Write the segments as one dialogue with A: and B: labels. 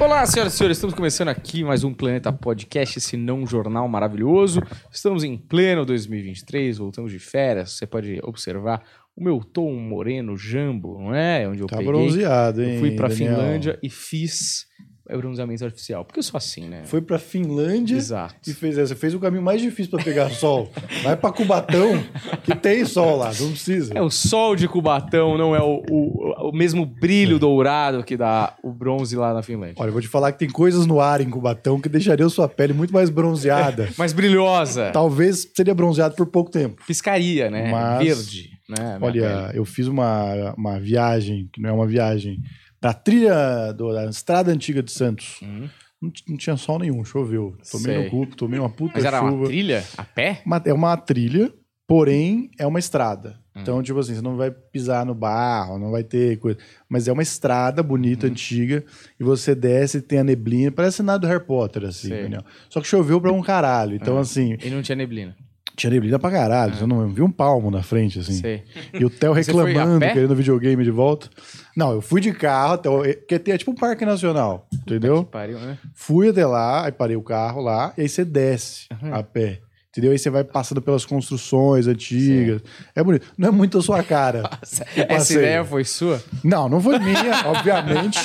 A: Olá, senhoras e senhores, estamos começando aqui mais um Planeta Podcast, esse não jornal maravilhoso. Estamos em pleno 2023, voltamos de férias. Você pode observar o meu tom moreno jambo, não é? Onde eu
B: Tá
A: peguei.
B: bronzeado, hein?
A: eu fui pra
B: Daniel?
A: Finlândia e fiz bronzeamento artificial. Porque eu sou assim, né?
B: Foi pra Finlândia
A: Exato.
B: e fez essa. Fez o caminho mais difícil pra pegar sol. Vai pra Cubatão, que tem sol lá, não precisa.
A: É, o sol de Cubatão não é o, o- o mesmo brilho
B: É.
A: dourado que dá o bronze lá na Finlândia.
B: Olha, eu vou te falar que tem coisas no ar em Cubatão que deixariam sua pele muito mais bronzeada.
A: Mas brilhosa.
B: Tá. Talvez seria bronzeado por pouco tempo.
A: Piscaria, né?
B: Mas-
A: Verde. Né? Minha pele.
B: Olha, eu fiz uma, uma viagem, que não é uma viagem, pra trilha do- da estrada antiga de Santos.
A: Hum.
B: Não, t- não tinha sol nenhum, choveu. Tomei
A: Sei.
B: no cu, tomei uma puta
A: Mas era
B: chuva.
A: uma trilha? A pé?
B: Uma- é uma trilha, porém é uma estrada.
A: Hum.
B: Então, tipo assim, você não vai pisar no barro, não vai ter coisa. Mas é uma estrada bonita,
A: Uhum.
B: antiga, e você desce e tem a neblina. Parece nada do Harry Potter, assim,
A: Sei.
B: Daniel. Só que choveu pra um caralho. Então,
A: É.
B: assim,
A: E não tinha neblina.
B: tinha neblina pra caralho. Eu não eu vi um palmo na frente, assim.
A: Sei.
B: E o Theo
A: É. Você foi a
B: reclamando,
A: pé?
B: querendo videogame de volta. Não, eu fui de carro até. o- Porque tem- é tipo um parque nacional, entendeu?
A: Que pariu, né?
B: Fui até lá, aí parei o carro lá, e aí você desce
A: Aham.
B: a pé. Entendeu? Aí você vai passando pelas construções antigas. É bonito. Não é muito a sua cara.
A: Essa
B: Eu passei.
A: ideia foi sua?
B: Não, não foi minha, obviamente.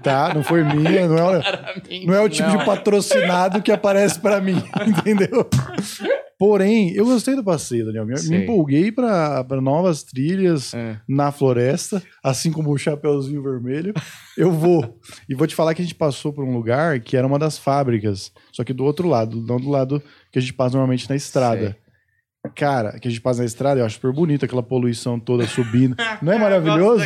B: Tá? Não foi minha. Não é, não é o tipo de patrocinado que aparece pra mim. Entendeu? Porém, eu gostei do passeio, Daniel. Me,
A: Sei.
B: me empolguei pra pra novas trilhas
A: É.
B: na floresta, assim como o Chapeuzinho Vermelho. Eu vou. E vou te falar que a gente passou por um lugar que era uma das fábricas, só que do outro lado, não do lado que a gente passa normalmente na estrada. Cara, que a gente passa na estrada, eu acho super bonito aquela poluição toda subindo. Não é maravilhoso?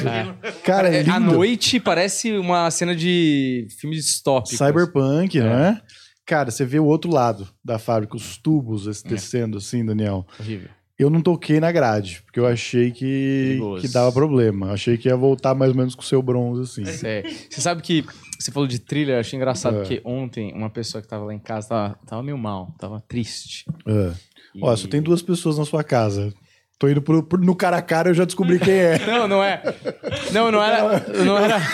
B: Cara, é
A: É, À
B: lindo.
A: noite parece uma cena de filme distópico.
B: Cyberpunk,
A: É.
B: né? Cara, você vê o outro lado da fábrica, os tubos
A: É.
B: esse- descendo assim, Daniel.
A: Horrível.
B: Eu não toquei na grade, porque eu achei que,
A: Perigoso.
B: que dava problema. Eu achei que ia voltar mais ou menos com o seu bronze, assim.
A: Sei. Você sabe que você falou de trilha, eu achei engraçado
B: É.
A: porque ontem uma pessoa que tava lá em casa tava, tava meio mal, tava triste.
B: É. Ó,
A: E-
B: só tem duas pessoas na sua casa. Tô indo pro, pro- no cara a cara, eu já descobri quem é.
A: Não, não é. Não, não era. Não era,
B: Tá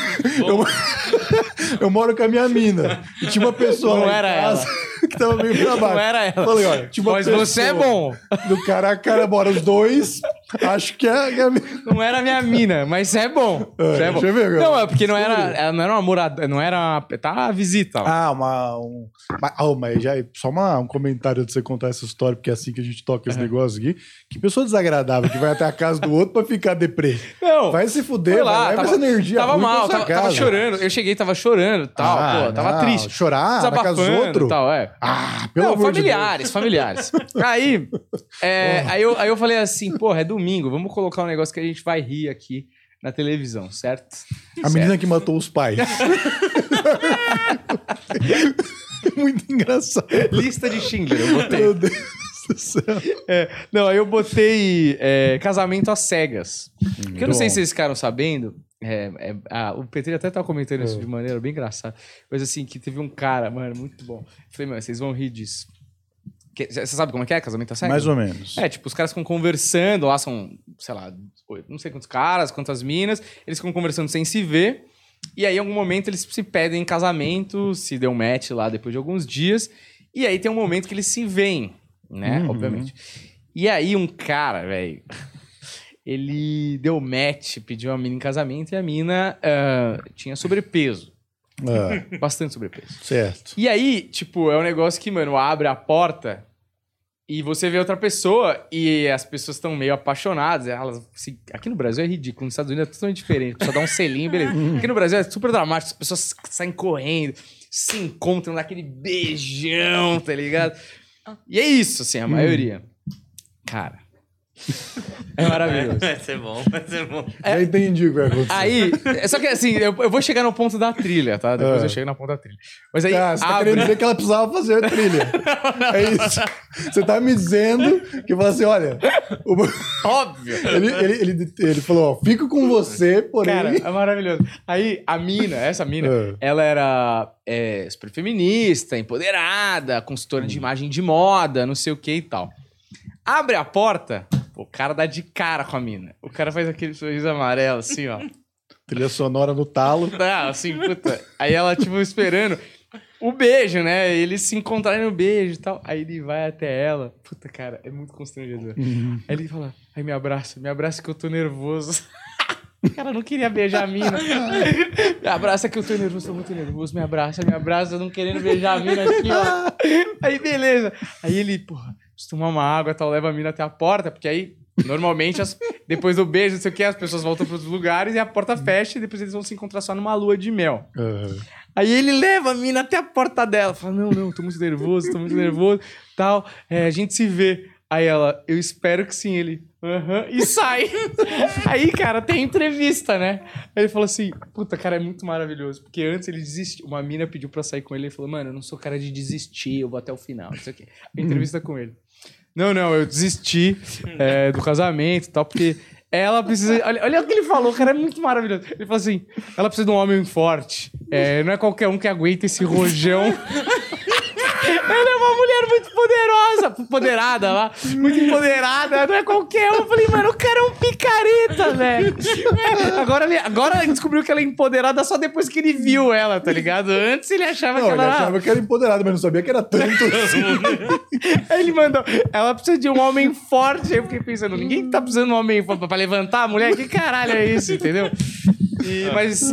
B: Eu moro com a minha mina. E tinha uma pessoa
A: Não
B: lá em
A: era
B: casa que tava meio pra baixo.
A: não era ela.
B: Falei, olha, tipo, uma
A: Mas você é
B: pessoa.
A: bom.
B: Do cara a cara, bora os dois. Acho que é. que é a minha-
A: Não era minha mina, mas é bom.
B: É,
A: Você é bom.
B: deixa eu ver agora.
A: Não, é porque não era, ela não era uma morada, não era uma, tá a visita. lá.
B: Ah, uma. Um, ma- ah, mas já, só uma- um comentário de você contar essa história, porque é assim que a gente toca esse negócio aqui. Que pessoa desagradável que vai até a casa do outro pra ficar deprê.
A: Não.
B: Vai se
A: Foi
B: fuder,
A: lá,
B: vai
A: tava,
B: mais energia.
A: tava
B: ruim pra
A: mal,
B: sua
A: tava, tava
B: casa.
A: chorando. Eu cheguei, tava chorando, tal,
B: Ah,
A: pô, tava
B: não,
A: triste.
B: Chorar na casa dos
A: desabafando,
B: outros?
A: tal, é.
B: Ah, pelo
A: não,
B: amor
A: familiares, familiares. Aí, é, aí, eu, aí eu falei assim, porra, é domingo, vamos colocar um negócio que a gente vai rir aqui na televisão, certo?
B: de Deus. A menina que matou os pais. Muito engraçado.
A: Lista de Schindler, eu botei.
B: Meu Deus do céu.
A: É, não, aí eu botei é, casamento às cegas. Porque eu não sei
B: Uhum. Bom.
A: se vocês ficaram sabendo. é, é, ah, o Petri até tava comentando isso
B: É.
A: de maneira bem engraçada. Mas assim, que teve um cara, mano, muito bom. Eu Falei, mano, vocês vão rir disso. Que- Você sabe como é que é casamento às cegas?
B: Mais ou menos.
A: É, tipo, os caras ficam conversando, lá são, sei lá, oito- não sei quantos caras, quantas minas, eles ficam conversando sem se ver, e aí em algum momento eles se pedem em casamento, se deu um match lá depois de alguns dias, e aí tem um momento que eles se veem, né,
B: Uhum.
A: obviamente. E aí um cara, velho, ele deu match, pediu a mina em casamento, e a mina ah, tinha sobrepeso,
B: Ah,
A: bastante sobrepeso.
B: certo.
A: E aí, tipo, é um negócio que, mano, abre a porta e você vê outra pessoa e as pessoas estão meio apaixonadas. Elas, se- aqui no Brasil é ridículo, nos Estados Unidos é totalmente diferente. Só dá um selinho, beleza.
B: Uhum.
A: Aqui no Brasil é super dramático, as pessoas saem correndo, se encontram, dá aquele beijão, tá ligado? E é isso, assim, a
B: Uhum.
A: maioria. Cara. É maravilhoso.
C: Vai ser bom, vai ser bom.
A: É.
B: Já entendi o que vai acontecer.
A: Aí, é só que assim, eu, eu vou chegar no ponto da trilha, tá? Depois
B: É.
A: eu chego na ponta da trilha. Mas aí.
B: Ah, você tá
A: abre-
B: querendo dizer que ela precisava fazer a trilha. É isso. Você tá me dizendo que fala assim: olha, o-
A: Óbvio!
B: ele, ele, ele, ele falou: ó, fico com você, porém.
A: Cara, é maravilhoso. Aí, a mina, essa mina,
B: É.
A: ela era é, super feminista, empoderada, consultora de imagem de moda, não sei o que e tal. Abre a porta, o cara dá de cara com a mina. O cara faz aquele sorriso amarelo, assim, ó.
B: Trilha sonora no talo.
A: Não, assim, puta. Aí ela, tipo, esperando o beijo, né? Eles se encontrarem no beijo e tal. Aí ele vai até ela. Puta, cara, é muito constrangedor. Aí ele fala, aí me abraça, me abraça que eu tô nervoso. O cara não queria beijar a mina. Me abraça que eu tô nervoso, tô muito nervoso. Me abraça, me abraça, não querendo beijar a mina aqui, ó. Aí beleza. Aí ele, porra, preciso tomar uma água e tal, leva a mina até a porta, porque aí, normalmente, as- depois do beijo, não sei o que, as pessoas voltam pros lugares e a porta fecha e depois eles vão se encontrar só numa lua de mel.
B: Aham.
A: Aí ele leva a mina até a porta dela. Fala, não, não, tô muito nervoso, tô muito nervoso, tal. É, a gente se vê. Aí ela, eu espero que sim. Ele, aham, e sai. Aí, cara, tem entrevista, né? Aí ele falou assim, puta, cara, é muito maravilhoso. Porque antes ele desistiu. Uma mina pediu pra sair com ele. Ele falou, mano, eu não sou cara de desistir, eu vou até o final, não sei o quê. Entrevista com ele. Não, não, eu desisti é, do casamento e tal, porque ela precisa. Olha, olha o que ele falou, cara, é muito maravilhoso. Ele falou assim: ela precisa de um homem forte. É, não é qualquer um que aguenta esse rojão. Ela é uma mulher muito poderosa, poderada lá, muito empoderada, não é qualquer um. Eu falei, mano, o cara é um picareta, velho. Agora ele, agora ele descobriu que ela é empoderada só depois que ele viu ela, tá ligado? Antes ele achava
B: Não,
A: que
B: eu
A: ela era.
B: achava que era empoderado, mas não sabia que era tanto assim.
A: Aí ele mandou, ela precisa de um homem forte. Aí eu fiquei pensando, ninguém tá precisando de um homem forte pra levantar a mulher? Que caralho é isso, entendeu? E- mas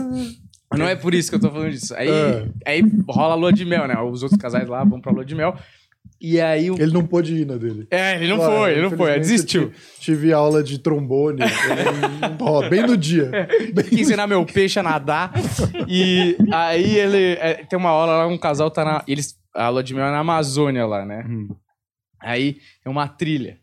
A: não é por isso que eu tô falando disso. Aí,
B: É.
A: aí rola a lua de mel, né? Os outros casais lá vão pra lua de mel. E aí o.
B: Ele não pôde ir na dele.
A: É, ele não
B: Claro,
A: foi, ele não foi,
B: infelizmente, eu
A: desistiu.
B: ti- Tive aula de trombone. eu não- Ó, bem no dia. Bem
A: Tem que ensinar meu peixe a nadar. E aí ele. é, tem uma hora lá, um casal tá na. Eles, a lua de mel é na Amazônia lá, né?
B: Hum.
A: Aí é uma trilha.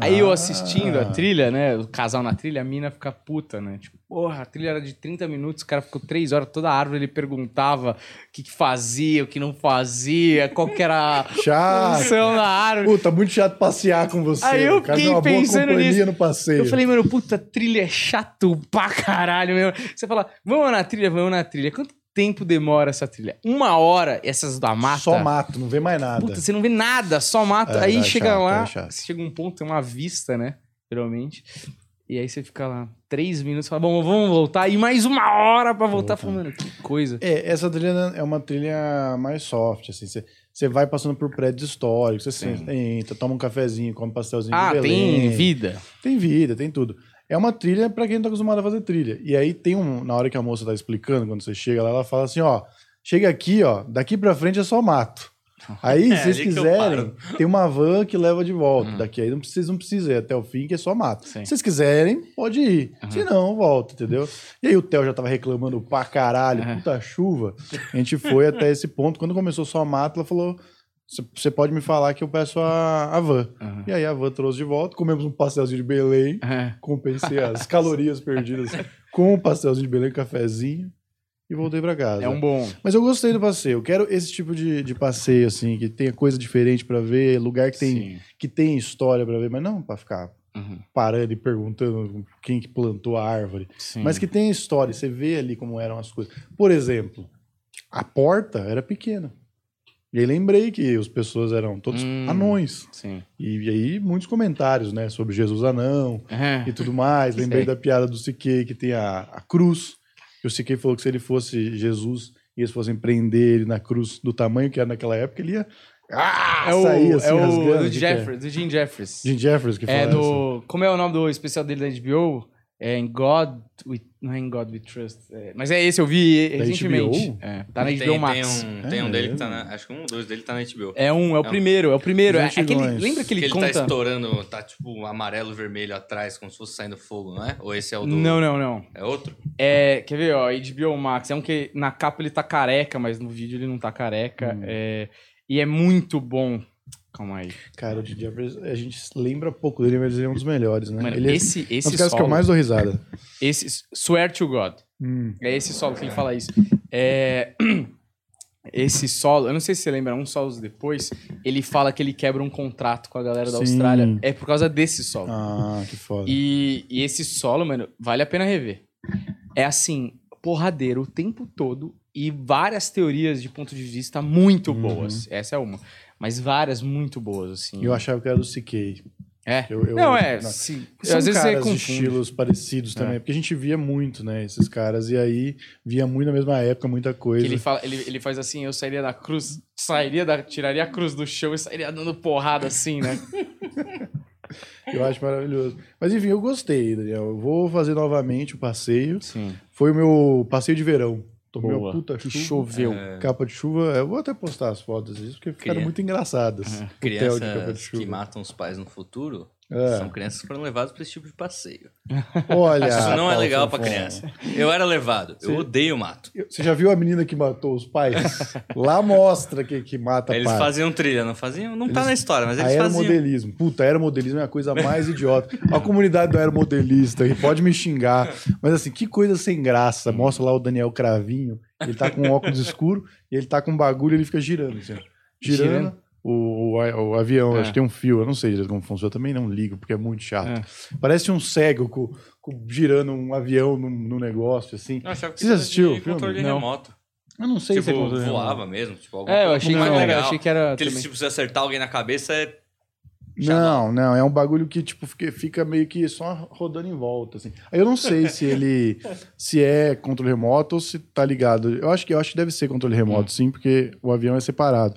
A: Aí eu
B: Ah.
A: assistindo a trilha, né? O casal na trilha, a mina fica puta, né? Tipo, porra, a trilha era de 30 minutos, o cara ficou 3 horas, toda a árvore ele perguntava o que, que fazia, o que não fazia, qual que era a
B: Chato.
A: função da árvore.
B: Puta, muito chato passear com você.
A: Aí eu
B: cara,
A: fiquei
B: uma
A: pensando
B: boa companhia
A: nisso.
B: no passeio.
A: Eu falei, mano, puta, trilha é chato pra caralho, meu. Você fala, vamos na trilha, vamos na trilha. Quanto tempo demora essa trilha? Uma hora, essas da mata.
B: Só mato, não vem mais nada.
A: Puta, você não vê nada, só mata.
B: É,
A: aí
B: é
A: chega
B: chato,
A: lá,
B: é chato.
A: chega um ponto, tem uma vista, né? Geralmente. E aí você fica lá três minutos, fala, bom, vamos voltar. E mais uma hora pra voltar. Fala, mano, que coisa.
B: É, essa trilha é uma trilha mais soft, assim. Você- Você vai passando por prédios históricos, você senta, entra, toma um cafezinho, come um pastelzinho
A: Ah,
B: de Belém.
A: tem vida.
B: Tem vida, tem tudo. É uma trilha pra quem não tá acostumado a fazer trilha. E aí tem um. Na hora que a moça tá explicando, quando você chega lá, ela fala assim: ó, chega aqui, ó, daqui pra frente é só mato. Aí,
C: É,
B: se vocês
C: ali que eu Hum.
B: quiserem, tem uma van que leva de volta. Daqui aí não precisa, vocês não precisam ir até o fim, que é só mato.
A: Sim.
B: Se vocês quiserem, pode ir.
A: Aham.
B: Se não, volta, entendeu? E aí o Theo já tava reclamando pra caralho,
C: É.
A: Aham.
B: puta chuva. A gente foi até esse ponto. Quando começou só mato, ela falou: "Você- você pode me falar que eu peço a, a van.
A: Aham.
B: E aí a van trouxe de volta, comemos um pastelzinho de Belém,
A: É.
B: compensei as calorias perdidas com o pastelzinho de Belém, um cafezinho, e voltei pra casa.
A: É um bom.
B: Mas eu gostei do passeio, eu quero esse tipo de, de passeio, assim, que tenha coisa diferente pra ver, lugar que tem,
A: Sim.
B: que tem história pra ver, mas não pra ficar
A: Uhum.
B: parando e perguntando quem que plantou a árvore,
A: Sim.
B: mas que tenha história, você vê ali como eram as coisas. Por exemplo, a porta era pequena. E aí lembrei que as pessoas eram todos
A: Hum.
B: anões.
A: Sim.
B: E aí, muitos comentários, né? Sobre Jesus anão
A: É.
B: e tudo mais. Lembrei
A: Sei.
B: da piada do Siquei, que tem a, a cruz. E o Siquei falou que se ele fosse Jesus e eles fossem prender ele na cruz do tamanho que era naquela época, ele ia ah,
A: É o,
B: sair assim,
A: é o do,
B: rasgando. que que é?
A: Jeffries, do Jim Jeffries.
B: Jim Jeffers que fala
A: É
B: essa.
A: no. Como é o nome do especial dele da HBO? É em God. We, não é em God We Trust. é, mas é esse, eu vi
B: Da
A: recentemente.
B: HBO?
A: É, tá na
C: tem,
A: HBO
C: tem
A: Max.
C: um, tem um
B: É
C: dele que
B: mesmo?
C: tá na. Acho que um ou dois dele tá na HBO.
A: É um, é o
C: É um-
A: primeiro, é o primeiro. É,
B: Os
A: aquele,
B: antigões.
A: lembra que ele
C: que ele
A: conta?
C: tá estourando, tá tipo amarelo, vermelho atrás, como se fosse saindo fogo, não é? Ou esse é o do.
A: Não, não, não.
C: É outro?
A: É, quer ver, ó, HBO Max. É um que na capa ele tá careca, mas no vídeo ele não tá
B: Hum.
A: careca. é, e é muito bom. Calma aí.
B: Cara, o Jim Jeffers, a gente lembra pouco dele, mas ele é um dos melhores, né?
A: Mano,
B: ele é
A: esse,
B: um
A: esse
B: dos caras que eu
A: solo,
B: mais dou risada.
A: esse Swear to God.
B: Hum.
A: É esse solo que ele fala isso. É, Esse solo, eu não sei se você lembra, um solo depois, ele fala que ele quebra um contrato com a galera da
B: Sim.
A: Austrália. É por causa desse solo.
B: Ah, que foda.
A: E, e esse solo, mano, vale a pena rever. É assim, porradeiro o tempo todo e várias teorias de ponto de vista muito
B: Uhum.
A: boas. Essa é uma. Mas várias muito boas, assim.
B: Eu achava que era do Siquei.
A: É.
B: Eu- eu-
A: não, é.
B: não.
A: se-
B: São
A: às vezes você
B: caras de
A: confunde.
B: estilos
C: É.
B: parecidos também, porque a gente via muito, né, esses caras, e aí via muito na mesma época, muita
A: Que
B: coisa.
A: ele, fala, ele, ele faz assim, eu sairia da cruz, sairia da, tiraria a cruz do chão e sairia dando porrada assim, né?
B: Eu acho maravilhoso. Mas enfim, eu gostei, Daniel. Eu vou fazer novamente o passeio.
A: Sim.
B: Foi o meu passeio de verão. Tomei uma
A: Boa.
B: puta
A: Que
B: chuva, É.
A: choveu.
B: capa de chuva. Eu vou até postar as fotos disso, porque ficaram
C: Queria.
B: muito engraçadas. Hotel de capa de
C: Crianças
B: chuva.
C: Uhum. que matam os pais no futuro
B: É.
C: são crianças que foram levadas para esse tipo de passeio.
B: Olha.
C: Isso não é
B: Paulo
C: legal para
B: Fonfon.
C: criança. Eu era levado. Eu
B: É. Sim.
C: odeio mato.
B: Eu- Você já viu a menina que matou os pais? Lá mostra que, que mata
C: Eles
B: pai.
C: faziam trilha, não faziam? Não tá
B: Eles-
C: na história, mas eles faziam.
B: Aeromodelismo. Puta, aeromodelismo é a coisa mais idiota. A comunidade do aeromodelista aí pode me xingar. Mas assim, que coisa sem graça. Mostra lá o Daniel Cravinho. Ele tá com um óculos escuro e ele tá com um bagulho e ele fica girando. assim, ó. girando.
A: Girando?
B: O, o a- o avião,
A: É.
B: acho que tem um fio, eu não sei direito como funciona, eu também não ligo, porque é muito chato.
A: É.
B: Parece um cego co- co- girando um avião num, num negócio, assim.
C: Eu achava que
B: Você já
C: isso era
B: assistiu o
C: De
B: filme?
C: controle
A: Não.
C: remoto.
B: Eu não sei se é
C: tipo,
B: controle remoto.
C: voava mesmo. Tipo, alguma
A: É, eu
C: coisa
A: achei que,
C: mais
A: não,
C: legal.
A: achei que era.
C: Aquele
A: também-
C: tipo, se acertar alguém na cabeça é.
B: Não, não, é um bagulho que tipo fica, fica meio que só rodando em volta assim. Aí eu não sei se ele se é controle remoto ou se tá ligado. Eu acho que eu acho que deve ser controle remoto sim, porque o avião é separado.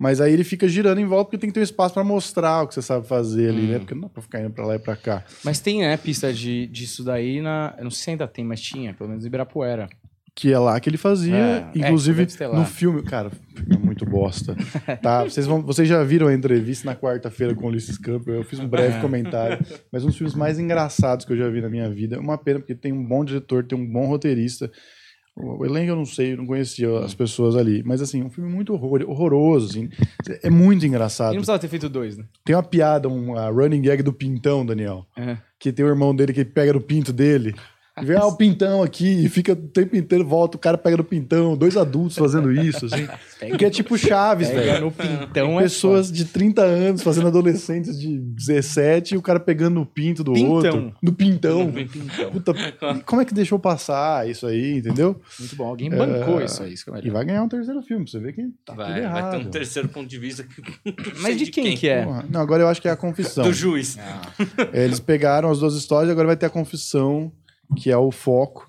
B: Mas aí ele fica girando em volta porque tem que ter um espaço pra mostrar o que você sabe fazer ali,
A: Hum.
B: né? Porque não dá pra ficar indo pra lá e pra cá.
A: Mas tem, né, pista de, disso daí na. Eu não sei se ainda tem, mas tinha, pelo menos em Ibirapuera.
B: Que é lá que ele fazia,
A: É, é,
B: inclusive
A: deve ser lá.
B: no filme, cara, é muito bosta. Tá, vocês, vão, vocês já viram a entrevista na quarta-feira com o Ulisses Campbell, eu fiz um breve comentário, mas um dos filmes mais engraçados que eu já vi na minha vida. É uma pena, porque tem um bom diretor, tem um bom roteirista. O o elenco eu não sei, eu não conhecia as pessoas ali, mas assim, um filme muito horror- horroroso, assim. É muito
A: E não
B: engraçado.
A: precisava ter feito dois, né?
B: Tem uma piada, uma running gag do Pintão, Daniel
A: É.
B: que tem o irmão dele que pega no pinto dele. E vem, ah, o pintão aqui, e fica o tempo inteiro, volta, o cara pega no pintão, dois adultos fazendo isso, assim. Porque é tipo Chaves,
A: Pega
B: velho.
A: no pintão é.
B: Pessoas de 30 anos fazendo adolescentes de 17 e o cara pegando no pinto do
A: Pintão.
B: outro. No pintão.
C: Então.
B: Puta, e como é que deixou passar isso aí, entendeu?
A: foda. Muito bom. Alguém bancou isso aí. Isso que é
B: E
A: melhor.
B: vai ganhar um terceiro filme, pra você vê que tá tudo
C: Vai,
B: errado.
C: vai ter um terceiro ponto de vista que.
A: Mas de quem, que é?
B: Porra. Não, agora eu acho que é a confissão.
C: Do juiz.
B: É, Eles pegaram as duas histórias, agora vai ter a confissão, que é o foco.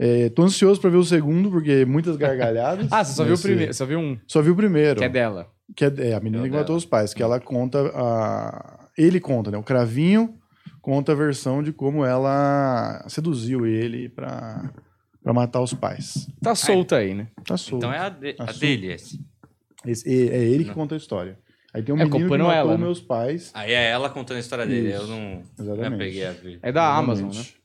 B: É, tô ansioso pra ver o segundo, porque é muitas gargalhadas.
A: Ah, você só viu o
B: Nesse-
A: primeiro. Só viu um,
B: Só vi o primeiro.
A: que é dela.
B: Que é, é, a menina
C: É o
B: que
C: dela.
B: matou os pais, que ela conta. A... Ele conta, né? O Cravinho conta a versão de como ela seduziu ele pra, pra matar os pais.
A: Tá solta aí, né?
B: Tá solto.
C: Então é a, de- a
B: Assunto.
C: dele, esse.
B: Esse- é... é ele que
C: Não.
B: conta a história. Aí tem um
A: É,
B: menino que
A: culpando
B: matou
A: ela, né?
B: meus pais.
C: Aí é ela contando a história dele. Eu
B: Isso.
C: não,
B: Exatamente.
C: não peguei a ver.
A: É da Amazon, né?
B: Exatamente.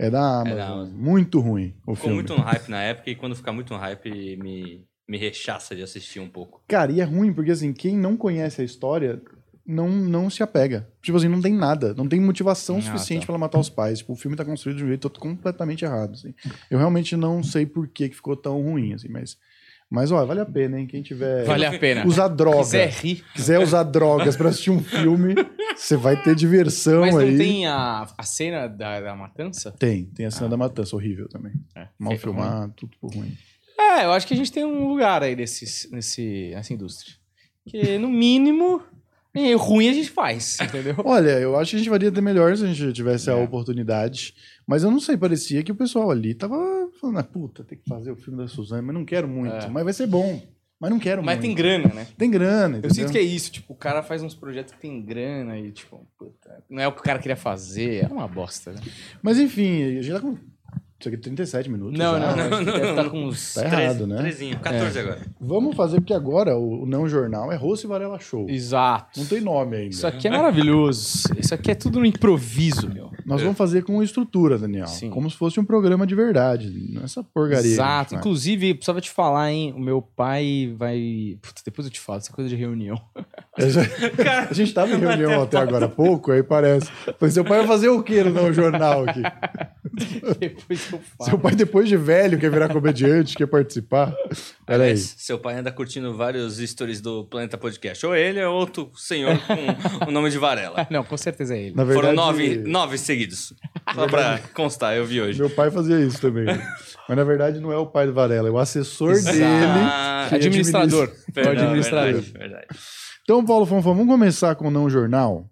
B: É da Amazon.
C: Amazon.
B: Muito ruim o
C: Ficou
B: filme.
C: muito no hype na época e quando fica muito no hype me, me rechaça de assistir um pouco.
B: Cara, e é ruim, porque assim, quem não conhece a história não, não se apega. Tipo assim, não tem nada, não tem motivação
A: Ah,
B: suficiente
A: tá.
B: pra ela matar os pais. Tipo, o filme tá construído de um jeito completamente errado, assim. Eu realmente não sei por que que ficou tão ruim, assim, mas... Mas, ó, vale a pena, hein? Quem tiver...
A: Vale a pena.
B: Usar droga.
A: Zé
B: Quiser,
A: ri.
B: usar drogas pra assistir um filme, você vai ter diversão
A: Mas não
B: Então aí.
A: tem a, a cena da, da matança?
B: Tem, tem a cena
A: Ah.
B: da matança, horrível também.
A: É.
B: Mal filmado, tudo por ruim.
A: É, eu acho que a gente tem um lugar aí nesse, nesse, nessa indústria. Que, no mínimo, é ruim a gente faz, entendeu?
B: Olha, eu acho que a gente varia até melhor se a gente tivesse a
A: É.
B: oportunidade. Mas eu não sei, parecia que o pessoal ali tava falando, ah, puta, tem que fazer o filme da Suzane, mas não quero muito.
A: É.
B: Mas vai ser bom. Mas não quero
A: Mas
B: muito.
A: tem grana, né?
B: Tem grana,
A: Eu sinto que é isso, tipo, o cara faz uns projetos que tem grana e, tipo, puta, não é o que o cara queria fazer, é uma bosta, né?
B: Mas enfim, a gente tá com... Isso aqui é 37 minutos
A: Não,
B: já.
A: não, não,
C: Não,
A: a gente
C: não,
A: deve
C: não.
A: estar com uns...
B: Tá errado,
C: Treze-
B: né?
C: Trezinho, 14 agora.
B: Vamos fazer, porque agora o o Não Jornal é Rosso e Varela Show.
A: Exato.
B: Não tem nome ainda.
A: Isso aqui é maravilhoso. Isso aqui é tudo no improviso, meu.
B: Nós vamos fazer com estrutura, Daniel.
A: Sim.
B: Como se fosse um programa de verdade. Não é essa porcaria.
A: Exato.
B: Que a gente
A: Inclusive, precisava te falar, hein? O meu pai vai. Puta, depois eu te falo, essa coisa de reunião.
B: faz. A gente tava em reunião até agora há pouco, aí parece. Falei, seu pai vai fazer o quê no Não jornal aqui?
A: depois eu falo.
B: Seu pai, depois de velho, quer virar comediante, quer participar. Peraí.
C: Aliás, seu pai anda curtindo vários stories do Planeta Podcast. Ou ele ou outro senhor com o nome de Varela.
A: Não, com certeza é ele.
B: Na verdade,
C: Foram nove, nove seguidos. Só pra constar, eu vi hoje.
B: meu pai fazia isso também. Mas na verdade não é o pai do Varela, é o assessor
A: Exato.
B: dele.
C: Ah,
B: que
A: administrador. É o
C: perdão,
A: administrador.
C: Verdade, verdade.
B: Então, Paulo Fonfão, vamos começar com o Não Jornal?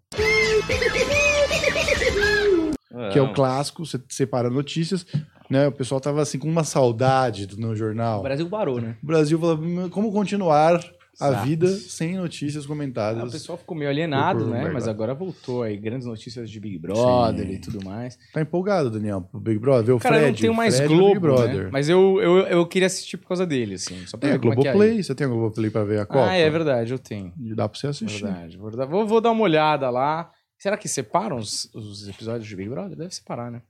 C: Não.
B: que é o clássico, você separa notícias, né? O pessoal tava assim com uma saudade do no jornal.
A: O Brasil parou, né?
B: O Brasil falou, "Hum, como continuar a
A: Exato.
B: vida sem notícias
A: Ah, O
B: comentadas?
A: pessoal ficou meio alienado,
B: Por- por
A: né?
B: verdade.
A: Mas agora voltou aí. Grandes notícias de Big Brother
B: Sim.
A: e tudo mais.
B: Tá empolgado, Daniel, o Big Brother, ver o
A: Cara, eu
B: Fred,
A: não tenho
B: o
A: mais
B: Fred no Big
A: Globo,
B: Brother.
A: né? Mas eu, eu, eu queria assistir por causa dele, assim. Só pra
B: Tem a
A: ver como é que é aí.
B: Globoplay, você tem a Globoplay pra ver a Copa?
A: Ah, é verdade, eu tenho.
B: E Dá pra você assistir.
A: Verdade. Vou dar, vou, vou dar uma olhada lá. Será que separam os, os episódios de Big Brother? Deve separar, né?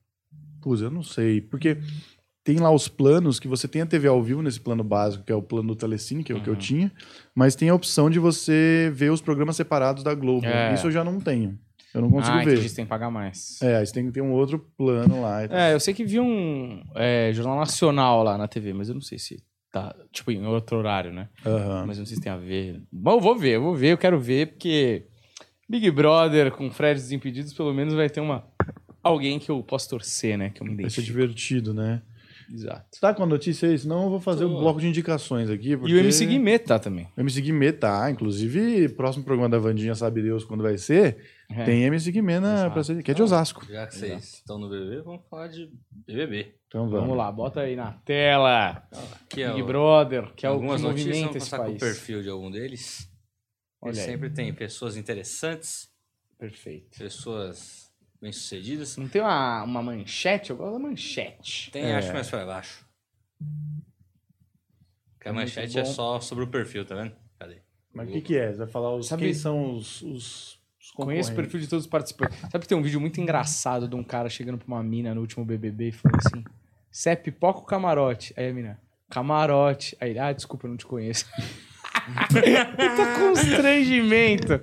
B: Putz, eu não sei. Porque tem lá os planos que você tem a TV ao vivo nesse plano básico, que é o plano do Telecine, que é o que eu
A: Uhum.
B: tinha, mas tem a opção de você ver os programas separados da Globo.
A: É.
B: Isso eu já não tenho. Eu não consigo
A: ah,
B: ver.
A: Eles têm que pagar mais.
B: É, aí você tem que ter um outro plano lá. e tal.
A: É, eu sei que vi um é, Jornal Nacional lá na TV, mas eu não sei se tá, tipo, em outro horário, né?
C: Ah.
B: Aham.
A: Mas eu não sei se tem a ver. Bom, eu vou ver, eu vou ver, eu quero ver, porque Big Brother com Fred Desimpedidos, pelo menos vai ter uma... Alguém que eu posso torcer, né? Que eu me
B: Vai ser
A: identifico.
B: divertido, né?
A: Exato.
B: Você tá com a notícia aí? Senão eu vou fazer
C: Tô.
B: um bloco de indicações aqui. Porque...
A: E o MC Guimê tá também.
B: O MC Guimê tá, inclusive, próximo programa da Vandinha, sabe Deus quando vai ser,
A: É.
B: tem MC Guimê na,
A: Exato.
B: pra ser, que é de Osasco.
C: Já que vocês estão no BBB, vamos falar de BBB.
B: Então vamos.
A: Vamos lá, bota aí na tela.
C: Que é
A: Big
C: o-
A: Brother, que é o que
C: algumas notícias,
A: movimenta
C: vamos
A: esse
C: passar com o
A: país.
C: perfil de algum deles.
A: Olha
C: Ele
A: aí.
C: sempre tem pessoas interessantes,
A: Perfeito.
C: pessoas bem-sucedidas.
A: Não tem uma, uma manchete? Eu gosto da manchete.
C: Tem, acho, mais pra baixo. Porque a
A: É muito
C: manchete é
A: bom.
C: só sobre o perfil, tá vendo? Cadê?
B: Mas o que, que é? Você vai falar os,
A: Sabe-
B: quem são os, os, os
A: Conheço
B: concorrentes?
A: o perfil de todos os participantes. Sabe que tem um vídeo muito engraçado de um cara chegando pra uma mina no último BBB e falando assim: Você é pipoca ou camarote? Aí a mina, camarote. Aí ele, ah, desculpa, eu não te conheço. Puta constrangimento.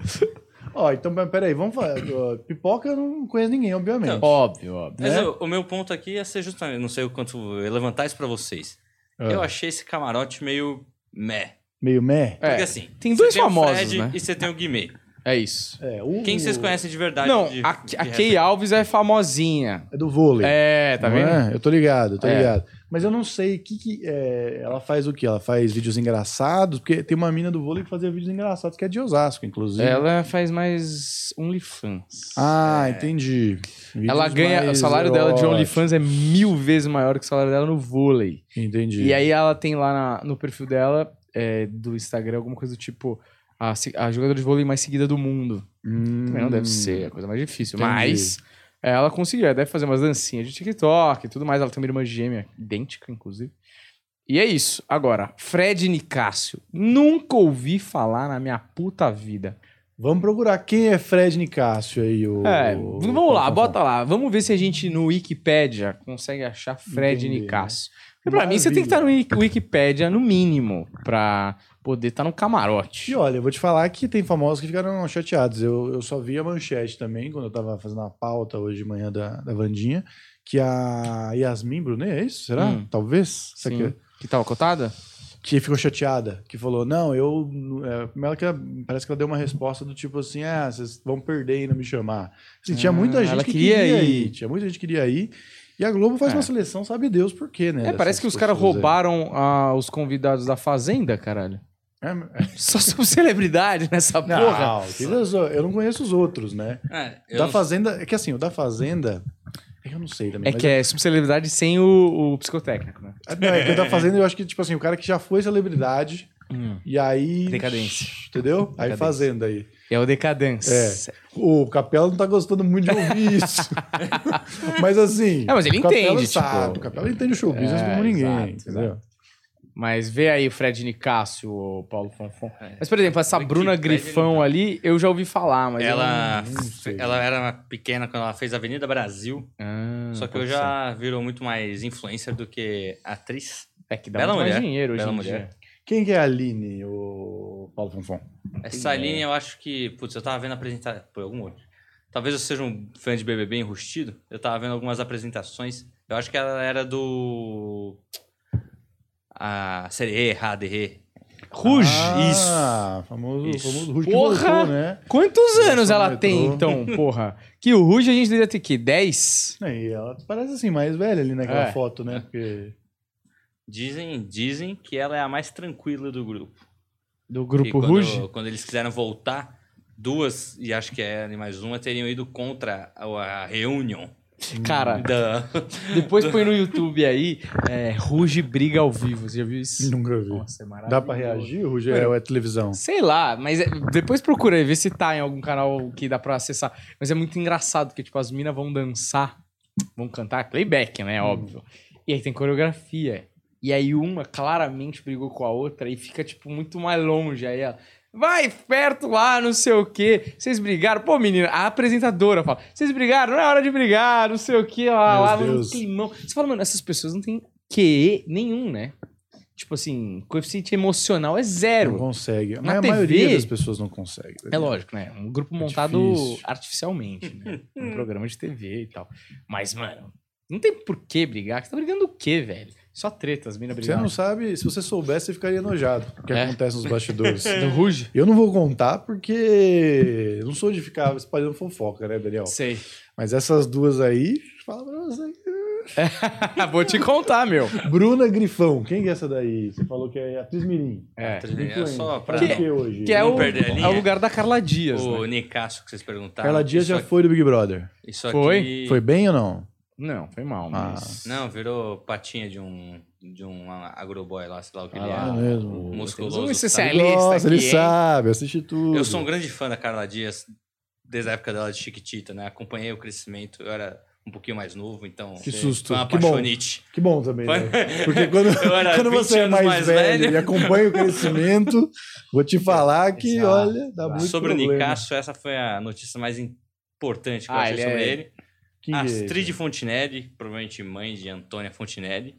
B: Ó, então, mas peraí, vamos falar. ó, pipoca eu não conheço ninguém, obviamente.
A: óbvio, óbvio.
C: Mas o, o meu ponto aqui ia ser justamente, não sei o quanto eu ia levantar isso pra vocês.
B: Ah.
A: É.
C: Eu achei esse camarote meio meh.
B: Meio meh.
A: É,
C: Porque assim,
A: tem
C: você
A: dois
C: tem o
A: famosos,
C: Fred
A: né?
C: E você tem o Guimê.
A: É isso.
B: É, o-
C: Quem vocês conhecem de verdade?
A: não,
C: de,
A: a,
C: de
A: a
C: resto?
A: Kay Alves é famosinha.
B: É do vôlei.
A: É, tá
B: não
A: vendo?
B: é? Eu tô ligado, eu tô
A: É.
B: ligado. Mas eu não sei o que, que é, ela faz o que? Ela faz vídeos engraçados, porque tem uma mina do vôlei que fazia vídeos engraçados, que é de Osasco, inclusive.
A: Ela faz mais OnlyFans.
B: Ah, entendi. Vídeos
A: É. Ela ganha. O
B: mais
A: salário dela de
B: eróticos.
A: OnlyFans é mil vezes maior que o salário dela no vôlei.
B: Entendi.
A: E aí ela tem lá na- no perfil dela, é, do Instagram, alguma coisa do tipo. A, se- a jogadora de vôlei mais seguida do mundo.
B: Hum,
A: Também não deve ser, é a coisa mais difícil.
B: Entendi.
A: Mas é, ela conseguiu, ela deve fazer umas dancinhas de TikTok e tudo mais. Ela tem uma irmã gêmea, idêntica, inclusive. E é isso. Agora, Fred Nicásio. Nunca ouvi falar na minha puta vida.
B: Vamos procurar quem é Fred Nicásio aí. O...
A: É,
B: o-
A: vamos lá,
B: o-
A: bota lá. Vamos ver se a gente no Wikipédia consegue achar Fred
B: Entender,
A: Nicásio. Porque Pra mim, você tem que estar
B: né? Maravilha.
A: no Wiki- Wikipédia, no mínimo, pra poder estar no
B: E
A: camarote.
B: olha, eu vou te falar que tem famosos que ficaram chateados. Eu, eu só vi a manchete também, quando eu tava fazendo a pauta hoje de manhã da, da Vandinha, que a Yasmin Brunet, é isso? Será?
A: Hum.
B: Talvez? Será
A: Sim.
B: Que, é
A: Que tá tava cotada?
B: que ficou chateada, que falou, não, eu... É, ela que, parece que ela deu uma resposta do tipo assim, ah, vocês vão perder e não me chamar. Assim, tinha
A: Ah,
B: muita gente
A: ela
B: que
A: queria
B: queria,
A: ir.
B: ir. Tinha muita gente que queria ir. E a Globo faz
A: É.
B: uma seleção, sabe Deus por quê, né?
A: É,
B: dessas
A: parece que os caras
B: pessoas aí.
A: roubaram ah, os convidados da Fazenda, caralho.
B: É,
A: Só sou celebridade nessa porra.
B: Não, que das- eu não conheço os outros, né?
C: É, eu
B: da
C: não-
B: Fazenda. É que assim, o da Fazenda. É que eu não sei também.
A: É
B: mas
A: que é subcelebridade sem o, o psicotécnico, né?
B: Ah, não, é que o da Fazenda eu acho que, tipo assim, o cara que já foi celebridade e aí.
A: Decadência.
B: Entendeu?
A: Decadência.
B: Aí Fazenda aí.
A: É o decadência.
B: É. O Capela não tá gostando muito de ouvir isso. mas assim.
A: É, mas ele
B: o Capela
A: entende,
B: sabe,
A: tipo-
B: O Capela entende o showbiz,
A: É,
B: mas como ninguém.
A: exato,
B: entendeu?
A: Mas vê aí o Fred Nicásio, o Paulo Fonfon.
C: É.
A: Mas, por exemplo, essa
C: Fred-
A: Bruna
C: Fred
A: Grifão
C: Nicásio.
A: ali, eu já ouvi falar, mas... eu
C: Ela,
B: não sei.
C: ela era pequena quando ela fez Avenida Brasil,
A: não- Ah,
C: só que
A: pode
C: hoje ela virou muito mais influencer do que atriz.
A: ser. É que dá
C: Bela
A: muito mais
C: mulher,
A: dinheiro hoje
C: bela
A: em
C: mulher.
A: dia.
B: Quem que é a Aline, o Paulo Fonfon?
A: é.
C: Essa linha eu acho que, putz, eu tava vendo apresentar por algum outro. Talvez eu seja um fã de BBB enrustido, eu tava vendo algumas apresentações. Eu acho que ela era do a série Errada Errê.
A: Ruge!
B: Ah, famoso,
C: Isso.
B: famoso Ruge
A: Porra!
B: voltou, né?
A: Quantos anos
B: Nossa,
A: ela
B: metrô.
A: tem, então, porra? Que o Ruge a gente devia ter que 10?
B: Não, E ela parece assim, mais velha ali naquela
A: É.
B: foto, né? Porque.
C: Dizem, dizem que ela é a mais tranquila do grupo.
A: Do
C: E
A: grupo
C: quando,
A: Ruge?
C: Quando eles quiseram voltar, duas, e acho que é mais uma, teriam ido contra a, a reunião.
B: Ah,
A: Cara,
C: Da...
A: depois põe no YouTube aí, é, Ruge briga ao vivo. Você já viu isso?
B: Nunca vi.
A: Nossa, é maravilhoso.
B: Dá pra reagir, Rogério? É televisão.
A: Sei lá, mas é- depois procura aí, vê se tá em algum canal que dá pra acessar. Mas é muito engraçado, porque, tipo, as minas vão dançar, vão cantar playback,
B: Hum.
A: né? Óbvio. E aí tem coreografia. E aí uma claramente brigou com a outra e fica, tipo, muito mais longe. Aí ela. Vai perto lá, não sei o quê. Vocês brigaram. Pô, menina, a apresentadora fala: vocês brigaram, não é hora de brigar, não sei o quê. Lá,
B: Meu
A: lá, num
B: Deus.
A: climão. Você fala, mano, essas pessoas não têm QE nenhum, né? Tipo assim, coeficiente emocional é zero.
B: Não consegue. Mas
A: Na
B: a
A: TV
B: maioria das pessoas não consegue.
A: É lógico, né? Um grupo
B: É
A: montado
B: difícil.
A: artificialmente, né? Um programa de TV e tal. Mas, mano, não tem por que brigar. Você tá brigando o quê, velho? Só treta, as minas
B: Você
A: brigando.
B: não sabe, se você soubesse, você ficaria enojado o que
A: É.
B: acontece nos bastidores.
A: Do Ruge?
B: Eu não vou contar porque eu não sou de ficar espalhando fofoca, né, Daniel?
A: Sei.
B: Mas essas duas aí, fala pra você.
A: Vou te contar, meu.
B: Bruna Grifão, quem que é essa daí? Você falou que é atriz mirim.
A: É.
C: É só pra
B: Faz o
A: Que-
B: quê hoje?
A: Que é o,
C: perder a linha.
A: é o lugar da Carla Dias,
C: o
A: né?
C: Nicasso que vocês perguntaram.
B: Carla Dias
C: Isso
B: já
C: aqui-
B: foi do Big Brother.
C: Isso aqui...
A: Foi?
B: Foi bem ou não?
A: Não, foi mal, mas...
C: Não, virou patinha de um, de um agroboy lá, sei lá o que
A: Ah
C: ele
A: lá.
B: é
C: é.
B: mesmo.
A: Temos
C: Musculoso.
A: um
C: sabe?
A: especialista
B: Nossa, ele
A: aqui, hein?
B: sabe, assiste tudo.
C: Eu sou um grande fã da Carla Dias, desde a época dela de Chiquitita, né? Acompanhei o crescimento, eu era um pouquinho mais novo, então...
B: Que susto,
C: Foi uma
B: que bom.
C: apaixonite.
B: Que bom também,
C: Foi-
B: né? Porque quando,
C: Eu era
B: quando
C: 20
B: você é
C: anos
B: mais,
C: mais
B: velho,
C: velho.
B: e acompanha o crescimento, vou te falar que,
A: Exato,
B: olha, dá muito
C: Sobre o
B: problema.
C: Nicasso, essa foi a notícia mais importante que eu
A: Ah,
C: achei
A: ele
C: sobre
A: é-
C: ele.
B: Que
C: Astrid Fontinelli, provavelmente mãe de Antônia Fontinelli,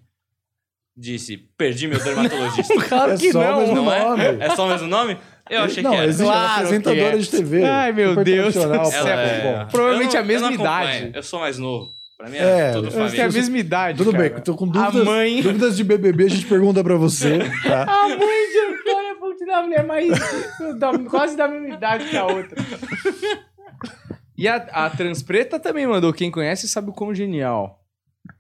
C: disse: Perdi meu dermatologista.
A: Claro
B: É
A: que
B: só o
A: não.
B: mesmo
C: não é?
B: nome.
C: É só o mesmo nome? Eu achei
B: não,
C: que era.
B: existe uma
A: Claro
B: apresentadora
A: que é.
B: de TV.
A: Ai, meu
B: super
A: Deus. Ela
B: tradicional, pô,
A: é-
B: muito bom.
A: Provavelmente
C: eu
A: a mesma
C: eu não acompanho,
A: idade.
C: Eu sou mais novo. Pra mim
B: É,
C: é, tudo
B: eu
A: Elas têm
C: família.
A: a mesma idade,
B: Tudo bem,
A: cara.
B: tô com dúvidas,
A: A mãe-
B: dúvidas de BBB, a gente pergunta pra você, tá?
A: A mãe de Antônia Fontinella, a mulher mais. da- quase da mesma idade que a outra. E a, a Transpreta também mandou. Quem conhece sabe o quão genial.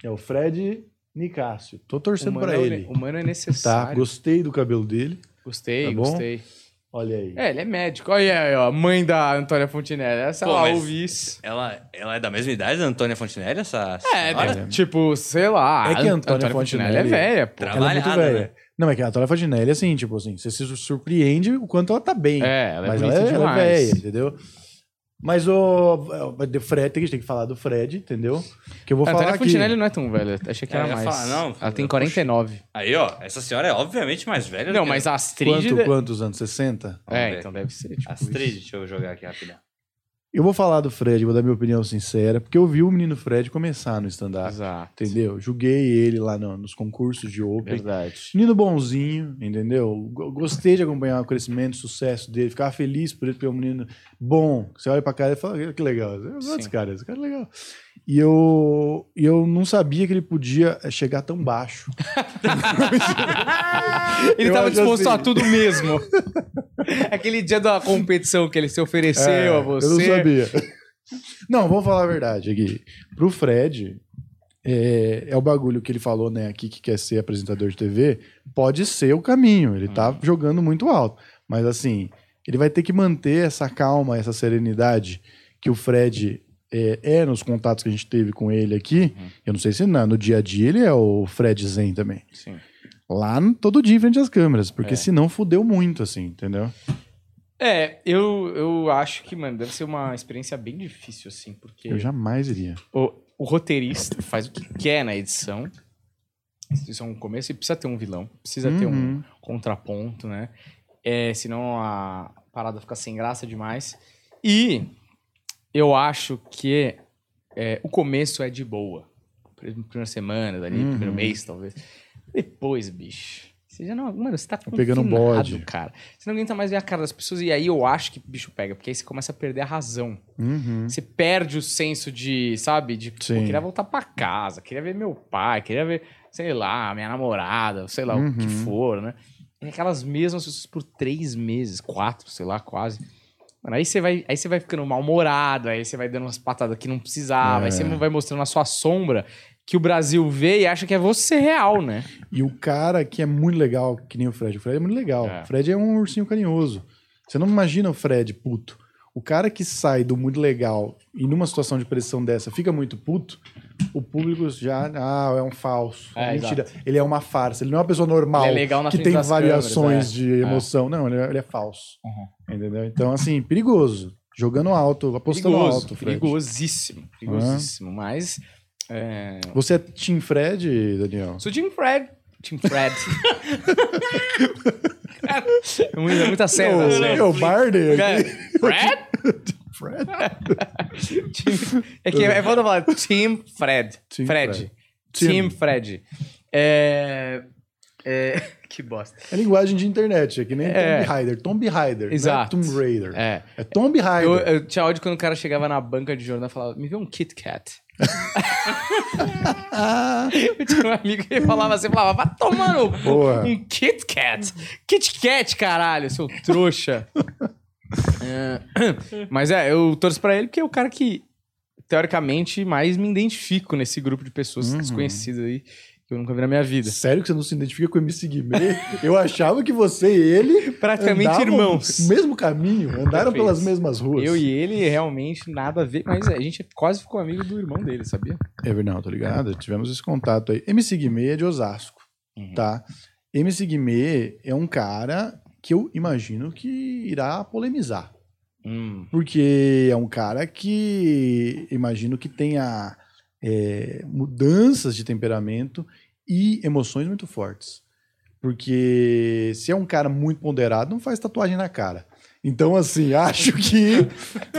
B: É o Fred Nicásio. Tô
A: O
B: torcendo
A: mano,
B: pra
A: é-
B: ele.
A: o mano é
B: Tá,
A: necessário.
B: gostei do cabelo dele.
A: Gostei,
B: Tá bom?
A: gostei.
B: Olha aí.
A: É, ele é médico. Olha aí, ó. a Mãe da Antônia Fontinella. Essa
C: Pô,
A: lá,
C: mas-
A: ouvi isso.
C: Ela, ela é da mesma idade da Antônia Fontinelli, essa.
A: É,
C: senhora?
A: né? tipo, sei lá.
B: É que a
A: An-
B: Antônia
A: Fontinella é
B: Fontinelli-
A: velha, pô.
C: Tra-
B: Ela é muito
C: trabalhada,
B: velha.
A: né?
B: Não, é que a Natália Fadinelli, assim, tipo assim, você se surpreende o quanto ela tá bem.
A: É, ela é
B: mas ela
A: bonita
B: é, ela é
A: demais.
B: velha, entendeu? Mas o. o- o Fred, tem que, tem que falar do Fred, entendeu? Que eu vou
A: a Antônia
B: falar aqui.
A: Fontinelli não é tão velha. Achei que
C: É,
A: era
C: eu ia
A: mais.
C: falar, não,
A: ela tem
C: eu-
A: 49.
C: Aí, ó, essa senhora é obviamente mais velha do
A: Não,
C: que
A: mas a Astrid.
B: Quanto, quantos anos? 60?
C: Vamos
A: É,
C: ver.
A: então deve ser. Tipo,
C: Astrid,
A: isso.
C: deixa eu jogar aqui rapidão.
B: Eu vou falar do Fred, vou dar minha opinião sincera, porque eu vi o menino Fred começar no stand-up,
A: Exato.
B: entendeu? Julguei ele lá no- nos concursos de Open.
A: Verdade.
B: Menino bonzinho, entendeu? Go- Gostei de acompanhar o crescimento, o sucesso dele, ficava feliz por ele, porque é um menino bom. Você olha pra cara e fala, "Ah, que legal, eu gosto
A: Sim.
B: desse cara, esse cara é legal. E eu, e eu não sabia que ele podia eh, chegar tão baixo.
A: Ele
B: Eu
A: tava
B: acho
A: disposto
B: assim.
A: a tudo mesmo. Aquele dia da competição que ele se ofereceu
B: É,
A: a você.
B: Eu não sabia. Não, vamos falar a verdade aqui. Pro Fred, é, é o bagulho que ele falou, né, aqui, que quer ser apresentador de TV, pode ser o caminho. Ele tá jogando muito alto. Mas, assim, ele vai ter que manter essa calma, essa serenidade que o Fred é, é nos contatos que a gente teve com ele aqui. Eu não sei se na- no dia a dia ele é o Fred Zen também.
A: Sim.
B: Lá no- todo dia em frente às câmeras, porque
A: É.
B: senão fudeu muito, assim, entendeu?
A: É, eu, eu acho que, mano, deve ser uma experiência bem difícil, assim, porque
B: Eu jamais iria.
A: o, o roteirista faz o que quer na edição. Isso é um começo e precisa ter um vilão, precisa ter um,
B: Uhum.
A: contraponto, né? É, senão a parada fica sem graça demais. E eu acho que é, o começo é de boa. Primeira semana, dali,
B: Uhum.
A: primeiro mês, talvez. Depois, bicho. Você já não. Mano, você tá
B: pegando
A: confinado,
B: bode.
A: cara. Você não aguenta mais ver a cara das pessoas. E aí eu acho que bicho pega, porque aí você começa a perder a razão.
B: Uhum.
A: Você perde o senso de, sabe? De, pô,
B: Sim.
A: queria voltar pra casa, queria ver meu pai, queria ver, sei lá, minha namorada, sei lá, o que
B: Uhum.
A: for, né? E aquelas mesmas pessoas por três meses, quatro, sei lá, quase. Mano, aí você vai, aí você vai ficando mal-humorado, aí você vai dando umas patadas que não precisava,
B: É.
A: aí você vai mostrando a sua sombra que o Brasil vê e acha que é você real, né?
B: E o cara que é muito legal, que nem o Fred. O Fred é muito legal.
A: É.
B: O Fred é um ursinho carinhoso. Você não imagina o Fred puto. O cara que sai do muito legal e numa situação de pressão dessa fica muito puto, o público já. Ah, é um falso.
A: É,
B: mentira. Ele é uma farsa. Ele não é uma pessoa normal
A: Ele é legal na
B: que
A: frente
B: tem
A: das
B: variações
A: câmeras, é. Uhum.
B: de emoção. Não, ele é, ele é falso. Entendeu? Então, assim, perigoso. Jogando alto, apostando
A: Perigoso,
B: alto. Fred.
A: perigosíssimo, perigosíssimo. Mas. É...
B: Você é Team Fred, Daniel?
A: Sou Team Fred. Team Fred. Cara, é muita, muita cena.
B: Eu-
A: né?
B: eu, Barney.
A: Cara,
B: aqui.
A: Fred?
B: Fred?
A: Team- É que é foda falar Team Fred. Fred.
B: Team Fred.
A: Team,
B: Team.
A: Fred. É... é- Que bosta.
B: É linguagem de internet, é que nem
A: É.
B: Tomb Raider. Tomb Raider,
A: Exato.
B: não é Tomb Raider. É,
A: É.
B: Tomb Raider.
A: Eu, eu tinha áudio quando o cara chegava na banca de jornal e falava, me vê um Kit Kat.
B: Ah,
A: Eu tinha um amigo que falava assim, falava, vai tomar no cu,
B: Boa.
A: um Kit Kat. Kit Kat, caralho, seu trouxa. É, mas é, eu torço pra ele porque é o cara que, teoricamente, mais me identifico nesse grupo de pessoas
B: Uhum.
A: desconhecidas aí, que eu nunca vi na minha vida.
B: sério que você não se identifica com o MC Guimê? Eu achava que você e ele
A: Praticamente
B: andavam
A: irmãos.
B: no mesmo caminho,
A: Perfeito.
B: andaram pelas mesmas ruas.
A: Eu e ele realmente nada a ver, mas a gente quase ficou amigo do irmão dele, sabia?
B: É verdade, tô ligado? Tivemos esse contato aí. MC Guimê é de Osasco,
A: Uhum.
B: tá? MC Guimê é um cara que eu imagino que irá polemizar.
A: Hum.
B: Porque é um cara que imagino que tenha é, mudanças de temperamento e emoções muito fortes. Porque se é um cara muito ponderado, não faz tatuagem na cara. Então, assim, acho que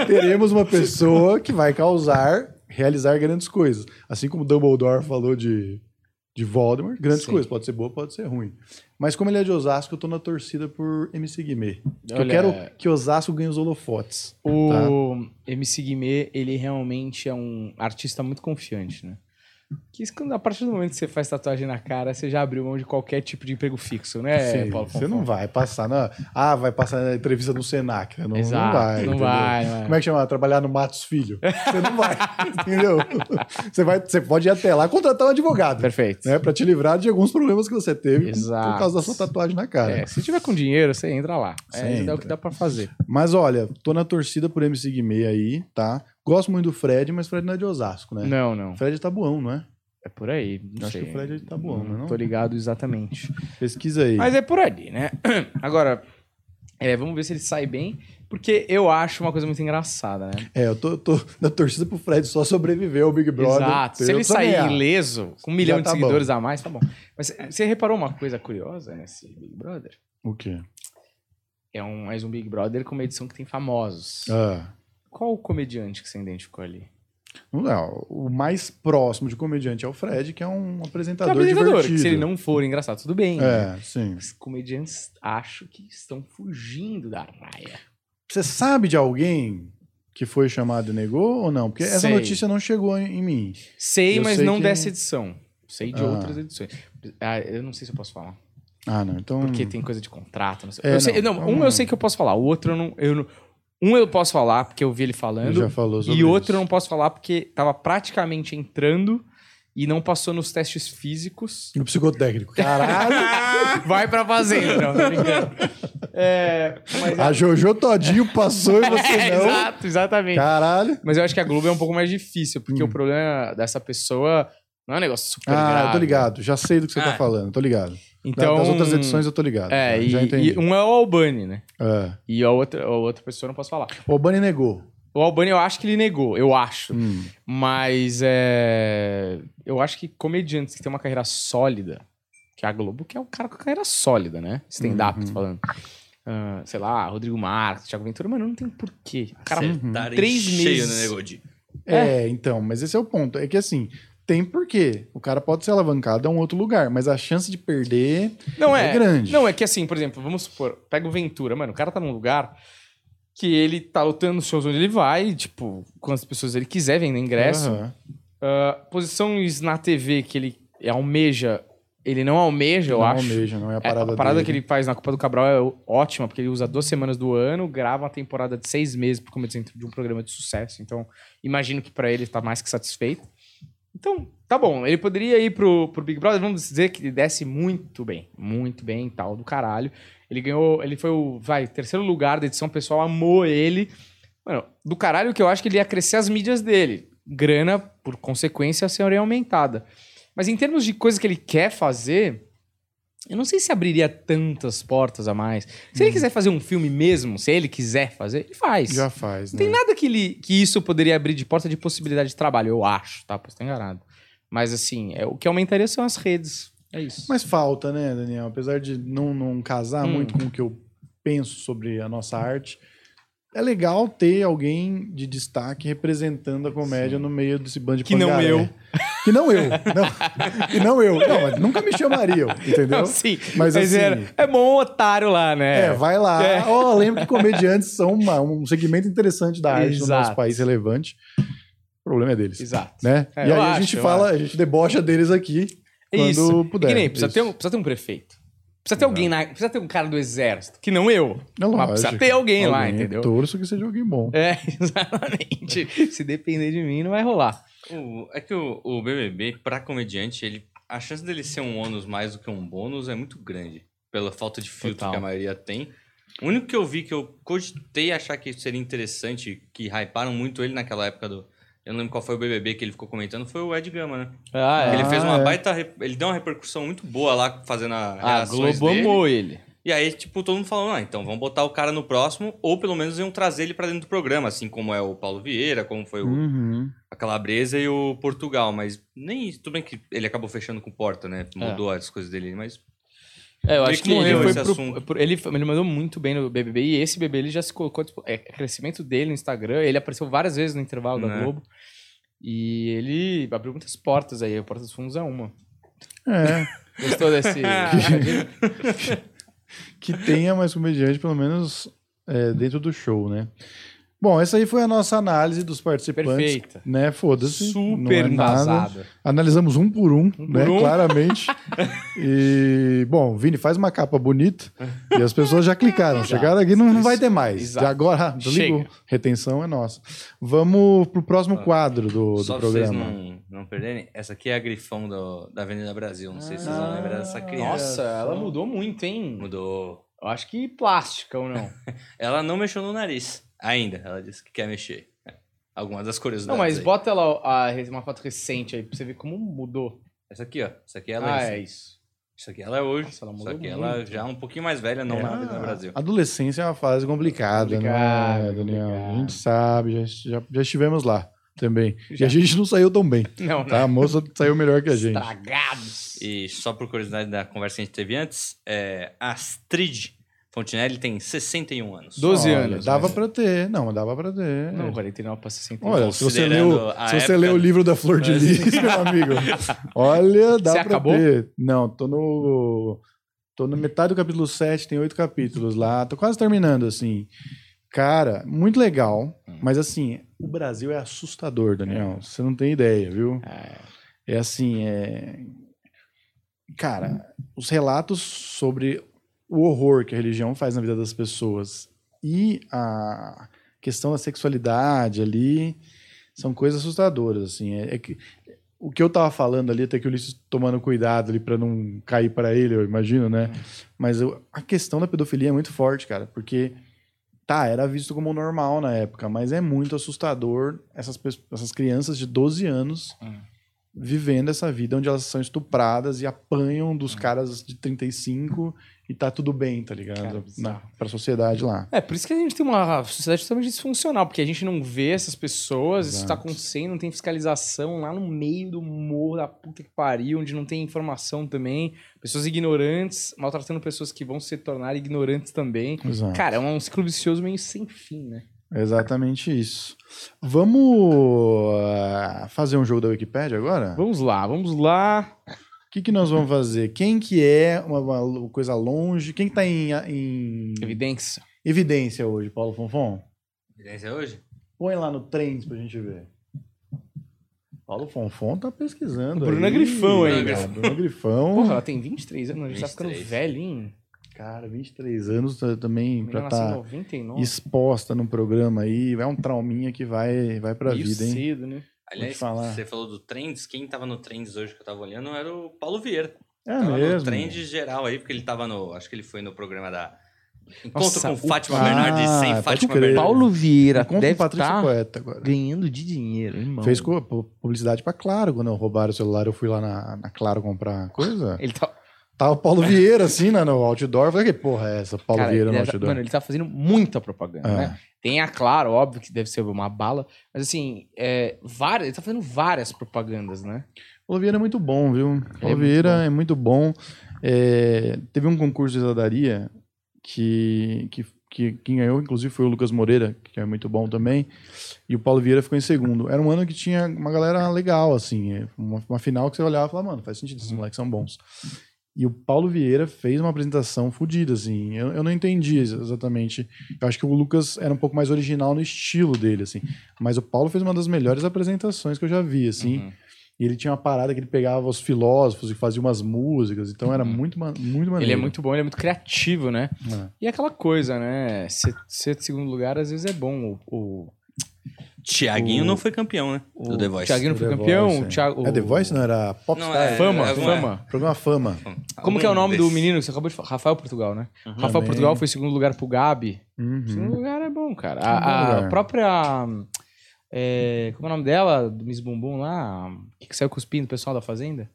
B: teremos uma pessoa que vai causar, realizar grandes coisas. Assim como Dumbledore falou de, de Voldemort, grandes
A: Sim.
B: coisas. Pode ser boa, pode ser ruim. Mas como ele é de Osasco, eu tô na torcida por MC Guimê. Que eu
A: Olha,
B: quero que Osasco ganhe os holofotes.
A: O
B: Tá.
A: MC Guimê, ele realmente é um artista muito confiante, né? Que isso, quando- a partir do momento que você faz tatuagem na cara, você já abriu mão de qualquer tipo de emprego fixo, né,
B: Sim,
A: Paulo
B: você
A: Fonfon?
B: não vai passar na. Ah, vai passar na entrevista no Senac. né? Não,
A: Exato,
B: não vai.
A: Não
B: entendeu?
A: vai, não
B: Como
A: vai.
B: é que chama? Trabalhar no Matos Filho. Você não vai, entendeu? Você, vai, você pode ir até lá contratar um advogado,
A: Perfeito.
B: né? Pra te livrar de alguns problemas que você teve
A: Exato.
B: por causa da sua tatuagem na cara.
A: É, se tiver com dinheiro, você entra lá.
B: Você
A: é, é
B: entra.
A: o que dá pra fazer.
B: Mas olha, tô na torcida por MC Guimê aí, tá? Gosto muito do Fred, mas Fred não é de Osasco, né?
A: Não, não.
B: Fred é tabuão, não é?
A: É por aí. Não
B: Acho
A: sei.
B: que o Fred é de Taboão,
A: Não
B: né, não?
A: Tô ligado exatamente.
B: Pesquisa aí.
A: Mas é por ali, né? Agora, é, vamos ver se ele sai bem, porque eu acho uma coisa muito engraçada, né?
B: É, eu tô, tô na torcida pro Fred só sobreviver ao Big Brother.
A: Exato. Se
B: entendeu?
A: ele
B: Só
A: sair
B: ganhar.
A: ileso, com um milhão
B: Já
A: de
B: tá
A: seguidores a mais, tá bom. Mas cê- você reparou uma coisa curiosa nesse Big Brother?
B: O quê?
A: É um, mais um Big Brother com uma edição que tem famosos.
B: Ah.
A: Qual o comediante que você identificou ali?
B: Não, o mais próximo de comediante é o Fred, que é um
A: Que é
B: apresentador,
A: que
B: divertido.
A: se ele não for engraçado, tudo bem. né?
B: É, sim.
A: Os comediantes acho que estão fugindo da raia.
B: Você sabe de alguém que foi chamado e negou ou não? Porque essa
A: Sei.
B: notícia não chegou em, em mim.
A: Sei,
B: Eu
A: mas
B: sei
A: não
B: que-
A: dessa edição. Sei de
B: Ah.
A: outras edições. Ah, eu não sei se eu posso falar.
B: Ah, não. Então.
A: Porque tem coisa de contrato, não sei.
B: É,
A: Eu sei-
B: não,
A: não,
B: vamos
A: um
B: lá.
A: eu sei que eu posso falar, o outro eu não. Eu não um eu posso falar, porque eu vi ele
B: ele
A: falando.
B: já falou sobre
A: E outro é um eu
B: isso.
A: não posso falar porque tava praticamente entrando e não passou nos testes físicos.
B: O psicotécnico. Caralho!
A: Vai pra fazenda, não, tô brincando. É, mas
B: a Jojo todinho passou e você
A: é,
B: não.
A: exato, exatamente.
B: Caralho!
A: Mas eu acho que a Globo é um pouco mais difícil, porque
B: Hum.
A: o problema dessa pessoa não é um negócio super
B: Ah,
A: grave.
B: eu tô ligado. Já sei do que você tá
A: Ah.
B: falando, tô ligado. Da-
A: Então,
B: Das outras edições eu tô ligado.
A: É,
B: já,
A: e,
B: já entendi.
A: e um é o Albani, né?
B: É.
A: E a outra, a outra pessoa eu não posso falar.
B: O Bunny negou.
A: O Albani eu acho que ele negou, eu acho.
B: Hum.
A: Mas é. Eu acho que comediantes que têm uma carreira sólida, que a Globo que é um cara com carreira sólida, né? Stand-up,
B: Uhum.
A: tô falando. Ah, sei lá, Rodrigo Marques, Thiago Ventura, mano, não tem porquê. O cara
B: Hum.
A: tá,
C: Acertarem
A: três
C: Tá cheio
A: meses.
C: no negócio.
B: É, então, mas esse é o ponto. É que assim, tem porquê. O cara pode ser alavancado a um outro lugar, mas a chance de perder
A: Não
B: é,
A: é.
B: grande.
A: não, é que assim, por exemplo, vamos supor, pega o Ventura, mano, o cara tá num lugar que ele tá lutando nos shows onde ele vai, tipo, quantas pessoas ele quiser, vendo ingresso.
B: Aham.
A: Ah, posições na TV que ele almeja, ele não almeja, eu
B: não
A: acho.
B: almeja, não é a
A: É,
B: parada,
A: a parada
B: dele.
A: que ele faz na Copa do Cabral é ó- ótima, porque ele usa duas semanas do ano, grava uma temporada de seis meses por começo de um programa de sucesso. Então, imagino que pra ele tá mais que satisfeito. Então, tá bom. Ele poderia ir pro, pro Big Brother, vamos dizer que ele desce muito bem. Muito bem e tal, do caralho. Ele ganhou, ele foi o, vai, terceiro lugar da edição, o pessoal amou ele. Mano, do caralho que eu acho que ele ia crescer as mídias dele. Grana, por consequência, a senhora ia aumentada. Mas em termos de coisa que ele quer fazer, eu não sei se abriria tantas portas a mais. Se ele quiser fazer um filme mesmo, se ele quiser fazer, ele faz.
B: Uhum. Já faz,
A: Não
B: né?
A: tem nada que, ele, que isso poderia abrir de porta de possibilidade de trabalho, eu acho, tá? Posso estar enganado. Mas assim, é, o que aumentaria são as redes. É isso.
B: Mas falta, né, Daniel? Apesar de não, não casar
A: Hum.
B: muito com o que eu penso sobre a nossa arte, é legal ter alguém de destaque representando a comédia no meio desse bando de
A: Que não
B: pangaré.
A: eu.
B: Que não eu. Não. Que não eu. Não, mas nunca me chamariam, entendeu?
A: Não, sim,
B: Mas assim-
A: era- é bom um otário lá, né?
B: É, vai lá.
A: É.
B: Ó, lembra que comediantes são uma- um segmento interessante da arte do
A: Exato.
B: nosso país relevante. O problema é deles.
A: Exato.
B: Né?
A: É,
B: e
A: eu
B: aí a
A: acho,
B: gente
A: eu
B: fala, a gente debocha deles aqui
A: É
B: quando
A: isso.
B: puder.
A: que nem, precisa
B: Isso.
A: ter, um, precisa ter um prefeito. Precisa ter alguém lá, precisa ter um cara do exército, que não eu.
B: É
A: Mas precisa
B: lógico. é
A: ter alguém lá, entendeu?
B: Torço que seja alguém bom.
A: É, exatamente. Se depender de mim, não vai rolar.
C: O- é que o, o BBB, pra comediante, ele, a chance dele ser um ônus mais do que um bônus é muito grande. Pela falta de filtro
A: Total.
C: que a maioria tem. O único que eu vi que eu cogitei achar que seria interessante, que hyparam muito ele naquela época do. Eu não lembro qual foi o BBB que ele ficou comentando, foi o Ed Gama, né?
A: Ah,
C: ele
B: Ah,
C: fez uma
B: é.
C: baita. re- Ele deu uma repercussão muito boa lá fazendo a.
A: A
C: reações
A: Globo
C: dele.
A: amou ele.
C: E aí, tipo, todo mundo falou, ah, então vamos botar o cara no próximo, ou pelo menos iam trazer ele pra dentro do programa, assim como é o Paulo Vieira, como foi o-
B: Uhum.
C: a Calabresa e o Portugal, mas nem isso. Tudo bem que ele acabou fechando com Porta, né? Mudou as coisas dele, mas
A: É, eu
C: Meio
A: acho
C: que
A: que ele
C: morreu
A: foi
C: esse
A: pro,
C: assunto.
A: pro- ele, foi- ele mandou muito bem no BBB e esse BBB ele já se colocou tipo, é crescimento dele no Instagram, ele apareceu várias vezes no intervalo da
C: Né.
A: Globo. E ele abriu muitas portas aí, a Porta dos Fundos é uma.
B: É.
A: Gostou desse? Ah,
B: que tenha mais comediante, pelo menos é, dentro do show, né? Bom, essa aí foi a nossa análise dos participantes.
A: é Perfeita.
B: Né? Foda-se. não é
A: Super
B: nada.
A: vazada.
B: Analisamos um por um,
A: Um
B: né?
A: por um.
B: Claramente. E, bom, Vini, faz uma capa bonita. E as pessoas já clicaram.
A: Exato.
B: Chegaram aqui, não, não vai ter mais.
A: Exato.
B: Já agora, desligou.
A: Chega.
B: Retenção é nossa. Vamos pro próximo
C: Ah,
B: quadro do,
C: só
B: do
C: pra vocês
B: programa.
C: não, não perderem, essa aqui é a grifão do- da Avenida Brasil. Não sei se vocês vão
B: Ah.
C: lembrar dessa criança.
A: Nossa, ela mudou muito, hein?
C: Mudou.
A: Eu acho que plástica ou não.
C: Ela não mexeu no nariz ainda. Ela disse que quer mexer. É. Algumas das
A: Não,
C: curiosidades.
A: mas
C: aí.
A: bota ela a- uma foto recente aí pra você ver como mudou.
C: Essa aqui, ó. Essa aqui é ela.
A: ah,
C: antes.
A: é isso.
C: Isso aqui ela é hoje.
A: Nossa, ela
C: Só
A: mudou
C: que ela
A: muito. Ah.
C: já é um pouquinho mais velha, não
B: É,
C: na Avenida Brasil.
B: Adolescência é uma fase complicada, né,
A: Complicado,
B: Daniel? A
A: complicado.
B: gente sabe, já, já, já estivemos lá também. E
A: Já.
B: a gente não saiu tão bem,
A: Não,
B: tá? A moça saiu melhor que a gente.
A: Tá. Estragados.
C: E só por curiosidade da conversa que a gente teve antes, é, Astrid Fontinelli tem 61 anos.
A: 12
B: Olha,
A: anos.
B: Dava
A: mas-
B: pra ter. Não, dava pra ter.
A: Não, 49 pra 60.
B: Olha, É, se você leu,
C: Considerando a
B: se você
C: época-
B: lê o livro da Flor de
C: Mas-
B: Lis, meu amigo. Olha, dá
A: Você
B: pra
A: acabou?
B: ter. Não, tô no tô na metade do capítulo 7, tem oito capítulos lá, tô quase terminando assim. Cara, muito legal, mas assim, o Brasil é assustador, Daniel. Você não tem ideia, viu? É assim, é cara, os relatos sobre o horror que a religião faz na vida das pessoas e a questão da sexualidade ali são coisas assustadoras, assim. É, é que, o que eu tava falando ali, até que o Ulisses tomando cuidado ali para não cair para ele, eu imagino,
A: Uhum.
B: né? Mas eu- a questão da pedofilia é muito forte, cara, porque tá, era visto como normal na época, mas é muito assustador essas, pes- essas crianças de 12 anos
A: Hum.
B: vivendo essa vida onde elas são estupradas e apanham
A: Uhum.
B: dos caras de 35 e tá tudo bem, tá
A: Cara,
B: ligado? Na,
A: bizarro.
B: pra sociedade lá.
A: É, por isso que a gente tem uma sociedade totalmente disfuncional, porque a gente não vê essas pessoas, isso tá
B: Exato.
A: acontecendo, não tem fiscalização lá no meio do morro da puta que pariu, onde não tem informação também, pessoas ignorantes, maltratando pessoas que vão se tornar ignorantes também.
B: Exato.
A: Cara, é um ciclo vicioso meio sem fim, né?
B: É Exatamente isso. Vamos ah, fazer um jogo da Wikipédia agora? O
A: Vamos lá, vamos lá.
B: que, que nós vamos fazer? Quem que é uma, uma coisa longe? Quem que tá em, em
A: Evidência.
B: evidência hoje, Paulo Fonfon?
C: Evidência hoje?
B: Põe lá no Trends pra gente ver. Paulo Fonfon tá pesquisando.
A: Bruna
B: aí.
A: é
B: né,
A: Grifão
C: aí,
B: Cara,
C: cara.
B: Bruna Grifão.
A: Porra, ela tem 23 anos, a gente tá ficando
C: 23.
A: velhinho. assim,
B: Cara, 23 anos tá- também
A: Menina
B: pra
A: nasceu em
B: estar
A: 99.
B: exposta num programa aí. É um trauminha que vai, vai pra
A: Meio
B: vida, hein?
A: cedo, né?
C: Aliás,
B: falar.
C: você falou do Trends, quem tava no Trends hoje que eu tava olhando era o Paulo Vieira.
B: É
A: Tá
C: tava no
B: mesmo.
C: Trends geral aí, porque ele tava no. Acho que ele foi no programa da Encontro
A: Nossa,
C: com
A: o-
C: Fátima
B: Ah,
C: Bernardes sem
B: pode
C: Fátima
B: crer.
C: Bernardes.
A: Paulo Vieira
B: Conta o
A: deve tá.
B: Patrício
A: estar
B: Poeta agora.
A: ganhando de dinheiro, irmão.
B: Fez co- pu- publicidade pra Claro. Quando roubaram o celular, eu fui lá na, na Claro comprar coisa.
A: Ele tá...
B: Tava o Paulo Vieira, assim, né, no outdoor. Eu Falei, que porra é essa? Paulo
A: Cara,
B: Vieira
A: ele
B: no
A: tá-
B: outdoor.
A: mano, ele tá fazendo muita propaganda,
B: É.
A: né? Tem a Claro, óbvio que deve ser uma bala, mas assim, é, várias, ele tá fazendo várias propagandas, né?
B: Paulo Vieira é muito bom, viu? Paulo
A: muito
B: Vieira
A: bom.
B: é muito bom. É, teve um concurso de zadaria que, que, que quem ganhou, inclusive, foi o Lucas Moreira, que é muito bom também. E o Paulo Vieira ficou em segundo. Era um ano que tinha uma galera legal, assim. é, Uma, uma final que você olhava e falava, mano, faz sentido, esses
A: Uhum.
B: moleques são bons. E o Paulo Vieira fez uma apresentação fodida, assim. Eu, eu não entendi ex- exatamente. Eu acho que o Lucas era um pouco mais original no estilo dele, assim. Mas o Paulo fez uma das melhores apresentações que eu já vi, assim.
A: Uhum.
B: E ele tinha uma parada que ele pegava os filósofos e fazia umas músicas, então era
A: Uhum.
B: muito, ma- muito
A: Ele
B: maneiro.
A: é muito bom, ele é muito criativo, né?
B: É.
A: E é aquela coisa, né? Ser, ser de segundo lugar às vezes é bom. O, o,
C: Tiaguinho
B: O-
C: não foi campeão, né? Do The Voice.
A: Thiaguinho não foi
B: The
A: campeão.
B: Voice,
A: o
B: é.
A: Thiago-
B: É The Voice, não? Era Popstar?
C: Não, é-
A: Fama,
C: é, algum-
A: fama.
B: Programa Fama.
A: Como que é o
C: algum
A: nome do
C: desses.
A: menino que você acabou de falar? Rafael Portugal, né?
C: Uhum.
A: Rafael
B: Também.
A: Portugal foi segundo lugar pro Gabi.
B: Uhum.
A: Segundo lugar é bom, cara.
B: É um bom
A: A, a
B: lugar.
A: própria. é, como é o nome dela? Do Miss Bumbum lá? Que, que saiu cuspindo o pessoal da Fazenda?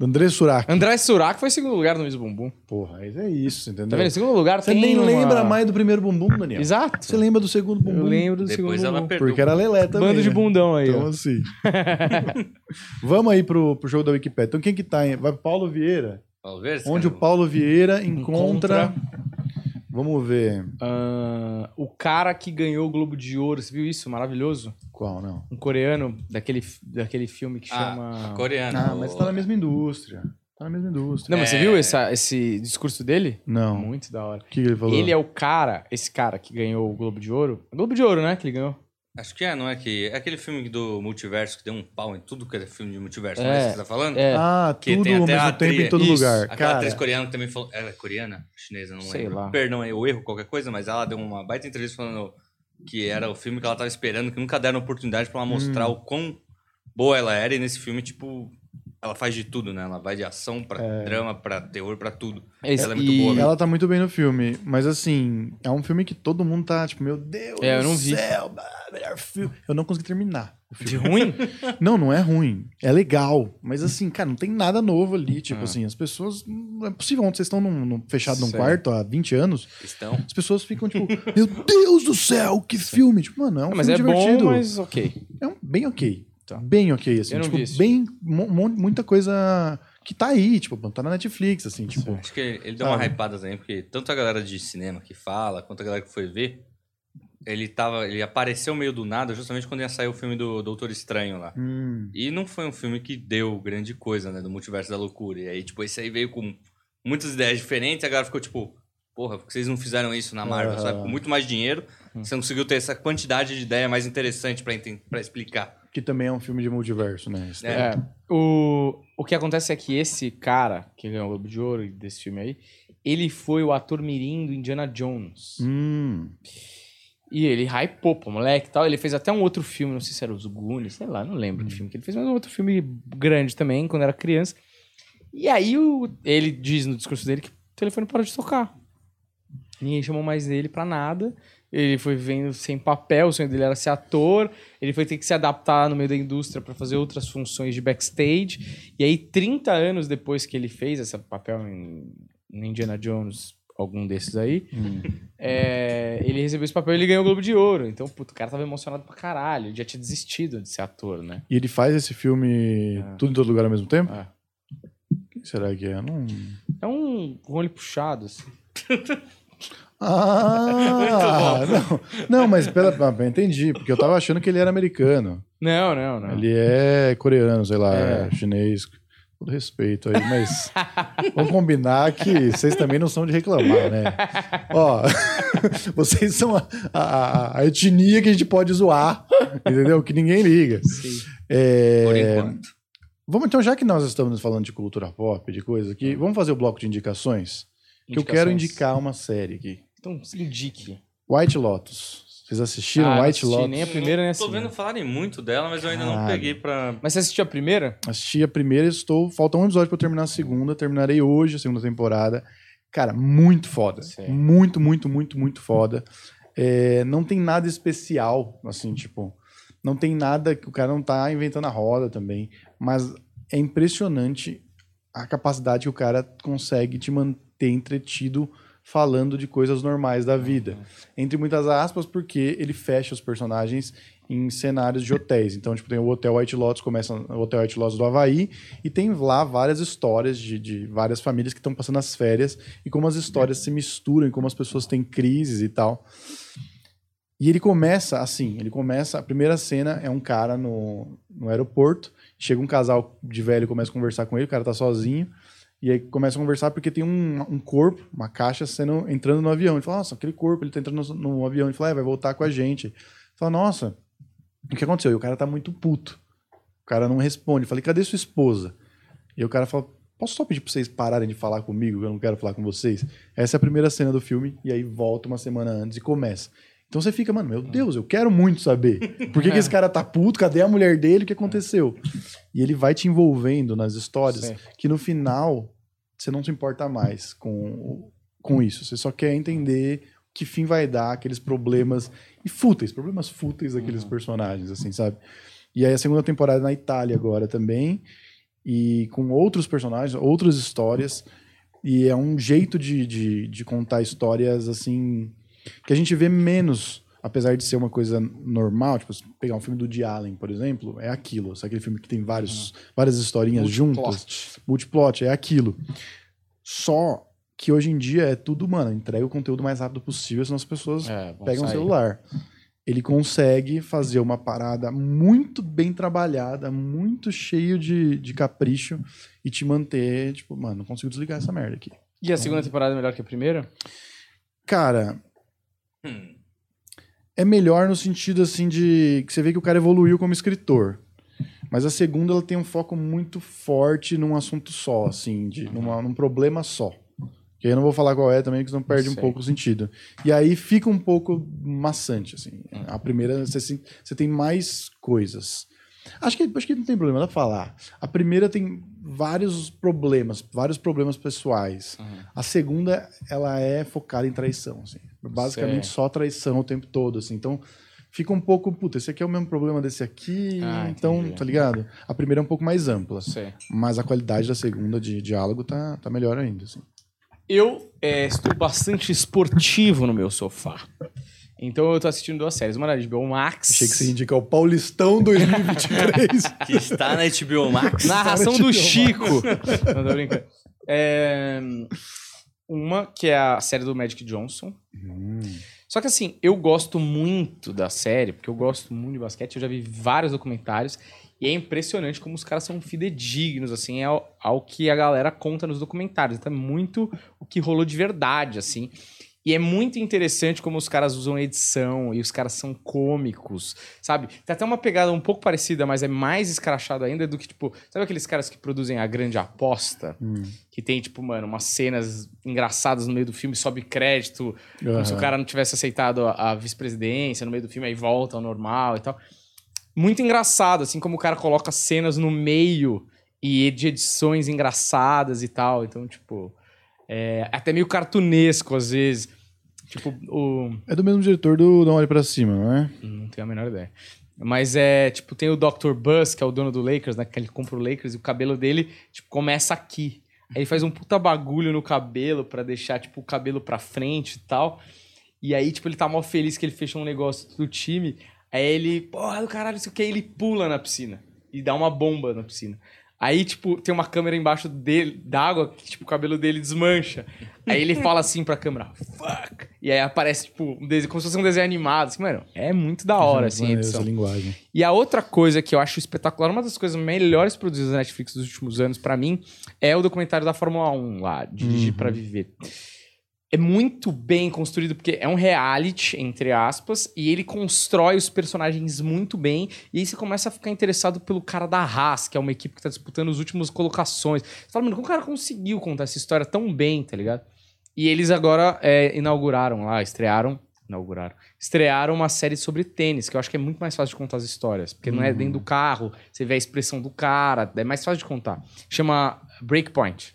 B: André Surak.
A: André Surak foi segundo lugar no Miss Bumbum.
B: Porra, mas é isso, entendeu?
A: Tá vendo? Segundo lugar
B: Você
A: tem
B: nem
A: uma-
B: lembra mais do primeiro bumbum, Daniel.
A: Exato.
B: Você lembra do segundo bumbum?
A: Eu lembro do
C: Depois
A: segundo
C: ela
A: bumbum.
C: perdeu.
B: Porque era Lelé também.
A: Bando de
B: né?
A: bundão aí.
B: Então,
A: ó.
B: assim. Vamos aí pro, pro jogo da Wikipédia. Então, quem que tá? Em... Vai Paulo Vieira.
C: Vamos ver se
B: Onde o
C: tem-
B: Paulo Vieira encontra. Vamos ver
A: Ah, o cara que ganhou o Globo de Ouro, você viu isso? Maravilhoso.
B: qual, não.
A: Um coreano daquele, daquele filme que
C: Ah,
A: chama.
C: coreano.
B: Ah, mas tá na mesma indústria. Tá na mesma indústria.
A: Não, mas você
C: É.
A: viu essa- esse discurso dele?
B: Não.
A: Muito da hora.
B: O que que ele falou?
A: Ele é o cara, esse cara que ganhou o Globo de Ouro. Globo de Ouro, né? Que ele ganhou.
C: Acho que é, não é que. É aquele filme do multiverso que deu um pau em tudo que era filme de multiverso,
A: É.
C: não é isso que você tá falando?
A: É,
B: Ah,
C: Que
B: tudo
C: tem
B: ao
C: até a
B: mesmo tempo em
C: trilha.
B: todo
A: Isso.
B: lugar.
C: Aquela
B: Cara,
C: atriz coreana que também falou. Ela é coreana? Chinesa, não
A: Sei
C: lembro.
A: lá.
C: Perdão aí o erro, qualquer coisa, mas ela deu uma baita entrevista falando que era o filme que ela tava esperando, que nunca deram oportunidade
A: Hum.
C: pra ela mostrar o quão boa ela era. E nesse filme, tipo, ela faz de tudo, né? Ela vai de ação pra
A: É.
C: drama, pra terror, pra tudo.
A: Esse-
C: ela é muito boa,
A: e-
C: mesmo.
B: ela tá muito bem no filme, mas assim, é um filme que todo mundo tá tipo, meu Deus
A: É, eu
B: do
A: não vi.
B: céu, bah, melhor filme. Eu não consegui terminar. o filme.
A: De ruim?
B: Não, não é ruim. É legal. Mas assim, cara, não tem nada novo ali. Tipo
A: Ah.
B: assim, as pessoas. Não é possível. Onde vocês estão num, num- fechado num
A: Sério.
B: quarto há 20 anos,
C: Estão.
B: as pessoas ficam tipo, meu Deus do céu, que filme! Tipo, mano, é um
A: Não,
B: filme
A: mas é
B: divertido.
A: bom, mas ok.
B: É um bem ok.
A: Tá.
B: Bem ok, assim.
A: Eu não
B: tipo,
A: vi esse
B: bem. mu- mu- muita coisa que tá aí, tipo, tá na Netflix, assim, tipo.
C: Acho que ele deu uma
B: Sabe?
C: hypada também, porque tanto a galera de cinema que fala, quanto a galera que foi ver, ele tava. Ele apareceu meio do nada, justamente quando ia sair o filme do Doutor Estranho lá.
B: Hum,
C: E não foi um filme que deu grande coisa, né? Do multiverso da loucura. E aí, tipo, esse aí veio com muitas ideias diferentes, e a galera ficou tipo, porra, por que vocês não fizeram isso na Marvel,
B: Aham.
C: sabe? Com muito mais dinheiro, você não conseguiu ter essa quantidade de ideia mais interessante pra, enten- pra explicar.
B: que também é um filme de multiverso, né? Esse
C: É.
A: É, o, o que acontece é que esse cara que ganhou o Globo de Ouro desse filme aí, ele foi o ator mirim do Indiana Jones.
B: Hum.
A: E ele hypou pro moleque e tal. Ele fez até um outro filme, não sei se era os Goonies, sei lá, não lembro que filme que ele fez, mas um outro filme grande também, quando era criança. E aí o- ele diz no discurso dele que o telefone parou de tocar. Ninguém chamou mais ele pra nada. Ele foi vendo sem papel, o sonho dele era ser ator. Ele foi ter que se adaptar no meio da indústria pra fazer outras funções de backstage. E aí, 30 anos depois que ele fez esse papel em, em Indiana Jones, algum desses aí,
B: hum.
A: é, ele recebeu esse papel e ele ganhou o Globo de Ouro. Então, puto, o cara tava emocionado pra caralho. Ele já tinha desistido de ser ator, né?
B: E ele faz esse filme
A: É.
B: tudo em todo lugar ao mesmo tempo?
A: É,
B: Quem Será que é? Não.
A: É um rolho puxado, assim.
B: Ah! não. não, mas pela. ah, entendi, porque eu tava achando que ele era americano.
A: Não, não, não.
B: Ele é coreano, sei lá,
A: É.
B: chinês. Todo respeito aí, mas vamos combinar que vocês também não são de reclamar, né? Ó, vocês são a, a- a etnia que a gente pode zoar, entendeu? Que ninguém liga.
A: Sim.
B: É,
C: Por enquanto.
B: vamos então, já que nós estamos falando de cultura pop, de coisa aqui, vamos fazer o bloco de indicações? Que eu quero
A: Indicações.
B: indicar uma série aqui.
A: Então, se indique.
B: White Lotus. Vocês assistiram
A: Ah, eu
B: um White
A: assisti,
B: Lotus?
A: nem a primeira, nem a
C: Tô
A: segunda.
C: vendo falarem muito dela, mas eu ainda não
B: Caralho.
C: peguei pra.
A: Mas você assistiu a primeira?
B: Assisti a primeira, estou. Falta um episódio para terminar a segunda. Terminarei hoje a segunda temporada. Cara, muito foda.
A: Sim.
B: Muito, muito, muito, muito foda. É, não tem nada especial, assim, tipo. Não tem nada que o cara não tá inventando a roda também. Mas é impressionante a capacidade que o cara consegue te manter entretido falando de coisas normais da vida. Entre muitas aspas, porque ele fecha os personagens em cenários de hotéis. Então, tipo, tem o Hotel White Lotus, começa o Hotel White Lotus do Havaí, e tem lá várias histórias de, de várias famílias que estão passando as férias e como as histórias se misturam, e como as pessoas têm crises e tal. E ele começa assim, ele começa, a primeira cena é um cara no, no aeroporto, chega um casal de velho e começa a conversar com ele, o cara tá sozinho, e aí começa a conversar porque tem um, um corpo, uma caixa sendo entrando no avião. Ele fala, nossa, aquele corpo, ele tá entrando no, no avião. Ele fala, é, vai voltar com a gente. Ele fala, nossa, o que aconteceu? E o cara tá muito puto. O cara não responde. Eu falei, cadê sua esposa? E o cara fala, posso só pedir pra vocês pararem de falar comigo, que eu não quero falar com vocês? Essa é a primeira cena do filme, e aí volta uma semana antes e começa. Então você fica, mano, meu Deus, eu quero muito saber. Por que, que esse cara tá puto? Cadê a mulher dele? O que aconteceu? E ele vai te envolvendo nas histórias
A: Sim.
B: que no final você não se importa mais com, com isso. Você só quer entender que fim vai dar aqueles problemas e fúteis, problemas fúteis daqueles personagens, assim, sabe? E aí a segunda temporada é na Itália agora também e com outros personagens, outras histórias e é um jeito de, de, de contar histórias assim que a gente vê menos, apesar de ser uma coisa normal, tipo, se pegar um filme do Woody Allen, por exemplo, é aquilo, sabe aquele filme que tem vários, várias historinhas juntas, multiplot, é aquilo. Só que hoje em dia é tudo, mano, entrega o conteúdo o mais rápido possível, senão as pessoas
A: É, vão
B: pegam o
A: sair.
B: um celular. Ele consegue fazer uma parada muito bem trabalhada, muito cheio de, de capricho e te manter, tipo, mano, não consigo desligar essa merda aqui.
A: E a segunda temporada é melhor que a primeira?
B: Cara,
C: Hum.
B: é melhor no sentido assim de que você vê que o cara evoluiu como escritor. Mas a segunda ela tem um foco muito forte num assunto só, assim, de numa- num problema só. Que aí eu não vou falar qual é também, porque senão perde um
A: Sei.
B: pouco o sentido. E aí fica um pouco maçante, assim. A primeira, você, se- você tem mais coisas. Acho que, acho que não tem problema, dá pra falar. A primeira tem vários problemas, vários problemas pessoais.
A: Uhum.
B: A segunda, ela é focada em traição, assim. Basicamente
A: Certo.
B: só traição o tempo todo, assim. Então, fica um pouco, puta, esse aqui é o mesmo problema desse aqui,
A: Ah,
B: então,
A: entendi.
B: tá ligado? A primeira é um pouco mais ampla,
A: sei.
B: mas a qualidade da segunda de diálogo tá, tá melhor ainda, assim.
A: Eu é, estou bastante esportivo no meu sofá. Então eu tô assistindo duas séries. Uma na HBO Max.
B: Achei que você ia indicar o Paulistão 2023.
C: Que está na HBO Max.
A: Narração do
B: Max.
A: Chico. Não tô brincando. É, Uma que é a série do Magic Johnson.
B: Hum,
A: Só que assim, eu gosto muito da série, porque eu gosto muito de basquete, eu já vi vários documentários, e é impressionante como os caras são fidedignos, assim, ao, ao que a galera conta nos documentários. Então é muito o que rolou de verdade, assim. E é muito interessante como os caras usam edição e os caras são cômicos, sabe? Tem até uma pegada um pouco parecida, mas é mais escrachado ainda do que, tipo, sabe aqueles caras que produzem a grande aposta?
B: hum.
A: Que tem, tipo, mano, umas cenas engraçadas no meio do filme, sobe crédito, como se o
B: Aham.
A: cara não tivesse aceitado a, a vice-presidência no meio do filme, aí volta ao normal e tal. Muito engraçado, assim, como o cara coloca cenas no meio e de edições engraçadas e tal. Então, tipo, é até meio cartunesco às vezes. Tipo, o. Hum,
B: É do mesmo diretor do Não Olhe Pra Cima, não é?
A: Não tenho a menor ideia. Mas é, tipo, tem o Dr. Buzz, que é o dono do Lakers, né? Que ele compra o Lakers e o cabelo dele, tipo, começa aqui. Aí ele faz um puta bagulho no cabelo pra deixar, tipo, o cabelo pra frente e tal. E aí, tipo, ele tá mó feliz que ele fechou um negócio do time. Aí ele, porra do caralho, não sei o que, ele pula na piscina e dá uma bomba na piscina. Aí, tipo, tem uma câmera embaixo dele, d'água, que, tipo, o cabelo dele desmancha. Aí ele fala assim pra câmera, fuck! E aí aparece, tipo, um desenho, como se fosse um desenho animado. Assim, mano, é muito da hora, assim, a
B: Maneiro essa
A: edição.
B: linguagem.
A: E a outra coisa que eu acho espetacular, uma das coisas melhores produzidas na Netflix dos últimos anos, pra mim, é o documentário da Fórmula 1 lá, Dirigir
B: Uhum.
A: pra Viver. É muito bem construído, porque é um reality, entre aspas, e ele constrói os personagens muito bem. E aí você começa a ficar interessado pelo cara da Haas, que é uma equipe que tá disputando as últimas colocações. Você fala, mano, como o cara conseguiu contar essa história tão bem, tá ligado? E eles agora é, inauguraram lá, estrearam. Inauguraram. Estrearam uma série sobre tênis, que eu acho que é muito mais fácil de contar as histórias. Porque não é
B: Uhum.
A: dentro do carro, você vê a expressão do cara, é mais fácil de contar. Chama Breakpoint.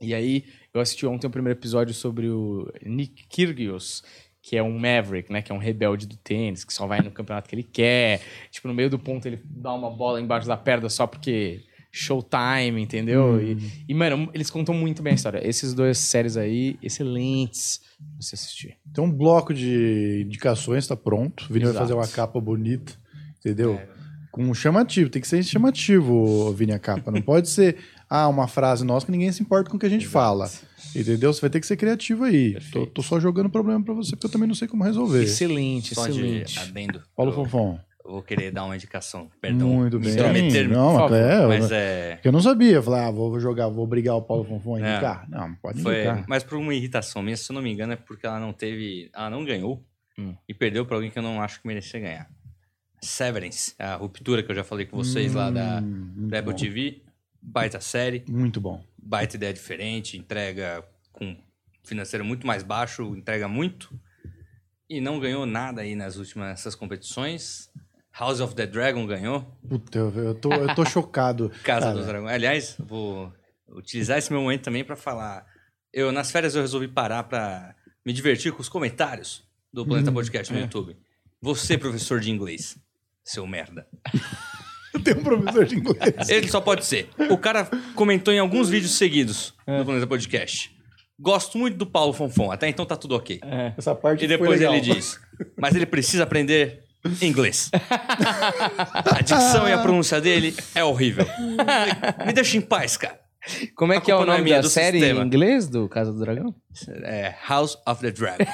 A: E aí, eu assisti ontem o primeiro episódio sobre o Nick Kyrgios, que é um Maverick, né? Que é um rebelde do tênis, que só vai no campeonato que ele quer. Tipo, no meio do ponto ele dá uma bola embaixo da perna só porque showtime, entendeu? E, e, mano, eles contam muito bem a história. Esses dois séries aí, excelentes pra você assistir.
B: Então, um bloco de indicações tá pronto. O Vini vai
A: Exato.
B: fazer uma capa bonita, entendeu?
C: É.
B: Com um chamativo. Tem que ser chamativo, Vini, a capa. Não pode ser, ah, uma frase nossa que ninguém se importa com o que a gente fala. Entendeu? Você vai ter que ser criativo aí. Tô,
A: Perfeito.
B: tô só jogando problema pra você, porque eu também não sei como resolver.
A: Excelente,
C: Só de
A: excelente.
C: adendo.
B: Paulo
C: eu
B: Fonfon.
C: vou querer dar uma indicação. Perdão.
B: muito
C: me
B: bem.
C: intrometer,
B: não,
A: por favor.
B: até eu,
C: Mas é.
B: porque eu não sabia. Falar, ah, vou vou jogar, vou brigar o Paulo Fonfon a
C: É.
B: indicar. Não, pode
C: Foi,
B: indicar.
C: mas por uma irritação minha, se eu não me engano, é porque ela não teve. Ela não ganhou
A: Hum.
C: e perdeu pra alguém que eu não acho que merecia ganhar. Severance, a ruptura que eu já falei com vocês lá da
B: Hum, muito
C: da Apple
B: bom.
C: TV. Baita série,
B: Muito bom.
C: baita ideia diferente, entrega com financeiro muito mais baixo, entrega muito. E não ganhou nada aí nas últimas essas competições. House of the Dragon ganhou.
B: Puta, eu, eu tô, eu tô chocado.
C: Casa
B: Cara,
C: dos Dragões. Aliás, vou utilizar esse meu momento também para falar. Eu nas férias eu resolvi parar para me divertir com os comentários do Planeta
B: Hum,
C: Podcast
B: é.
C: no YouTube. Você, professor de inglês, seu merda.
B: Eu tenho um professor de inglês.
C: Ele só pode ser. O cara comentou em alguns vídeos seguidos
B: É.
C: do Planeta Podcast. Gosto muito do Paulo Fonfon, até então tá tudo ok.
A: É.
B: Essa parte
C: E
B: Ah, foi
C: depois ele
B: legal.
C: diz: Mas ele precisa aprender inglês. A dicção e a pronúncia dele é horrível.
B: Ah.
C: Me deixa em paz, cara.
A: Como é
C: A
A: que é o
C: culpa não é
A: nome
C: minha,
A: da
C: do
A: série
C: sistema.
A: em inglês do Casa do Dragão?
C: É House of the Dragon.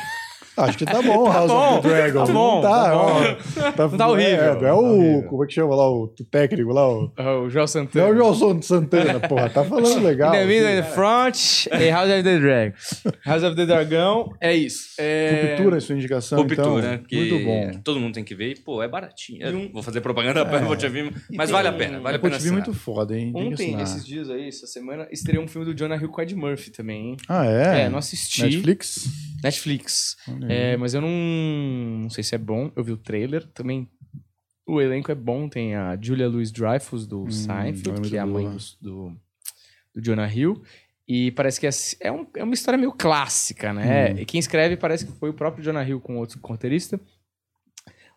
B: Acho que tá bom, House
A: bom,
B: of the Dragon.
A: tá bom,
B: Não tá,
A: tá
B: ó, tá,
A: Não tá horrível,
B: É, é
A: não tá
B: o.
A: horrível. Tá.
B: Como é que chama lá o técnico lá? O,
A: o João
B: não é o
A: Santana.
B: Joelson Santana, porra. Tá falando legal.
A: In the middle, in
B: assim.
A: the é front, e House of the Dragon. House of the Dragão, é isso. É...
B: Ruptura, é sua indicação.
C: Ruptura,
B: então.
C: né? que
B: Muito bom.
C: todo mundo tem que ver. E, pô, é baratinho. Eu não Vou fazer propaganda pra Apple TV, mas vale a pena. Vale a
B: Pô,
C: pena
B: te vi
C: assinar.
B: muito foda, hein? Tem que
A: Ontem,
B: assinar.
A: esses dias aí, essa semana, estreou um filme do Jonah Hill com Ed Murphy também, hein?
B: Ah, é?
A: É, não assisti.
B: Netflix? Uhum.
A: Netflix.
B: Olha aí.
A: É, mas eu não, não sei se é bom. Eu vi o trailer também. O elenco é bom. Tem a Julia Louis-Dreyfus do
B: Hum, ela é
A: Seinfeld,
B: muito
A: que é a mãe
B: boa.
A: dos- do, do Jonah Hill. E parece que é, é, um- é uma história meio clássica, né? E quem escreve parece que foi o próprio Jonah Hill com outro roteirista.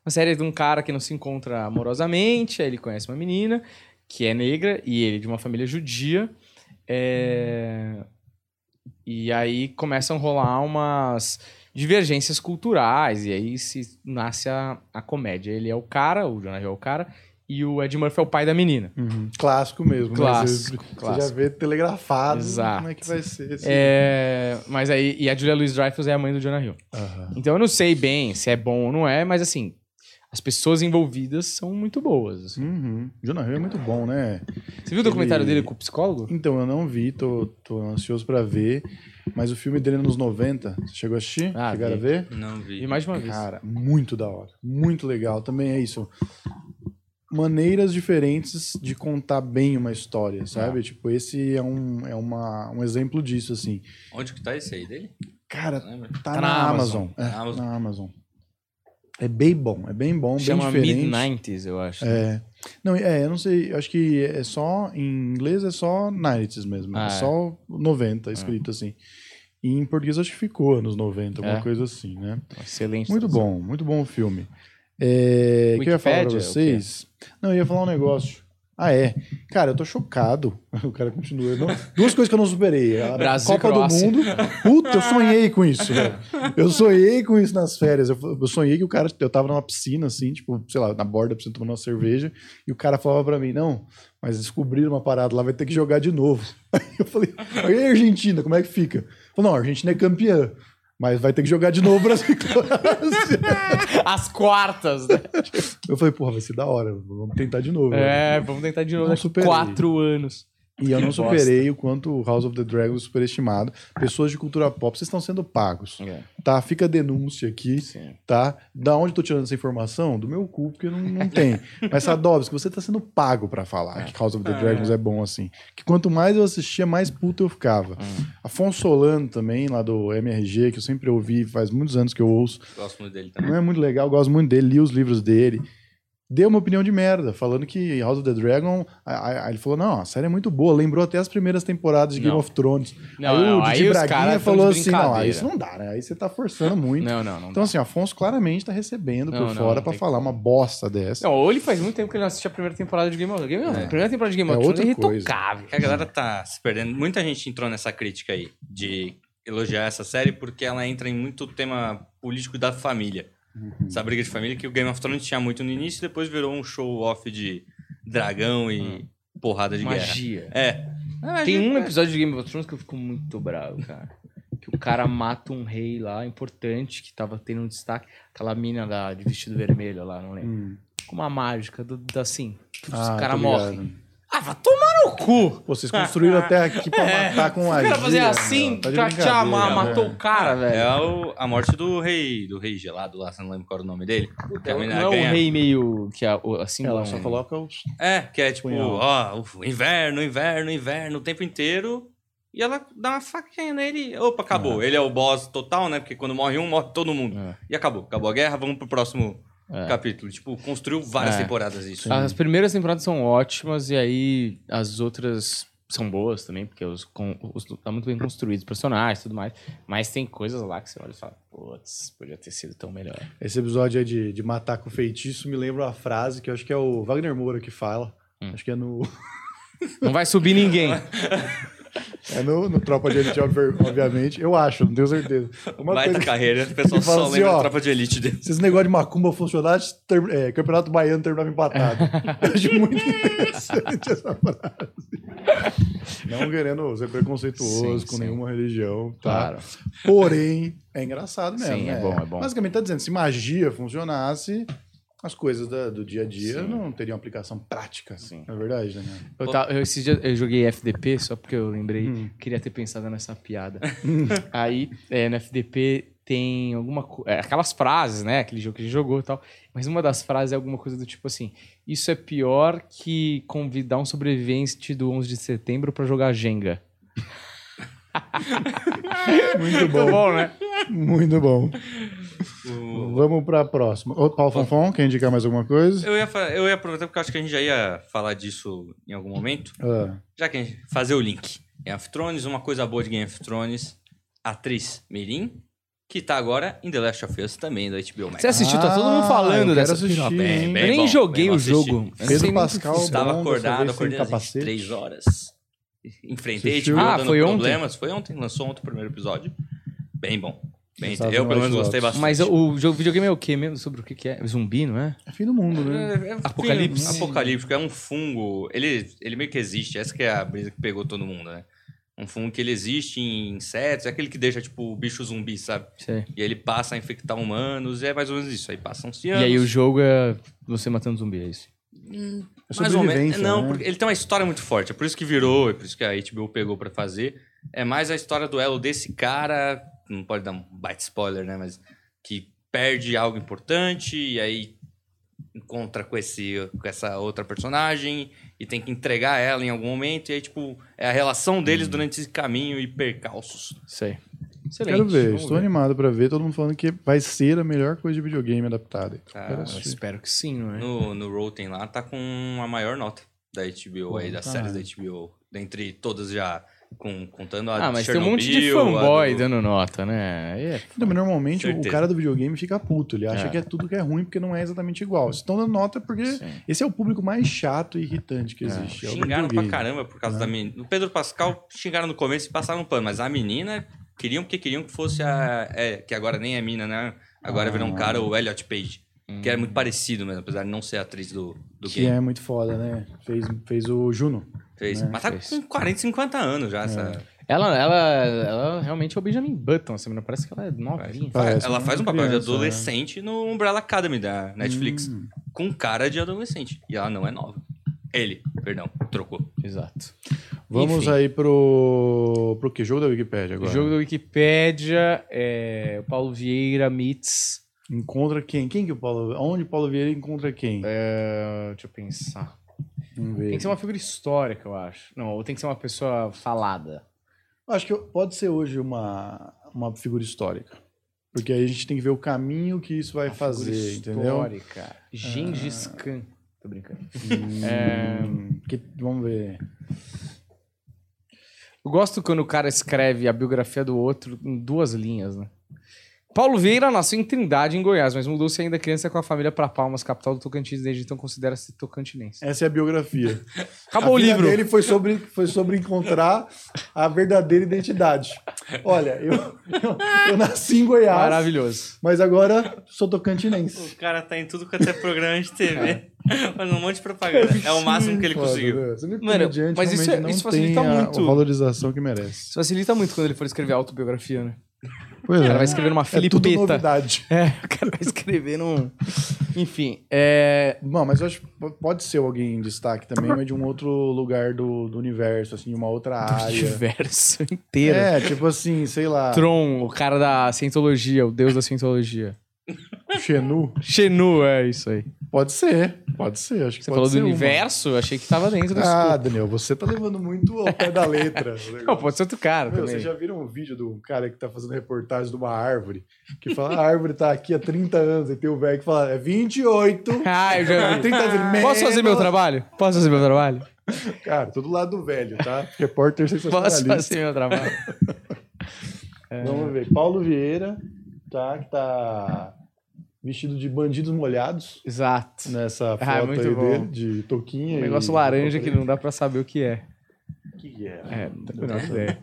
A: Uma série de um cara que não se encontra amorosamente. Aí ele conhece uma menina que é negra e ele de uma família judia. É, E aí começam a rolar umas divergências culturais e aí se nasce a, a comédia. Ele é o cara, o Jonah Hill é o cara e o Ed Murphy é o pai da menina.
B: Uhum. Clássico mesmo.
A: Clássico,
B: Né? Você, você já
A: clássico.
B: vê telegrafado
A: Exato.
B: como é que vai ser. Assim.
A: É, mas aí e a Julia Louis-Dreyfus é a mãe do Jonah Hill.
B: Aham.
A: Então eu não sei bem se é bom ou não é, mas assim as pessoas envolvidas são muito boas. assim.
B: Uhum. Jonah Hill é muito bom, né?
A: Você viu o documentário
B: Ele-
A: dele com o psicólogo?
B: Então, eu não vi, tô, tô ansioso pra ver. Mas o filme dele é nos 90, você chegou a assistir?
A: Ah,
B: Chegaram
A: vi.
B: a ver?
C: Não vi.
A: E mais de uma vez.
B: Cara, muito da hora. Muito legal. Também é isso. Maneiras diferentes de contar bem uma história, sabe? Tipo, esse é, um, é uma, um exemplo disso, assim.
C: Onde que tá esse aí dele? Ah,
B: Cara,
C: Lembra?
B: tá, na, Amazon. É,
C: Na Amazon.
B: na Amazon. É bem bom, é bem bom,
A: Chama
B: bem diferente.
A: Mid-90s, eu acho.
B: É. Não, é, eu não sei, eu acho que é só, em inglês é só 90s mesmo,
A: Ah,
B: é
A: é.
B: só o 90 escrito assim. E em português acho que ficou anos 90, alguma
A: É.
B: coisa assim, né?
A: Excelente.
B: Muito bom, muito bom o filme. É, o que eu ia falar pra
A: Wikipédia,
B: vocês? Não, eu ia falar um negócio. Ah, é. Cara, eu tô chocado. O cara continua. eu não- duas coisas que eu não superei. A
A: Brasil e
B: Copa do
A: Croácia.
B: Mundo. Puta, eu sonhei com isso, velho. Eu sonhei com isso nas férias. Eu, eu sonhei que o cara. Eu tava numa piscina, assim, tipo, sei lá, na borda, piscina tomando uma cerveja. E o cara falava pra mim: Não, mas descobriram uma parada lá, vai ter que jogar de novo. Aí eu falei: E a Argentina, como é que fica? Falou: Não, a Argentina é campeã. Mas vai ter que jogar de novo o Brasil e Croácia.
A: As quartas, né?
B: Eu falei, porra, vai ser da hora, vamos tentar de novo.
A: É, vamos tentar de novo
B: Não
A: daqui
B: superei.
A: quatro anos.
B: E eu
A: que
B: não
A: bosta.
B: superei o quanto o House of the Dragon é superestimado. Pessoas de cultura pop, vocês estão sendo pagos,
A: É.
B: tá? Fica a denúncia aqui,
A: Sim.
B: tá? Da onde eu tô tirando essa informação? Do meu cu, porque não, não tem. Mas, Sadovski, você tá sendo pago pra falar que House of the Dragons é bom assim. Que quanto mais eu assistia, mais puto eu ficava.
A: Hum.
B: Afonso Solano também, lá do MRG, que eu sempre ouvi, faz muitos anos que eu ouço.
C: Gosto muito dele
B: Não
C: também.
B: é muito legal, eu gosto muito dele, li os livros dele. deu uma opinião de merda, falando que House of the Dragon. Aí aí ele falou: não, a série é muito boa, lembrou até as primeiras temporadas de Game
A: Não.
B: of Thrones.
A: Não,
B: aí
A: não,
B: o
A: aí os
B: Didi Braguinha
A: caras tão
B: falou
A: de
B: assim: não, aí
A: brincadeira.
B: isso não dá, né? Aí você tá forçando muito.
A: Não, não, não.
B: Então, assim, Afonso claramente tá recebendo
A: Não,
B: por
A: não,
B: fora
A: não
B: pra
A: tem
B: falar uma bosta dessa.
A: Não, ou ele faz muito tempo que ele não assiste a primeira temporada de Game of Thrones. Game of-
B: É.
A: A primeira temporada de Game
B: É
A: of Thrones é
B: outra coisa.
A: irretocável.
C: Que a galera tá se perdendo. Muita gente entrou nessa crítica aí de elogiar essa série porque ela entra em muito tema político da família.
B: Uhum.
C: Essa briga de família que o Game of Thrones tinha muito no início, depois virou um show-off de dragão e
B: Uhum.
C: porrada de guerra.
A: Magia.
C: É.
A: Tem um episódio de Game of Thrones que eu fico muito bravo, cara. Que o cara mata um rei lá, importante, que tava tendo um destaque. Aquela mina da, de vestido vermelho lá, não lembro.
B: Hum.
A: Com uma mágica, do, da, assim, tudo os
B: Ah,
A: caras
B: tô
A: morrem.
B: ligado.
A: Ah, vai tomar no cu!
B: Pô, vocês construíram até aqui pra matar com
A: O
B: a
A: cara fazer
B: gíria,
A: assim,
B: meu, tá de
A: tatear, ma-
B: brincadeira,
A: matou
B: né?
A: o cara,
C: É
A: velho.
C: o- a morte do rei, do rei gelado lá, você não lembro qual era o nome dele. Que a
A: Não
C: menina
A: é um
C: ganha-
A: rei meio que a, o- assim,
B: Ela
A: um-
B: só coloca os.
C: É, que é tipo,
B: Punhal.
C: ó, o inverno, inverno, inverno, o tempo inteiro. E ela dá uma faquinha nele. Opa, acabou. Ele é o boss total, né? Porque quando morre um, morre todo mundo.
A: É.
C: E acabou. Acabou a guerra, vamos pro próximo
A: É.
C: capítulo. Tipo, construiu várias
A: É.
C: temporadas isso.
A: As primeiras temporadas são ótimas e aí as outras são boas também, porque os, com, os- tá muito bem construídos os personagens e tudo mais. Mas tem coisas lá que você olha e fala, putz, podia ter sido tão melhor.
B: Esse episódio aí de, de matar com feitiço me lembra uma frase que eu acho que é o Wagner Moura que fala.
A: Hum.
B: Acho que é no,
A: Não vai subir ninguém.
B: é no, no Tropa de Elite, obvi- obviamente. Eu acho, não tenho certeza. Uma
C: Baita
B: coisa-
C: carreira, o pessoal
B: Ele fala
C: só
B: assim,
C: lembra
B: ó,
C: da tropa de elite dele.
B: Se esse negócio de macumba funcionasse, ter- é, Campeonato Baiano terminava empatado. Eu acho muito interessante essa frase. Não querendo ser preconceituoso
A: Sim,
B: com
A: sim.
B: nenhuma religião, tá?
A: Claro.
B: Porém, é engraçado mesmo.
A: Sim, é
B: né?
A: bom, é bom.
B: Basicamente, tá dizendo, se magia funcionasse, as coisas da- do dia a dia
A: Sim.
B: não teriam aplicação prática.
A: Sim.
B: É verdade, né? cara?
A: Eu, tava- eu, esses dias eu joguei FDP só porque eu lembrei,
B: Hum.
A: queria ter pensado nessa piada. Aí, é, no FDP tem alguma coisa. aquelas frases, né? Aquele jogo que a gente jogou e tal. Mas uma das frases é alguma coisa do tipo assim: Isso é pior que convidar um sobrevivente do 11 de setembro pra jogar Jenga.
B: Muito
A: Muito
B: bom,
A: bom, né?
B: muito bom.
C: O-
B: Vamos pra próxima. Ô, Paulo Fonfon, quer indicar mais alguma coisa?
C: Eu, ia, fa- eu ia aproveitar porque eu acho que a gente já ia falar disso em algum momento.
B: Ah,
C: Já que a gente fazer o link. Game of Thrones, uma coisa boa de Game of Thrones, atriz Mirim, que tá agora em The Last of Us também, da HBO Max.
A: Você assistiu? Tá todo mundo
B: Ah, eu
A: falando
B: quero
A: dessa
B: assistir,
A: piroca.
B: hein?
A: Eu nem
C: bom,
A: joguei
C: bem bom
A: o
C: assistir.
A: jogo. Assim, Eu
B: Pedro
A: sei nem-
B: Pascal
C: Estava
B: bom, dessa
C: acordado,
B: vez sem
C: acordei às
B: capacete.
C: 23 horas. Enfrentei,
B: Assistiu?
C: tipo,
A: Ah,
C: dando
A: foi ontem?
C: problemas. Foi ontem, lançou ontem o primeiro episódio. Bem bom. Bem,
B: Vocês
C: eu,
B: estavam
C: pelo menos,
B: ótimos.
C: gostei bastante.
A: Mas o jogo videogame é o quê mesmo? Sobre o que, que é? Zumbi, não é?
B: É fim do mundo, né?
C: É, é-
A: Apocalipse.
C: Apocalíptico, é um fungo. Ele, ele meio que existe, essa que é a brisa que pegou todo mundo, né? Um fungo que ele existe em insetos, é aquele que deixa, tipo, o bicho zumbi, sabe?
A: Sei.
C: E ele passa a infectar humanos, e é mais ou menos isso. Aí passam-se
A: E
C: anos.
A: aí o jogo é você matando zumbi, é isso.
B: É
C: Mais ou menos.
B: sobrevivência,
C: Não,
B: né?
C: porque ele tem uma história muito forte. É por isso que virou, é por isso que a HBO pegou pra fazer. É mais a história do elo desse cara. Não pode dar um baita spoiler, né? Mas que perde algo importante e aí encontra com, esse, com essa outra personagem e tem que entregar ela em algum momento. E aí, tipo, é a relação deles
A: Hum.
C: durante esse caminho e percalços.
A: Sei. Excelente.
B: Quero ver,
A: vamos
B: estou animado pra ver. Todo mundo falando que vai ser a melhor coisa de videogame adaptada.
C: Ah,
B: Quero
A: Eu
B: assistir.
A: espero que sim, não é?
C: No, no Rotten lá tá com a maior nota da HBO aí,
A: tá
C: das
B: caralho.
C: séries da HBO. Dentre todas já, com, contando a
A: Ah,
C: de
A: mas tem um
C: Chernobyl,
A: monte de
C: a
A: fanboy
C: do-
A: dando nota, né? Aí é foda.
B: Então, mas normalmente o
C: Certeza.
B: cara do videogame fica puto. Ele acha
A: É.
B: que é tudo que é ruim porque não é exatamente igual. Se estão dando nota é porque
A: Sim.
B: esse é o público mais chato e irritante que existe. É. o
C: Xingaram pra
B: videogame.
C: caramba por
A: né?
C: causa da menina. O Pedro Pascal xingaram no começo e passaram um pano, mas a menina queriam porque queriam que fosse a. é, que agora nem é mina, né? Agora
B: Ah.
C: virou um cara, o Elliot Page. Que era muito
A: Hum.
C: parecido mesmo, apesar de não ser a atriz do, do
B: Que
C: game.
B: é muito foda, né? Fez, fez o Juno.
C: Fez.
B: né?
C: Mas tá
A: é, Fez. É,
C: com 40, 50 anos já. Essa...
A: Ela, ela, ela realmente é o Benjamin Button, essa menina. Parece que ela é novinha.
B: Parece
C: Ela
B: uma
C: faz um papel
B: criança,
C: de
A: né?
C: adolescente no Umbrella Academy da Netflix.
B: Hum.
C: Com cara de adolescente. E ela não é nova. Ele, perdão, trocou.
A: Exato.
B: Vamos
A: Enfim.
B: aí pro. pro que? Jogo da Wikipédia
A: O
B: agora.
A: jogo da Wikipédia é o Paulo Vieira meets.
B: Encontra quem? Quem que o Paulo. Onde o Paulo Vieira encontra quem?
A: é, deixa eu pensar.
B: Vamos ver.
A: Tem que ser uma figura histórica, eu acho. Não, ou tem que ser uma pessoa falada.
B: Acho que pode ser hoje uma, uma figura histórica. Porque aí a gente tem que ver o caminho que isso vai fazer, entendeu? Ah.
A: Histórica. Gengis Khan. Tô brincando.
B: Hum,
A: É.
B: que- vamos ver.
A: Eu gosto quando o cara escreve a biografia do outro em duas linhas, né? Paulo Vieira nasceu em Trindade, em Goiás, mas mudou-se ainda criança com a família para Palmas, capital do Tocantins, desde então considera-se tocantinense.
B: Essa é a biografia.
A: Acabou o livro.
B: Ele foi sobre, foi sobre encontrar a verdadeira identidade. Olha, eu, eu, eu nasci em Goiás,
A: Maravilhoso.
B: mas agora sou tocantinense.
C: O cara tá em tudo quanto é programa de TV, fazendo um monte de propaganda. É o máximo que ele
B: Foda,
C: conseguiu.
B: velho. Você vê que
A: Mano,
B: comediante
A: mas isso
B: realmente
A: é-
B: não
A: isso
B: tem
A: facilita
B: a-
A: muito.
B: A valorização que merece.
A: Isso facilita muito quando ele for escrever autobiografia, né?
B: Pois
A: O cara vai
B: é.
A: escrever numa
B: É tudo
A: filipeta.
B: novidade.
A: É, o cara vai escrever num. Enfim, é.
B: Não, mas eu acho que po- pode ser alguém em destaque também, mas de um outro lugar do, do universo, assim, de uma outra
A: Do
B: área.
A: universo inteiro.
B: É, tipo assim, sei lá,
A: Tron, o cara da cientologia, o deus da cientologia.
B: Xenu.
A: Xenu, é isso aí.
B: Pode ser, pode ser. Acho que
A: Você
B: pode
A: falou
B: ser
A: do
B: uma.
A: universo? Eu Achei que tava dentro do
B: Ah, Daniel, você tá levando muito ao pé da letra.
A: Não, pode ser outro cara
B: Meu,
A: também.
B: vocês já viram um vídeo do cara que tá fazendo reportagem de uma árvore? Que fala, a árvore tá aqui há 30 anos, e tem o velho que fala, é 28.
A: Ah, eu já vi.
B: 30 anos,
A: Posso fazer meu
B: menos.
A: trabalho? Posso fazer meu trabalho?
B: Cara, tô do lado do velho, tá? Repórter
A: Posso
B: sensacionalista.
A: fazer meu trabalho?
B: Vamos ver. Paulo Vieira, tá? Que tá vestido de bandidos molhados
A: Exato.
B: nessa foto
A: Ah, muito
B: aí
A: bom.
B: dele, de touquinha.
A: Um
B: e-
A: negócio laranja que não dá pra saber o que é.
B: O que é?
A: É, não
B: Tá
A: dá ideia.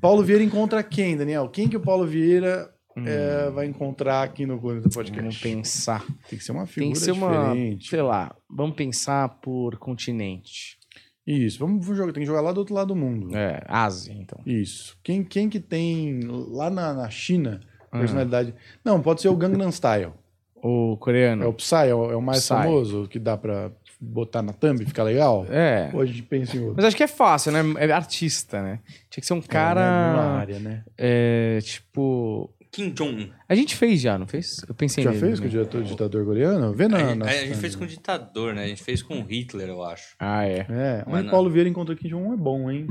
B: Paulo Vieira encontra quem, Daniel? Quem que o Paulo Vieira
A: Hum.
B: é, vai encontrar aqui no Planeta
A: Vamos
B: Podcast?
A: pensar.
B: Tem que ser uma
A: Tem
B: figura
A: que ser uma.
B: diferente.
A: Sei lá, vamos pensar por continente.
B: Isso, vamos jogar. Tem que jogar lá do outro lado do mundo.
A: É, Ásia, então.
B: Isso. Quem, quem que tem lá na, na China
A: Ah.
B: personalidade? Não, pode ser o Gangnam Style.
A: O
B: É
A: coreano.
B: o Psy, é o é o mais
A: Psy.
B: famoso que dá pra botar na thumb, fica legal.
A: É.
B: Hoje a gente pensa em outro.
A: Mas acho que é fácil, né? É artista, né? Tinha que ser um
B: Uma
A: cara.
B: área, É, né?
A: É, tipo.
C: Kim Jong-un.
A: A gente fez já, não fez? Eu pensei
B: Já
A: nele
B: fez com o
A: também.
B: diretor ditador coreano? Vê na.
C: a, gente,
B: na-
C: É, a gente fez com o ditador, né? A gente fez com o Hitler, eu acho.
A: Ah, é.
B: É,
C: Mas
B: mas
C: não.
B: Paulo Vieira encontrou aqui de um é bom, hein?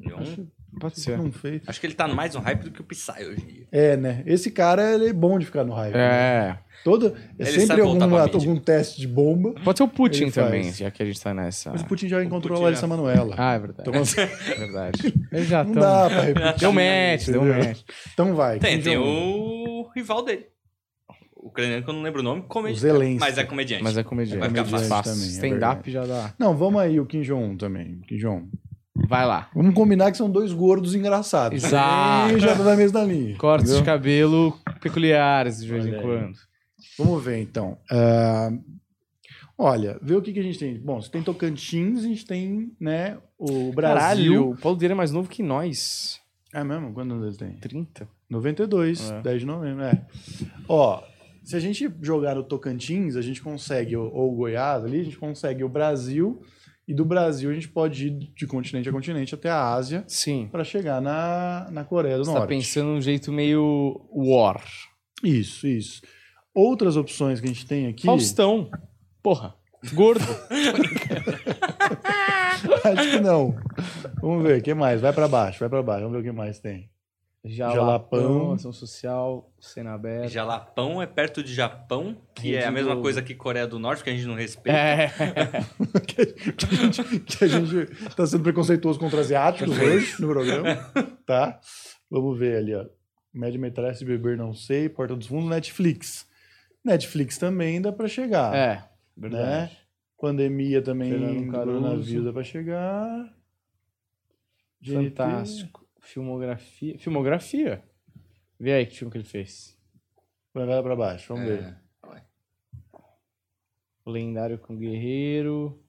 C: Jong-un.
B: Acho
A: Pode
B: que
A: ser.
B: não fez.
C: Então, Acho que ele tá mais no hype do que o Psy hoje em dia.
B: É, né? Esse cara ele é bom de ficar no raio.
A: É.
B: Todo, é
C: Ele
B: sempre
C: sabe voltar
B: alguma-
C: pra mídia.
B: algum teste de bomba.
A: Pode ser o Putin
B: Ele
A: também,
B: faz.
A: já que a gente tá nessa.
B: Mas o Putin já encontrou
C: Putin
B: a Larissa
C: já-
B: Manoela.
A: Ah, é verdade.
B: Então, assim,
A: É verdade. Eles já
B: não
A: tão-
B: dá pra repetir.
A: Ah, então. Deu match, deu
B: entendeu?
A: match.
B: Então vai.
C: Tem,
B: Kim
C: tem
B: Jong-un.
C: o rival dele. O ucraniano que eu não lembro o nome,
B: O
C: comediante.
B: Zelensky.
C: Mas é comediante.
A: Mas é
C: Vai
A: comediante.
C: ficar
A: É
C: fácil
A: fácil.
B: também, é
A: Stand-up já dá.
B: Não, vamos aí, o Kim Jong-un também. Kim Jong.
A: Vai lá.
B: Vamos combinar que são dois gordos engraçados.
A: Exato.
B: E já tá na mesma linha.
A: Cortes de
B: entendeu?
A: cabelo peculiares de vez
B: Olha
A: em
B: aí.
A: quando.
B: Vamos ver, então. Ah, olha, vê o que, que a gente tem. Bom, se tem Tocantins, a gente tem, né, o Brasil.
A: Caralho, o Paulo Vieira é mais novo que nós.
B: É mesmo? Quantos anos ele tem?
A: 30?
B: 92,
A: É.
B: 10 de novembro, é. Ó, se a gente jogar no Tocantins, a gente consegue, ou, ou Goiás ali, a gente consegue o Brasil, e do Brasil a gente pode ir de continente a continente até a Ásia
A: Sim.
B: para chegar na, na Coreia do
A: Você
B: Norte.
A: tá pensando num jeito meio war.
B: Isso, isso. Outras opções que a gente tem aqui.
A: Faustão. Porra. Gordo.
B: Acho que não. Vamos ver, o que mais? Vai pra baixo, vai pra baixo. Vamos ver o que mais tem. Jalapão.
A: Ação Social, Senabé.
C: Jalapão é perto de Japão, que é a
A: Rede
C: mesma
A: Globo.
C: coisa que Coreia do Norte, que a gente não respeita.
A: É.
B: Que a gente- que a gente tá sendo preconceituoso contra asiáticos hoje no programa. Tá? Vamos ver ali, ó. Média metragem, se beber, não sei. Porta dos Fundos, Netflix. Netflix também dá pra chegar.
A: É. um
B: Né? Pandemia também,
A: Fernando
B: do
A: Caruso.
B: coronavírus dá pra chegar. GNT.
A: Fantástico. Filmografia. Filmografia? Vê aí que filme que ele fez.
B: Vai vai lá pra baixo, vamos ver.
C: É.
A: O Lendário com o Guerreiro.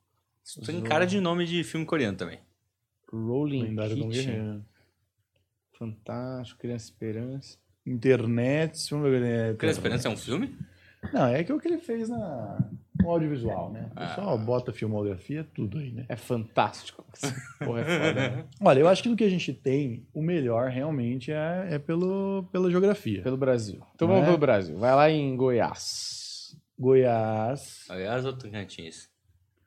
C: Isso Tem cara de nome de filme coreano também.
A: Rolling
B: Lendário do
A: Kitchen.
B: Guerreiro.
A: Fantástico. Criança Esperança.
B: Internet, vamos ver. né?
C: Criança Esperança é um filme?
B: Não, é que é o que ele fez na, no audiovisual, né? O pessoal bota filmografia, tudo aí, né?
A: É fantástico. Porra, é foda. né?
B: Olha, eu acho que do que a gente tem, o melhor realmente é, é pelo, pela geografia.
A: Pelo Brasil. Então
B: Não
A: vamos
B: é?
A: pro Brasil. Vai lá em Goiás.
B: Goiás.
C: Aliás, outro Tocantins.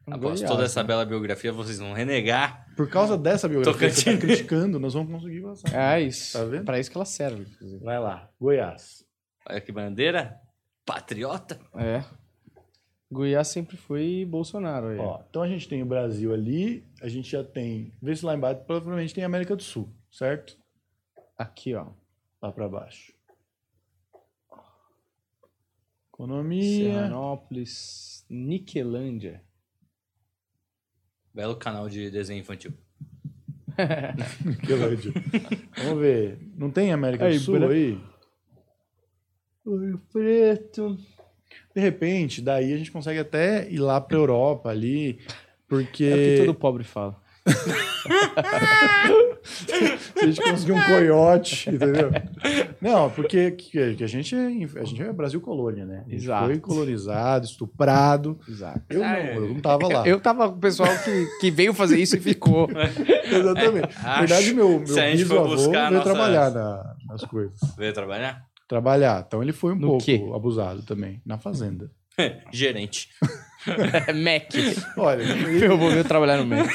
C: Após
B: Um Ah,
A: Goiás,
C: toda essa
A: né?
C: bela biografia, vocês vão renegar.
B: Por causa dessa biografia que você tá
C: Tocantins.
B: criticando, nós vamos conseguir passar.
A: É isso.
B: Tá vendo?
A: Pra isso que ela serve, inclusive.
B: Vai lá, Goiás.
C: Olha que bandeira. Patriota.
A: É. Goiás sempre foi Bolsonaro aí.
B: Ó, então a gente tem o Brasil ali, a gente já tem. Vê se lá embaixo, provavelmente tem a América do Sul, certo?
A: Aqui, ó.
B: Lá pra baixo. Economia.
A: Serranópolis, Niquelândia.
C: Belo canal de desenho infantil.
B: Que ódio. Vamos ver. Não tem América
A: Aí,
B: do Sul
A: Bra-
B: aí?
A: Ouro Preto.
B: De repente, daí a gente consegue até ir lá pra Europa ali, porque
A: É o que todo pobre fala.
B: se a gente conseguir um coiote, entendeu? Não, porque que- que a gente é, inf- a gente é Brasil colônia, né? A gente
A: Exato.
B: Foi colonizado, estuprado.
A: Exato.
B: Eu não,
C: Ah, é.
B: eu não tava lá.
A: Eu tava com o pessoal que, que veio fazer isso e ficou.
B: Exatamente. Na verdade,
C: Acho-
B: meu, meu
C: se a gente for
B: bisavô
C: buscar
B: veio
C: a nossa-
B: trabalhar na- nas coisas.
C: Veio trabalhar?
B: Trabalhar. Então ele foi um
A: No
B: pouco
A: quê?
B: abusado também, na fazenda.
C: Gerente.
A: É Mac.
B: Olha, ele
A: Eu vou ver trabalhar no Mac.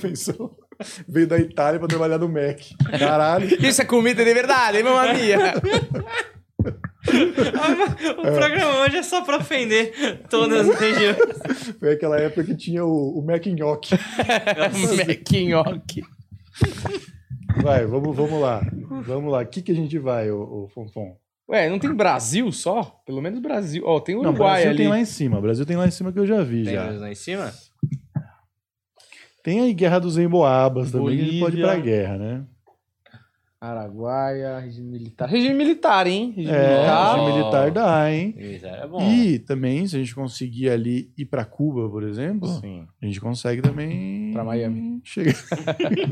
B: pensou, veio da Itália pra trabalhar no Mac. Caralho.
A: Isso é comida de verdade, hein, mamãe mia?
C: o programa hoje é só pra ofender todas as regiões.
B: Foi aquela época que tinha o, o Mac Nhoque.
A: Maquinhoque.
B: Vai, vamos, vamos lá. Vamos lá. O que, que a gente vai, o, Fonfon?
A: Ué, não tem Brasil só? Pelo menos Brasil. Ó, tem
B: Não,
A: Uruguai
B: Brasil
A: ali.
B: tem lá em cima. Brasil tem lá em cima que eu já vi
C: Tem
B: já.
C: eles lá em cima?
B: Tem aí Guerra dos Emboabas também, que a gente pode ir pra
A: Bolívia.
B: guerra, né?
A: Araguaia, regime militar. Regime militar, hein? Regime
B: É,
A: militar.
B: o militar dá, hein?
C: Isso, é bom.
B: E também, se a gente conseguir ali ir pra Cuba, por exemplo,
A: Sim.
B: a gente consegue também.
A: Pra Miami.
B: Chegar.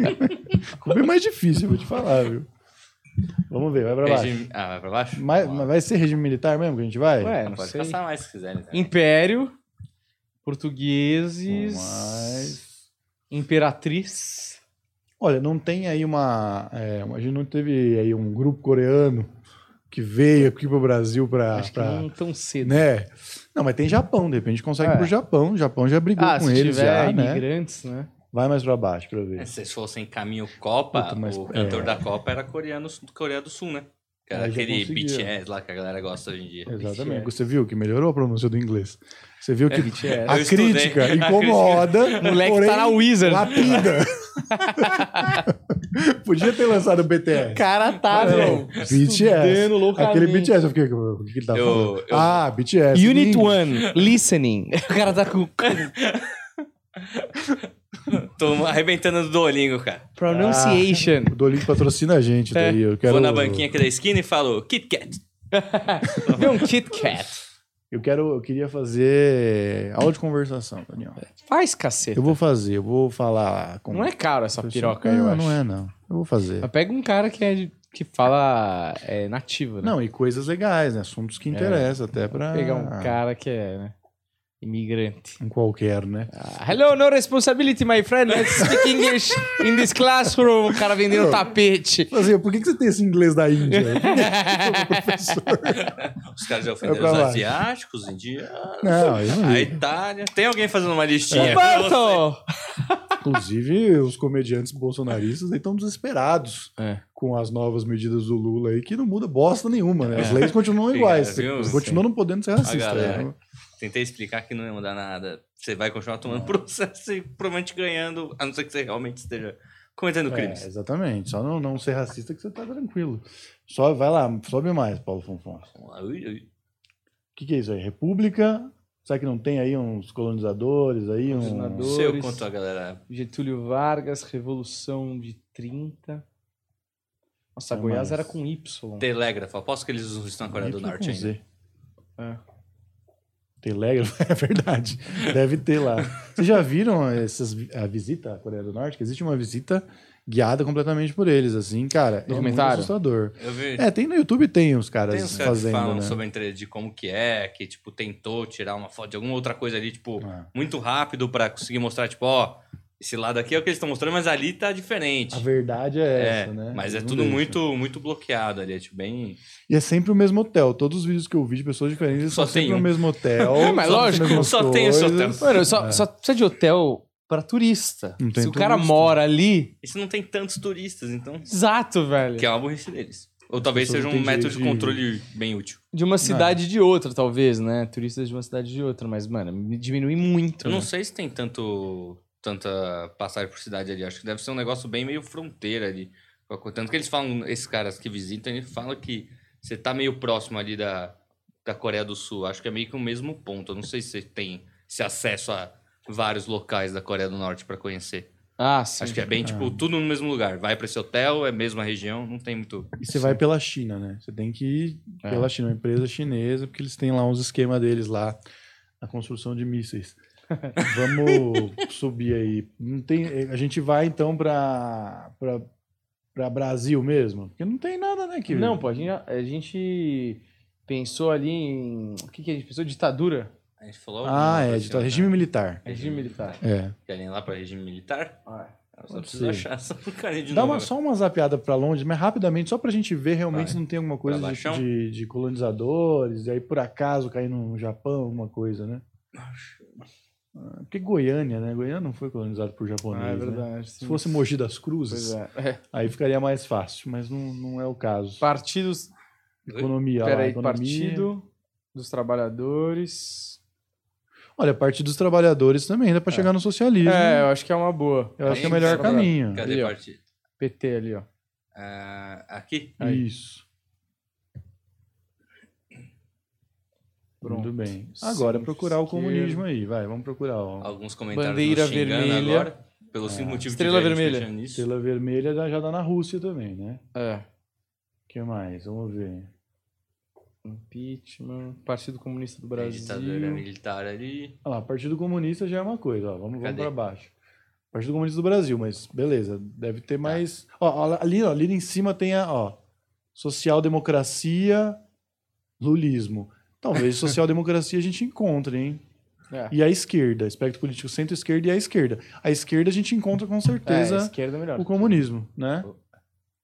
B: Cuba é mais difícil, vou te falar, viu? Vamos ver, vai pra baixo.
C: Regime- Ah, vai pra baixo?
B: Mas,
C: Vamos lá.
B: mas é, vai ser regime militar mesmo que a gente vai?
A: Ué,
C: Ah,
A: não
C: Pode
A: sei.
C: passar mais se né? quiserem. também.
A: Império. Portugueses.
B: Mas-
A: Imperatriz.
B: Olha, não tem aí uma, é, uma- A gente não teve aí um grupo coreano que veio aqui pro Brasil pra.
A: Acho que
B: pra-
A: não tão cedo.
B: né? Não, mas tem Japão, de repente consegue
A: É.
B: ir pro Japão. O Japão já brigou
A: Ah,
B: com
A: se
B: eles
A: tiver É,
B: já, né?
A: imigrantes, né?
B: Vai mais pra baixo pra ver.
C: É, Se vocês fossem caminho Copa,
B: Puta, mas-
C: o cantor
B: é.
C: da Copa era coreano do Coreia do Sul, né? Que era
B: Aí já
C: aquele
B: conseguia.
C: BTS lá que a galera gosta hoje em dia.
B: Exatamente.
A: BTS.
B: Você viu que melhorou a pronúncia do inglês? Você viu que
A: BTS.
B: a
C: Eu estudei.
B: crítica
C: A crítica-
B: incomoda.
A: O moleque
B: porém,
A: tá na Wizard.
B: Lapida. Podia ter lançado o
A: O
B: BTS.
A: cara tá, meu.
B: BTS.
A: Estudando loucamente.
B: é Aquele é BTS, eu fiquei. O que que ele tá
C: Eu-
B: falando?
C: eu-
B: Ah, BTS.
A: Unit
B: lindo.
A: 1, listening. O cara tá com
C: Tô arrebentando do Duolingo, cara.
A: pronunciation.
B: O Duolingo patrocina a gente
A: É.
B: daí. Eu quero,
C: Vou na banquinha aqui da esquina e falo Kit Kat.
A: Vê um Kit Kat.
B: Eu quero, eu queria fazer áudio conversação, Daniel.
A: Faz caceta.
B: Eu vou fazer, eu vou falar com
A: É, tá. Não é caro essa
B: pessoa.
A: piroca,
B: não,
A: eu acho.
B: não é não. Eu vou fazer.
A: Mas pega um cara que, é, de- que fala é, nativo, né?
B: Não, e coisas legais, né? Assuntos que interessam até pra
A: É. Pegar um cara que é, né? Imigrante.
B: um qualquer, né?
A: Ah, hello, no responsibility, my friend. Let's speak English in this classroom. O cara vendendo
B: Não.
A: tapete.
B: Fazer, assim, por que, que você tem esse inglês da Índia? Por que que você é professor?
C: Os caras já ofenderam
B: pra
C: os
B: lá.
C: asiáticos, os indianos,
B: "Ah, Não, eu não É.
C: a
B: li.
C: Itália. Tem alguém fazendo uma listinha?
A: Roberto!
B: Inclusive, os comediantes bolsonaristas aí estão desesperados
A: É.
B: com as novas medidas do Lula aí, que não muda bosta nenhuma, né? As leis continuam
C: Obrigado,
B: iguais.
C: É. viu?
B: Eles continuam não podendo ser racistas.
C: galera.
B: né?
C: Tentei explicar que não ia mudar nada. Você vai continuar tomando processo e provavelmente ganhando, a não ser que você realmente esteja cometendo
B: É,
C: crimes.
B: exatamente. Só não, não ser racista que você tá tranquilo. Só vai lá, sobe mais, Paulo Fonfon. O
C: Ui, ui.
B: que, que é isso aí? República? Será que não tem aí uns colonizadores aí? Um...
A: Colonizador.
C: Não sei o
A: Dores.
C: quanto a galera.
A: Getúlio Vargas, Revolução de 30. Nossa,
B: Não,
A: Goiás
B: mas-
A: era com Y.
C: Telégrafo, aposto que eles usam isso na Coreia do
B: Nem
C: Norte
B: com
C: ainda.
B: Z.
A: É.
B: Telégrafo, é verdade. Deve ter lá. Vocês já viram essas, vi- a visita à Coreia do Norte? Que existe uma visita guiada completamente por eles, assim, cara. É muito
A: Documentário?
B: assustador.
C: Eu vi.
B: É, tem no YouTube, tem os caras
C: Tem uns caras que
B: fazendo,
C: falam
B: né?
C: sobre a entrevista de como que é, que, tipo, tentou tirar uma foto de alguma outra coisa ali, tipo,
B: Ah.
C: muito rápido pra conseguir mostrar, tipo, ó, esse lado aqui é o que eles estão mostrando, mas ali tá diferente.
B: A verdade é,
C: É,
B: essa, né?
C: mas é
B: Não
C: tudo
B: deixa.
C: muito, muito bloqueado ali, é tipo, bem...
B: E é sempre o mesmo hotel. Todos os vídeos que eu vi de pessoas diferentes eles
C: Só
B: são sempre
C: tem um.
B: no mesmo hotel.
A: É, mas
B: são as
A: lógico,
B: mesmas
C: só tem esse
B: coisas. É.
C: hotel.
A: Mano, só, só precisa de hotel pra turista.
B: Não tem
A: Se o cara
B: turista.
A: mora ali,
C: Isso não tem tantos turistas, então...
A: exato, velho.
C: Que é uma burrice deles. Ou talvez
B: pessoas
C: seja
B: não
C: um
B: têm
C: método de
B: direito de-
C: controle bem útil.
A: De
B: É.
A: uma cidade de outra, talvez, né? Turistas de uma cidade de outra, mas, mano, me diminui muito.
C: Eu não
B: É.
A: né?
C: sei se tem tanto tanta passagem por cidade ali. Acho que deve ser um negócio bem meio fronteira ali. Tanto que eles falam, esses caras que visitam, eles falam que você tá meio próximo ali da, da Coreia do Sul. Acho que é meio que o mesmo ponto. Eu não sei se você tem esse acesso a vários locais da Coreia do Norte para conhecer.
A: Ah, sim.
C: Acho que é bem, tipo, tudo no mesmo lugar. Vai para esse hotel, é a mesma região, não tem muito...
B: E você vai pela China, né? Você tem que ir
A: É.
B: pela China, uma empresa chinesa, porque eles têm lá uns esquemas deles lá na construção de mísseis. Vamos subir aí. Não tem, a gente vai então pra pra- pra Brasil mesmo? Porque não tem nada, né? Que
A: Não, pô, a gente, a gente pensou ali em. O que, que a gente pensou? Ditadura?
C: A gente falou...
B: Ah,
C: alguma
B: é,
C: coisa
B: de, tá,
C: assim,
B: regime militar.
A: Regime militar.
B: É.
C: Querem ir lá para regime militar?
A: Ah,
C: Eu só
B: Não
C: preciso
B: sei.
C: achar essa porcaria de
B: Dá
C: novo.
B: uma,
C: agora.
B: só uma zapeada pra longe, mas rapidamente, só pra gente ver realmente
C: Vai.
B: se não tem alguma coisa de,
C: baixão?
B: de- de colonizadores, e aí por acaso cair no Japão, alguma coisa, né? Ah, Porque Goiânia, né? Goiânia não foi colonizado por japonês,
A: é
B: né?
A: verdade. é.
B: Se fosse Mogi das Cruzes, aí ficaria mais fácil, mas não, não é o caso.
A: Partidos.
B: Economia, lá,
A: Peraí,
B: economia.
A: Partido dos Trabalhadores.
B: Olha, Partido dos Trabalhadores também, dá pra chegar no socialismo.
A: É, eu acho que é uma boa.
B: eu acho que é o
C: Partido dos
B: melhor
C: Trabalhadores.
B: caminho.
C: Cadê
A: Ali, ó.
C: a partida?
A: PT ali, ó.
C: Ah, aqui?
A: Aí.
B: Isso.
A: Pronto.
B: Muito bem.
A: Centro,
B: Agora procurar o comunismo
A: esquerda.
B: aí, vai, vamos procurar. Ó.
C: Alguns comentários
A: Bandeira
C: nos xingando
A: vermelha.
C: agora. Pelo
B: É.
C: simples motivo
A: Estrela
C: de que a gente
A: vermelha.
C: mexeu nisso.
B: Estrela vermelha dá- já dá na Rússia também, né?
A: É.
B: O que mais? Vamos ver.
A: Impeachment. Partido Comunista do
C: Tem
A: Brasil.
C: ditadura né? militar ali.
B: Olha lá, Partido Comunista já é uma coisa, ó. Vamos, vamos
C: Cadê?
B: pra baixo. Partido Comunista do Brasil, mas beleza, deve ter mais. Ó, ó, ali, ó, ali em cima tem a, ó, social-democracia, lulismo. Talvez social-democracia a gente encontre, hein?
A: É.
B: E a esquerda, espectro político centro-esquerda e a esquerda. A esquerda a gente encontra com
A: É,
B: certeza
A: esquerda é melhor.
B: o comunismo, né?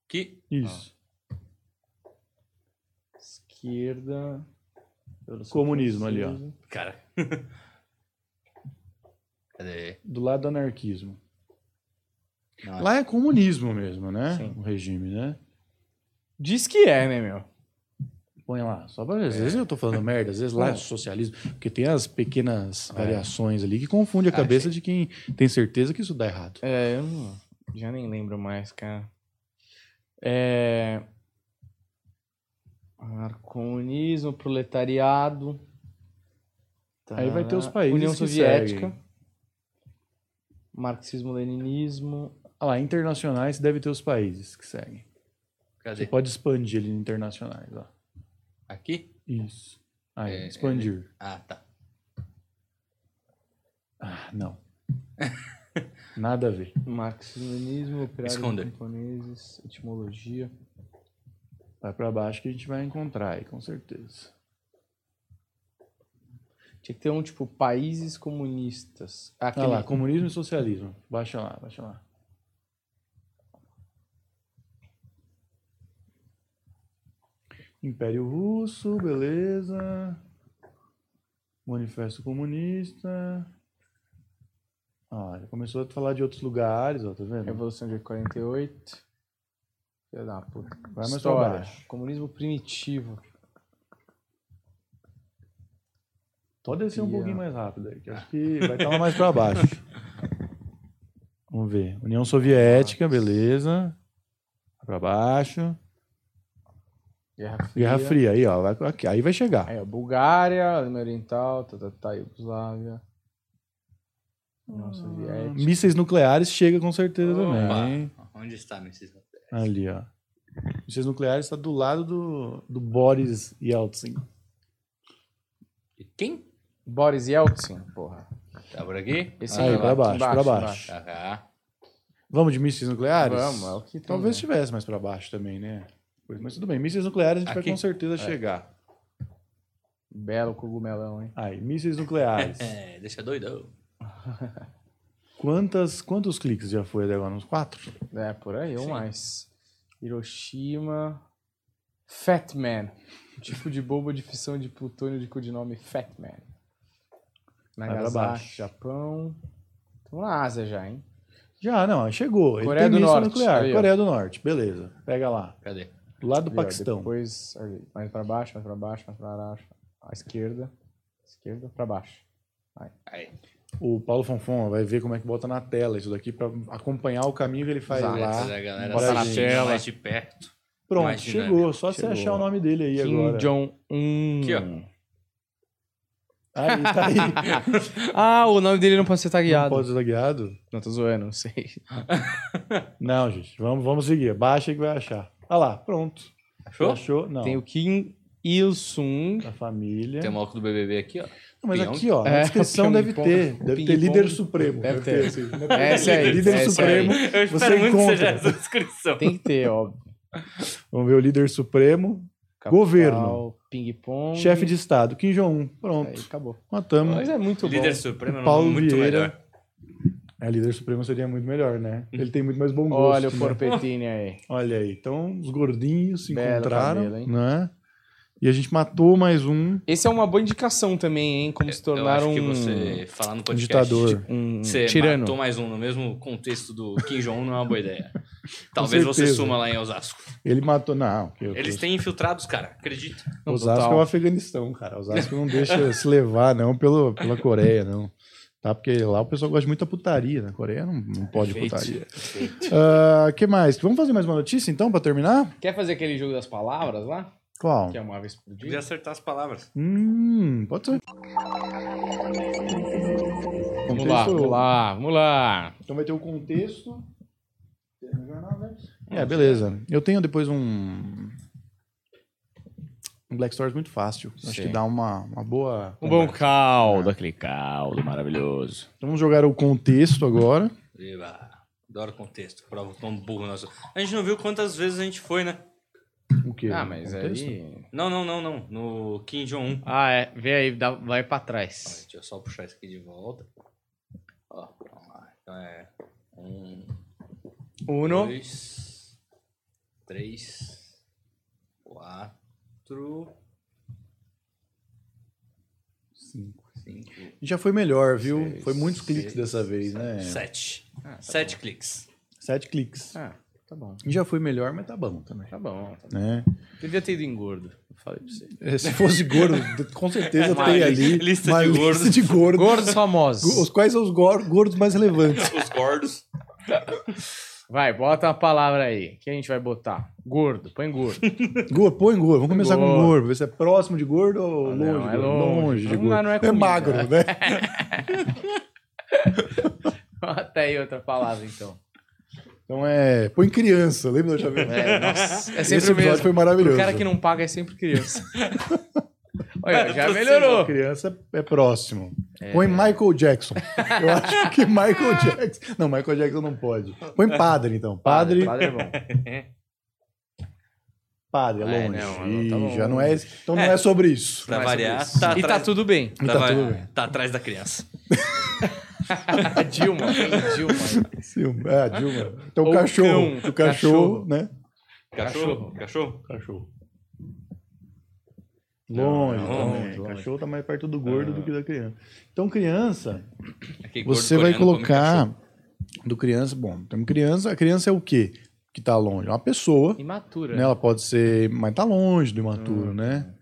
C: Que
B: Isso.
A: Esquerda. Revolução
B: Comunismo ali, ó.
A: Francesa.
C: cara. Cadê?
B: Do lado do anarquismo.
C: Não,
B: Lá é comunismo mesmo, né?
A: Sim.
B: O regime, né?
A: Diz que é, né, meu?
B: Põe lá, só pra ver. Às vezes eu tô falando merda, às vezes lá é socialismo, porque tem as pequenas variações ali que confunde a
C: Ah,
B: cabeça de quem tem certeza que isso dá errado.
A: É, eu não- já nem lembro mais, cara. É. ah, Comunismo, proletariado.
B: Tá. Aí vai ter os
A: Tarará.
B: países
A: União
B: que
A: Soviética.
B: seguem.
A: Marxismo-leninismo.
B: Olha lá, internacionais deve ter os países que seguem. Você
C: Cadê?
B: pode expandir ele em internacionais, ó.
C: Aqui?
B: Isso. Aí,
C: É,
B: expandir.
C: Ah, tá.
B: Ah, não. Nada a ver.
A: Marxismo-leninismo, operários
C: Esconder.
A: camponeses, etimologia.
B: Vai pra baixo que a gente vai encontrar aí, com certeza.
A: Tinha que ter um tipo países comunistas. Ah, Aquele...
B: Olha Tá lá, comunismo e socialismo. Baixa lá, baixa lá. Império Russo, beleza. Manifesto Comunista. Ah, já começou a falar de outros lugares, ó, tá vendo?
A: Revolução de 48. Filha da puta.
B: Vai mais pra
A: História.
B: baixo.
A: Comunismo primitivo.
B: Só descer um
A: Aqui, ó.
B: pouquinho mais rápido aí, que acho que vai estar lá mais pra baixo. Vamos ver. União Soviética, beleza. Vai Pra baixo.
A: Guerra Fria.
B: Guerra Fria, aí, ó. vai- aqui, aí vai chegar.
A: Aí, ó, Bulgária, Alemanha Oriental, tá, tá, tá, Iugoslávia. União Soviética.
B: Mísseis nucleares chega com certeza também.
C: Opa. Onde está, Messias?
B: Ali, ó. Mísseis nucleares está do lado do, do Boris Yeltsin.
C: E Quem?
A: Boris Yeltsin, porra.
C: Tá por aqui?
A: Esse é
B: aí,
A: aqui,
B: pra
A: ó,
B: baixo,
A: embaixo,
B: pra baixo.
C: Tá cá.
B: Vamos de mísseis nucleares?
A: Vamos, é o que tem,
B: Talvez
A: né?
B: estivesse mais pra baixo também, né? Pois, Mas tudo bem, mísseis nucleares a gente
C: Aqui?
B: vai com certeza chegar.
A: Belo cogumelão, hein?
B: Aí, mísseis nucleares.
C: É, deixa doidão.
B: Quantas, quantos cliques já foi até agora? Uns quatro?
A: É, por aí, ou
C: Sim.
A: mais. Hiroshima. Fat Man. Um tipo de bomba de fissão de plutônio de codinome Fat Man.
B: pra
A: Nagasaki,
B: baixo.
A: Japão. Estamos na Ásia já, hein?
B: Já, não, chegou. Ele
A: Coreia
B: tem
A: do
B: míssil
A: Norte,
B: nuclear.
A: aí, ó.
B: Coreia do Norte, beleza. Pega lá.
C: Cadê?
B: Lá do
A: Ali, ó,
B: Paquistão.
A: Depois, ali, mais pra baixo, mais pra baixo, mais pra baixo. À esquerda. Esquerda pra baixo.
B: O Paulo Fonfon vai ver como é que bota na tela isso daqui pra acompanhar o caminho que ele faz
A: Exato.
C: Mas
B: Tá lá.
C: a galera
B: bora
C: sabe
B: na
A: tela.
C: mais de perto.
B: Pronto,
C: mais dinâmico.
B: chegou. Só você
A: né? Chegou.
B: achar o nome dele aí agora.
A: Kim Jong-un.
C: Aqui, ó.
B: Aí, tá aí.
A: Ah, o nome dele não pode ser
B: Não
A: tagueado. Não,
B: pode ser guiado?
A: tô zoando, não sei.
B: Não, gente. Vamos, vamos seguir. Baixa aí que vai achar. Ah lá, pronto.
C: Achou?
B: Achou? Não.
A: Tem o um Kim Il-sung.
B: A família.
C: Tem o maluco do BBB aqui, ó.
B: Não, mas
C: Pyong.
B: aqui, ó, na
A: É,
B: descrição
A: Pyong
B: deve
A: Pong.
B: ter. Deve
A: Ping
B: ter líder
A: Pong.
B: supremo.
A: Deve ter.
B: assim.
A: Essa aí,
B: Líder
A: essa aí.
B: supremo.
C: Eu espero
B: Você
C: muito que seja
B: encontra.
C: essa descrição.
A: Tem que ter, óbvio.
B: Vamos ver o líder supremo. Governo.
A: Ping-pong.
B: Chefe de Estado, Kim Jong-un. Pronto,
A: Aí, acabou.
B: matamos.
A: Mas é muito
C: Líder
A: bom.
C: Supremo é um
B: Paulo
C: nome muito
B: Vieira.
C: melhor.
B: É, líder supremo seria muito melhor, né? Ele tem muito mais bom gosto.
A: Uhum. Olha o
B: né?
A: Forpetini aí.
B: Olha aí, então os gordinhos se
A: Belo
B: encontraram,
A: cabelo, hein?
B: né? E a gente matou mais um
A: Esse é uma boa indicação também, hein? Como se
C: Eu
A: tornar
C: acho que
A: um,
C: você falar no podcast...
B: ditador.
A: um
C: Você
A: tirano.
C: matou mais um no mesmo contexto do Kim Jong-un não é uma boa ideia. Talvez você
B: certeza.
C: suma lá em Osasco.
B: Ele matou. Não, que-
C: Eles têm infiltrados, cara. Acredita.
A: Não,
B: Osasco
A: total.
B: é o Afeganistão, cara. Osasco não deixa se levar, não, pelo, pela Coreia, não. Tá? Porque lá o pessoal gosta de muita putaria. Na Coreia não, não pode
A: Perfeito.
B: putaria. O que mais? Vamos fazer mais uma notícia, então, pra
C: um-
B: terminar?
A: Quer fazer aquele jogo das palavras lá?
B: Qual?
A: Que é uma vez por
C: Podia
A: dia?
C: acertar as palavras.
B: Hum, pode ser.
A: Vamos lá, vamos lá, vamos lá.
B: Então vai ter o contexto. É, beleza. Eu tenho depois um. Um Black Stories muito fácil. Acho
A: Sim.
B: que dá uma, uma boa.
A: Um bom caldo, aquele caldo maravilhoso.
B: Então vamos jogar o contexto agora.
C: Eba. Adoro contexto. Prova quão burro nós somos. A gente não viu quantas vezes a gente foi, né?
B: O quê?
A: Ah, mas
B: Contexto?
A: aí...
C: Não, não, não, não. No Kim Jong-un.
A: Ah, é. Vê aí, dá- vai pra
C: Ó,
A: trás.
C: Deixa eu só puxar isso aqui de volta. Ó, vamos lá. Então é. Um,
A: Uno.
C: dois, três, quatro,
B: Cinco.
C: cinco,
B: Já foi melhor, viu?
A: Seis,
B: foi muitos
A: seis,
B: cliques dessa vez, né?
C: sete.
A: Ah, tá
C: sete cliques.
B: Sete cliques.
A: Ah, tá bom.
B: Já foi melhor, mas tá bom também.
A: Tá bom. Tá bom.
B: Né?
A: Devia ter ido em gordo. Eu falei pra você.
B: É, Se fosse gordo, de- com certeza
C: Uma
B: tem
C: li-
B: ali
C: lista
B: uma
C: de
B: É, lista
C: gordos.
B: de gordos.
A: Gordos famosos.
B: Os quais são os gor- gordos mais relevantes?
C: Os gordos.
A: Vai, bota uma palavra aí. que a gente vai botar? Gordo. Põe gordo.
B: Gordo, põe um gordo. Vamos começar com
A: Gordo.
B: gordo. pra ver se é próximo de gordo ou
A: Ah,
B: longe.
A: não, é
B: de gordo.
A: longe.
B: longe de
A: Não,
B: gordo.
A: não é
B: é
A: comida.
B: magro, né?
A: Bota aí outra palavra, então.
B: Então é. Põe criança, lembra da outra vez?
A: É, nossa. É sempre o
B: Esse episódio
A: mesmo.
B: foi maravilhoso.
A: O cara que não paga é sempre criança. Olha,
C: Mano,
A: já
C: tô
A: melhorou.
B: Criança é próximo.
A: É.
B: Põe Michael Jackson. Eu acho que Michael Jackson. Não, Michael Jackson não pode. Põe padre, então. Padre, padre,
A: Padre é bom.
B: é
A: Ah, é,
B: longe.
A: não, não, tá
B: Ih,
A: bom.
B: já não é. Então não é sobre isso.
C: Pra
A: Mais
C: variar,
A: sobre isso.
C: tá
A: e tá
C: atrás-
A: tudo bem.
B: Tá
C: Tava-
B: tudo bem.
C: tá atrás da criança.
A: A Dilma, a Dilma.
B: Sim, é, a Dilma. Então
A: Ou
B: o cachorro.
A: cão.
B: O cachorro, né?
C: Cachorro? Cachorro?
B: Cachorro.
A: Não,
B: é Longe,
C: não,
B: também.
A: longe, longe.
B: Cachorro tá mais perto do gordo do que da criança. Então, criança,
C: Aquele gordo
B: você vai
C: coreano come
B: colocar do criança. Bom, então criança, a criança é o quê? Que tá longe? É Uma pessoa.
A: Imatura.
B: Né? Ela pode ser. Mas tá longe do imaturo, né?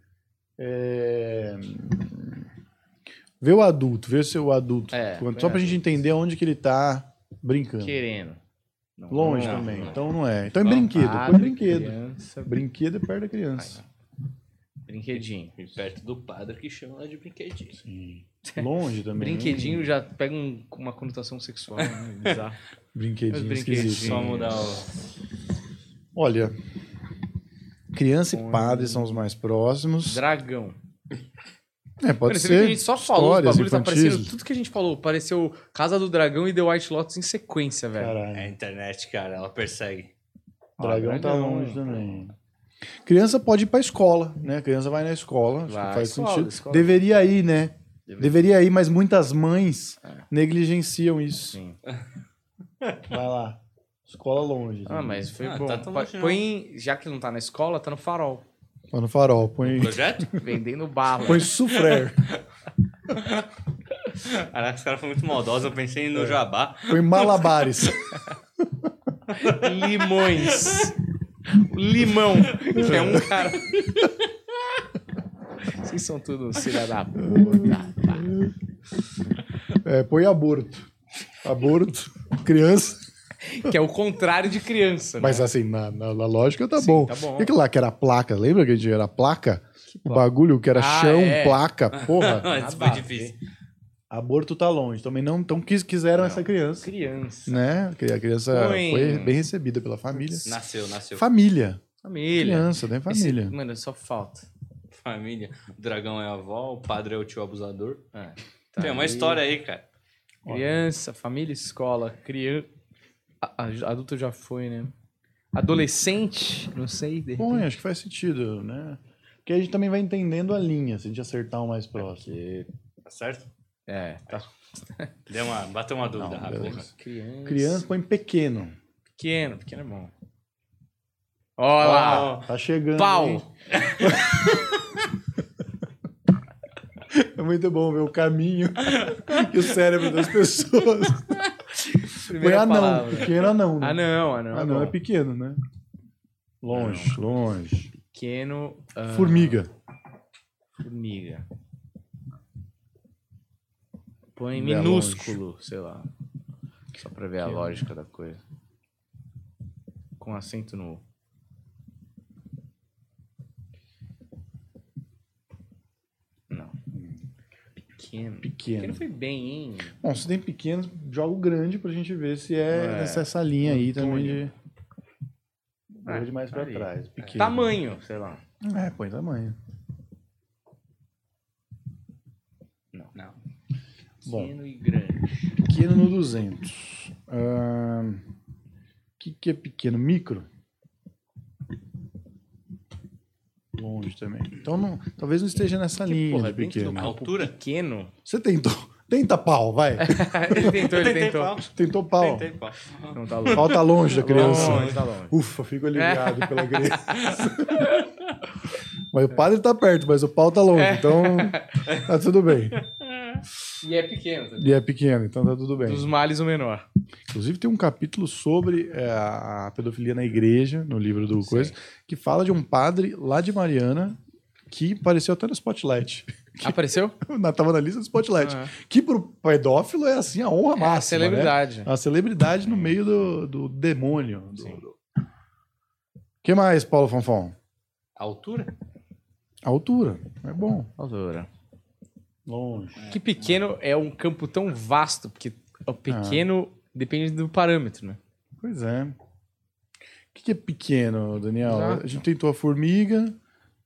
B: É... Vê o adulto, vê se o adulto.
A: É,
B: Quando-
A: põe
B: Só pra gente
A: adulto.
B: entender onde que ele tá brincando.
A: Querendo. Não,
B: Longe
C: Ah,
A: não,
B: também.
A: não. ah,
B: Então não é. Então é
C: Então,
B: brinquedo.
A: Padre,
B: Põe brinquedo.
A: criança,
B: Brinquedo é perto da criança.
A: Brinquedinho.
C: cachorro. E Perto do padre que chama ela de brinquedinho.
B: Longe também. né?
A: Brinquedinho já pega um- uma conotação sexual. Né? Bizarro.
B: Brinquedinho
A: Brinquedinho.
B: esquisito.
C: Só mudar o.
B: Olha. Criança e padre são os mais próximos.
A: Dragão.
B: É, pode
A: Mano, você vê que a
B: ser.
A: gente só falou, o
B: histórias
A: bagulho tá
B: infantis.
A: aparecendo. Tudo que a gente falou, pareceu Casa do Dragão e The White Lotus em sequência, velho.
B: Caralho.
C: É a internet, cara, ela persegue.
B: Dragão
A: Ah,
B: tá
A: dragão,
B: longe
A: né?
B: também. Criança pode ir pra escola, né? Criança vai na escola, acho que
A: Vai,
B: faz
A: escola,
B: sentido.
A: escola.
B: Deveria ir, né?
A: Deveria.
B: Deveria ir, mas muitas mães
A: É.
B: negligenciam isso.
A: Sim.
B: Vai lá. Escola longe.
A: Ah, mas foi
C: Ah,
A: bom.
C: tá tão
A: Pa-
C: longe, não.
A: Põe, já que não tá na escola, tá no farol.
B: Lá no farol, põe,
C: Projeto?
A: Vendendo barro.
B: põe sufrer,
C: Caraca, esse cara foi muito maldoso. Eu pensei
A: É.
C: no jabá.
B: põe malabares.
A: Limões. Limão, que é um cara. Vocês são tudo filha da puta.
B: É, põe aborto. Aborto, criança.
A: Que é o contrário de criança.
B: Mas
A: né?
B: assim, na, na- na lógica tá
A: Sim,
B: bom.
A: tá bom.
B: E aquilo lá que era placa, lembra que a gente era placa? O bagulho que era
A: Ah,
B: chão,
A: é.
B: placa, porra.
C: Isso foi
A: a ver.
C: difícil.
B: aborto tá longe. Também não tão quis, quiseram essa criança.
A: Criança.
B: Né? Que A criança
A: Põe-
B: foi bem recebida pela família.
C: Nasceu, nasceu.
B: Família.
A: Família.
B: Criança, né?
A: Esse-
B: Família.
A: mano, é só falta.
C: Família. O dragão é a avó, o padre é o tio abusador.
A: É, tá
C: Tem uma
A: aí.
C: história aí, cara.
A: Criança, família, escola, criança. Adulto já foi, né? Adolescente, não sei. De
B: Bom,
A: repente.
B: acho que faz sentido, né? Porque a gente também vai entendendo a linha, se a gente acertar o mais próximo.
C: Tá certo?
A: É, tá.
C: Deu uma, bateu uma dúvida
B: Não,
C: rápida.
B: beleza.
A: Criança.
B: Criança põe pequeno.
A: Pequeno, pequeno é bom. Olha lá.
C: Ó,
B: Tá chegando. hein?
A: Pau.
B: É muito bom ver o caminho e o cérebro das pessoas. Põe
A: Primeira
B: anão.
A: palavra.
B: Pequeno anão. Né?
A: Ah, não, ah, não.
B: Anão
A: é
B: é pequeno, né? Longe, longe.
A: pequeno. ah,
B: Formiga.
A: Formiga. Põe
B: Ver a
A: minúsculo, sei lá. Só pra ver a lógica da coisa. Com acento no. Não. Pequeno. Pequeno
B: Pequeno.
A: foi bem, hein?
B: Bom, se tem pequeno, joga o grande pra gente ver se é,
A: É.
B: essa- essa linha aí
A: Antônio.
B: também de. Vou
A: Ah,
B: de mais pra
A: ali.
B: trás. Pequeno.
A: Tamanho, sei lá.
B: É, põe tamanho.
C: Não.
B: Bom.
A: Pequeno e grande.
B: Pequeno no 200. Ahn, O que, que é pequeno? Micro? Longe também. Então, não, talvez não esteja nessa linha
A: porra, é
B: de
A: dentro do
B: pequeno.
A: campo
C: Altura?
A: Pequeno.
B: Você tentou. Tenta pau, vai.
A: ele tentou, ele
C: Tentei
A: tentou.
C: pau.
B: Tentou pau.
C: Tentei pau.
A: Não tá longe.
B: Pau tá longe da criança.
A: Tá longe, tá longe.
B: Ufa, fico aliviado pela criança. mas o padre tá perto, mas o pau tá longe, então tá tudo bem.
A: E é pequeno também.
B: E é pequeno, então tá tudo bem.
A: Dos males o menor.
B: Inclusive, tem um capítulo sobre é, a pedofilia na igreja, no livro do
A: Sim.
B: Coisa, que fala de um padre lá de Mariana que apareceu até no Spotlight.
A: Apareceu?
B: Na- Tava na lista do Spotlight.
A: Ah.
B: Que pro pedófilo é assim a honra máxima.
A: a celebridade.
B: Né? A celebridade no meio do, do demônio. O do... do- que mais, Paulo Fonfon?
C: Altura?
B: A altura. É bom.
A: Altura.
B: Longe.
A: Que pequeno é um campo tão vasto, porque o pequeno depende do parâmetro, né?
B: Pois é. O que, que é pequeno, Daniel?
A: Exato.
B: A gente tentou a formiga,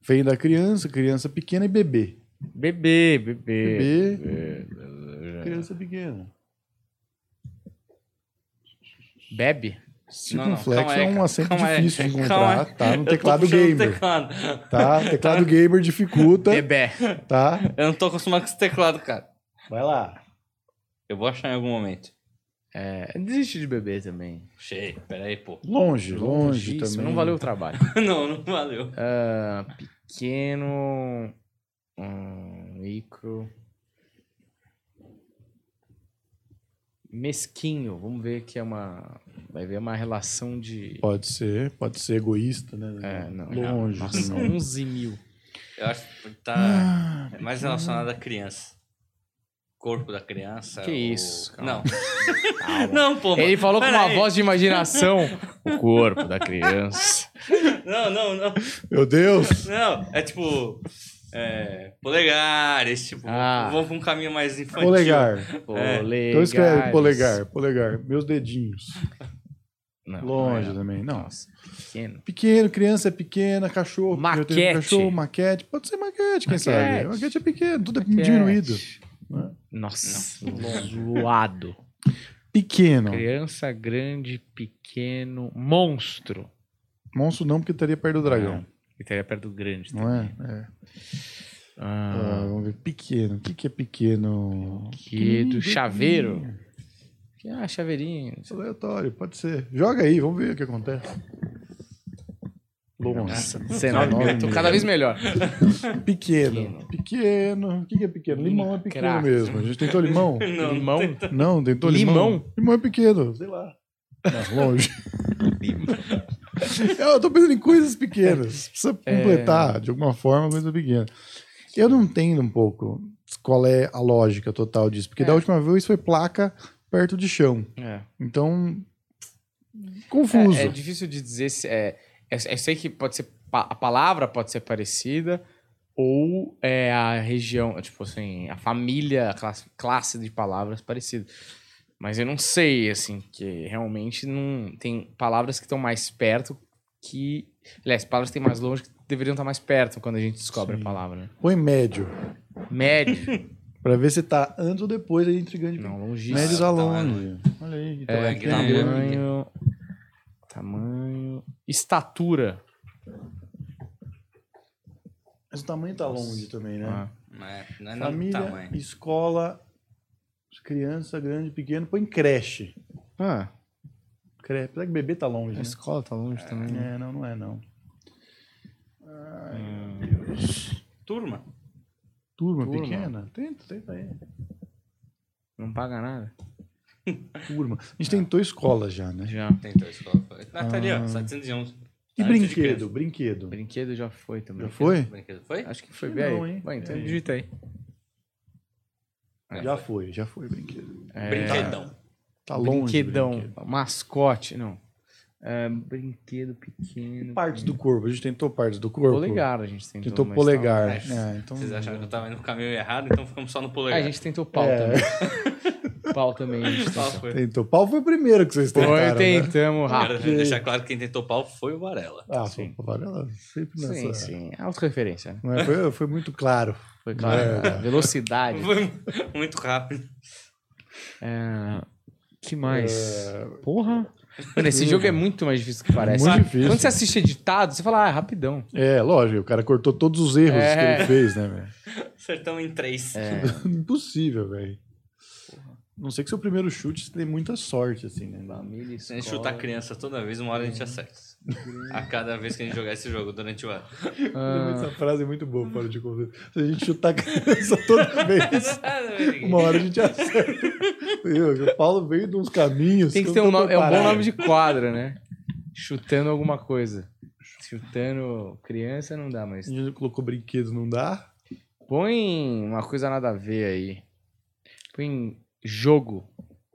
B: veio da criança, criança pequena e bebê.
A: Bebê, bebê.
B: Bebê,
A: Bebê.
B: criança pequena.
A: Bebe?
B: Circunflexo
C: calma aí,
B: é um
C: calma-
B: acento
C: calma aí,
B: difícil de
C: calma
B: encontrar,
C: aí.
B: tá? No
A: um
C: Eu tô
B: teclado
C: puxando o
B: gamer,
C: teclado.
B: tá? Teclado gamer dificulta,
A: Bebê.
B: tá?
C: Eu não tô acostumado com esse teclado, cara.
B: Vai lá.
C: Eu vou achar em algum momento.
A: É, desiste de beber também.
C: Cheio. Pera aí, pô.
B: Longe, longe
A: Isso,
B: também.
A: não valeu o trabalho.
C: Não, não valeu.
A: Ah, pequeno. hum, micro. Mesquinho. Vamos ver que é uma. Vai ver é uma relação de.
B: Pode ser, pode ser egoísta, né?
A: É, não.
B: longe.
A: Nossa,
B: também.
A: 11 mil.
C: Eu acho que tá
B: Ah,
C: é mais relacionado à criança. Corpo da criança.
A: Que
C: o-
A: isso, calma.
C: Não. Não, pô.
A: Ele falou com uma
C: Peraí.
A: voz de imaginação. O corpo da criança.
C: Não, não, não.
B: meu Deus!
C: Não, é tipo. É, polegar, esse tipo.
A: Ah.
C: Vamos pra um caminho mais infantil.
B: Polegar.
A: Polegares.
B: Então escreve polegar, polegar. Meus dedinhos.
A: Não,
B: Longe
A: não é.
B: também. Não.
A: Nossa, pequeno.
B: Pequeno, criança é pequena, cachorro. eu tenho um
A: Maquete.
B: Cachorro, maquete. Pode ser maquete, quem
A: Maquete.
B: sabe? Maquete é pequeno, tudo é
A: Maquete.
B: diminuído.
A: Nossa, zoado.
B: Pequeno.
A: Criança grande, pequeno, monstro. Ah,
B: Monstro não, porque estaria perto do dragão.
A: E estaria perto do grande
B: Não é?
A: também.
B: É. Ah,
A: Ah,
B: vamos ver. Pequeno. O que, que é pequeno?
A: que do
B: Pequenininho,
A: chaveiro.
B: pequenininho. é
A: Ah, chaveirinho.
B: Aleatório, pode ser. Joga aí, vamos ver o que acontece. Longe.
A: Nossa, 19 mil. Eu Ah, tô cada vez melhor.
B: Pequeno. Pequeno. O que, que é pequeno? Limão é pequeno
A: Crack.
B: mesmo. A gente tentou limão?
C: Não.
A: Limão.
B: Não, tentou limão.
A: Limão?
B: Limão é pequeno, sei lá. Não, longe. Eu tô pensando em coisas pequenas. Precisa
A: É.
B: completar, de alguma forma, coisa pequena. Eu não entendo um pouco qual é a lógica total disso. Porque
A: É.
B: da última vez foi placa perto de chão.
A: É.
B: Então, confuso.
A: É, é difícil de dizer se é. Eu eu sei que pode ser. pa- A palavra pode ser parecida, ou é a região, tipo assim, a família, a classe, classe de palavras parecida. Mas eu não sei, assim, que realmente não. Tem palavras que estão mais perto que. Aliás, palavras que têm mais longe que deveriam estar mais perto quando a gente descobre
B: Sim.
A: a palavra. né?
B: Põe médio.
A: Médio.
B: Pra ver se tá antes ou depois da intrigante.
A: não, longíssimo.
B: Médios
C: Ah,
B: a
C: tá
B: longe. Olha aí. Então,
A: É,
B: é,
C: que
B: que
C: tá
B: é,
C: longe.
A: tamanho. Tamanho. Estatura.
B: Mas o tamanho tá longe também, né?
A: Ah.
C: Não é, não é nem
B: Família,
C: tamanho.
B: escola, criança, grande, pequeno, põe creche.
A: Ah.
B: Creche. Apesar que bebê tá longe,
A: A
B: né?
A: escola tá longe também. né?
B: É, não, não é não.
C: Turma.
B: Turma,
A: Turma.
B: pequena? Tenta, tenta aí.
A: Não paga nada.
B: Turma. A gente tentou escola já, né?
A: Já.
C: Tentou escola. foi. Ah, tá ali, ó.
B: E
C: 711. Antes Ah, é de
B: brinquedo,
C: criança.
B: brinquedo.
A: Brinquedo já foi também.
B: Já foi?
C: Brinquedo foi?
A: Acho que foi
B: Acho
A: bem
B: que
A: aí.
B: não, hein?
A: Bom, então
B: É.
A: digita aí.
C: É,
B: Já foi, já foi brinquedo.
A: É,
C: Brinquedão.
B: Tá longe. do
A: Brinquedão.
B: brinquedo.
A: Mascote, não. É, brinquedo pequeno.
B: Partes do corpo, a gente tentou partes do corpo.
A: Polegar a gente tentou.
B: Tentou
A: mas
B: polegar.
C: mas tá-
B: É, então...
C: Vocês acharam que eu tava indo no caminho errado, então ficamos só no
A: tá- Ah,
C: polegar.
A: a gente tentou pau
B: É.
A: também. pau também a gente
C: Pau
A: tentou.
C: foi.
B: Tentou. Pau foi o primeiro que vocês tentaram,
A: Foi,
B: né?
A: tentamos
C: Quero
A: rápido.
C: deixar claro que quem tentou pau foi o Varela.
B: Ah,
A: Sim.
B: sim. Varela sempre nessa...
A: Sim, sim. Autorreferência, né?
B: Não é? Foi, foi muito claro.
A: Foi claro.
B: É.
A: Velocidade.
C: Foi muito rápido.
A: É, que mais?
B: É,
A: Porra. Mano, esse jogo é muito mais difícil do que parece.
B: Muito difícil.
A: Quando você assiste editado, você fala, ah, é rapidão.
B: É, lógico, o cara cortou todos os erros
A: É.
B: que ele fez, né, velho?
C: Acertamos em três.
B: Impossível, velho. Não sei que seu primeiro chute você tem muita sorte, assim, né?
C: Se a
A: É
C: gente chutar criança toda vez, uma hora a gente acerta. A cada vez que a gente jogar esse jogo durante o ano.
A: Ah.
B: Essa frase é muito boa, fora de conversa. Se a gente chutar a criança toda vez, uma hora a gente acerta. Eu, o Paulo veio de uns caminhos.
A: Tem que
B: eu
A: ter
B: não
A: um,
B: tô
A: nome, é um bom
B: preparado.
A: nome de quadra, né? Chutando alguma coisa. Chutando criança não dá, mas.
B: A gente colocou brinquedos, não dá?
A: Põe uma coisa nada a ver aí. Põe jogo.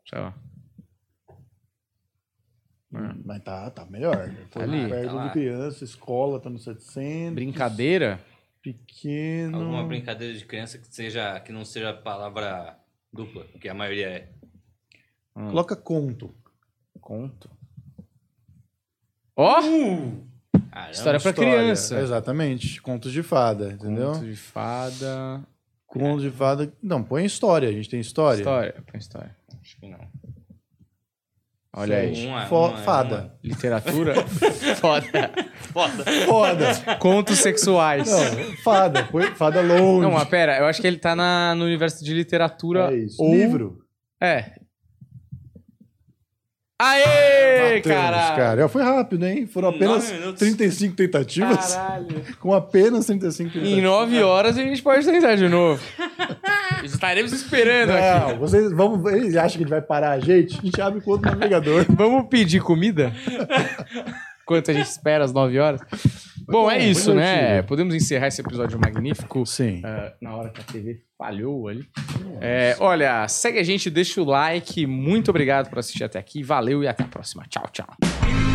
A: Sei lá. Ah.
B: Mas tá, tá melhor. Tá
A: ali,
B: Perto
C: tá lá.
B: de criança, escola, tá no 700.
A: Brincadeira?
B: Pequeno.
C: Alguma brincadeira de criança que, seja, que não seja palavra dupla, que a maioria é.
A: Hum,
B: Coloca conto.
A: Conto. Ó!
B: Hum,
C: Caramba,
A: História pra criança.
B: Exatamente. Contos de fada, entendeu?
A: Conto de fada.
B: Conto de fada. Não, põe história. A gente tem história.
A: História. Põe história.
C: Acho que não.
A: Olha aí.
C: Uma,
B: Fo-
C: uma,
B: fada.
A: Literatura? Foda.
C: uma. Foda.
B: Foda.
A: Contos sexuais.
B: Não, fada. Põe fada longe.
A: Não, mas pera, eu acho que ele tá na, no universo de literatura.
B: É isso.
A: ou-
B: Livro.
A: É. Aê,
B: Matamos,
A: cara!
B: cara. Ó, Foi rápido, hein? Foram
C: Nove
B: apenas
C: minutos.
B: 35 tentativas.
A: Caralho!
B: Com apenas 35 tentativas.
A: Em nove horas a gente pode tentar de novo. Estaremos esperando aqui.
B: Não, vocês vão. Ele acha que ele vai parar a gente? A gente abre com outro navegador.
A: Vamos pedir comida? Enquanto a gente espera as nove horas. Bom, é
B: bom,
A: isso,
B: foi
A: né?
B: divertido.
A: Podemos encerrar esse episódio magnífico.
B: Sim.
A: Ah, na hora que a TV falhou ali. É, olha, segue a gente, deixa o like. Muito obrigado por assistir até aqui. Valeu e até a próxima. Tchau, tchau.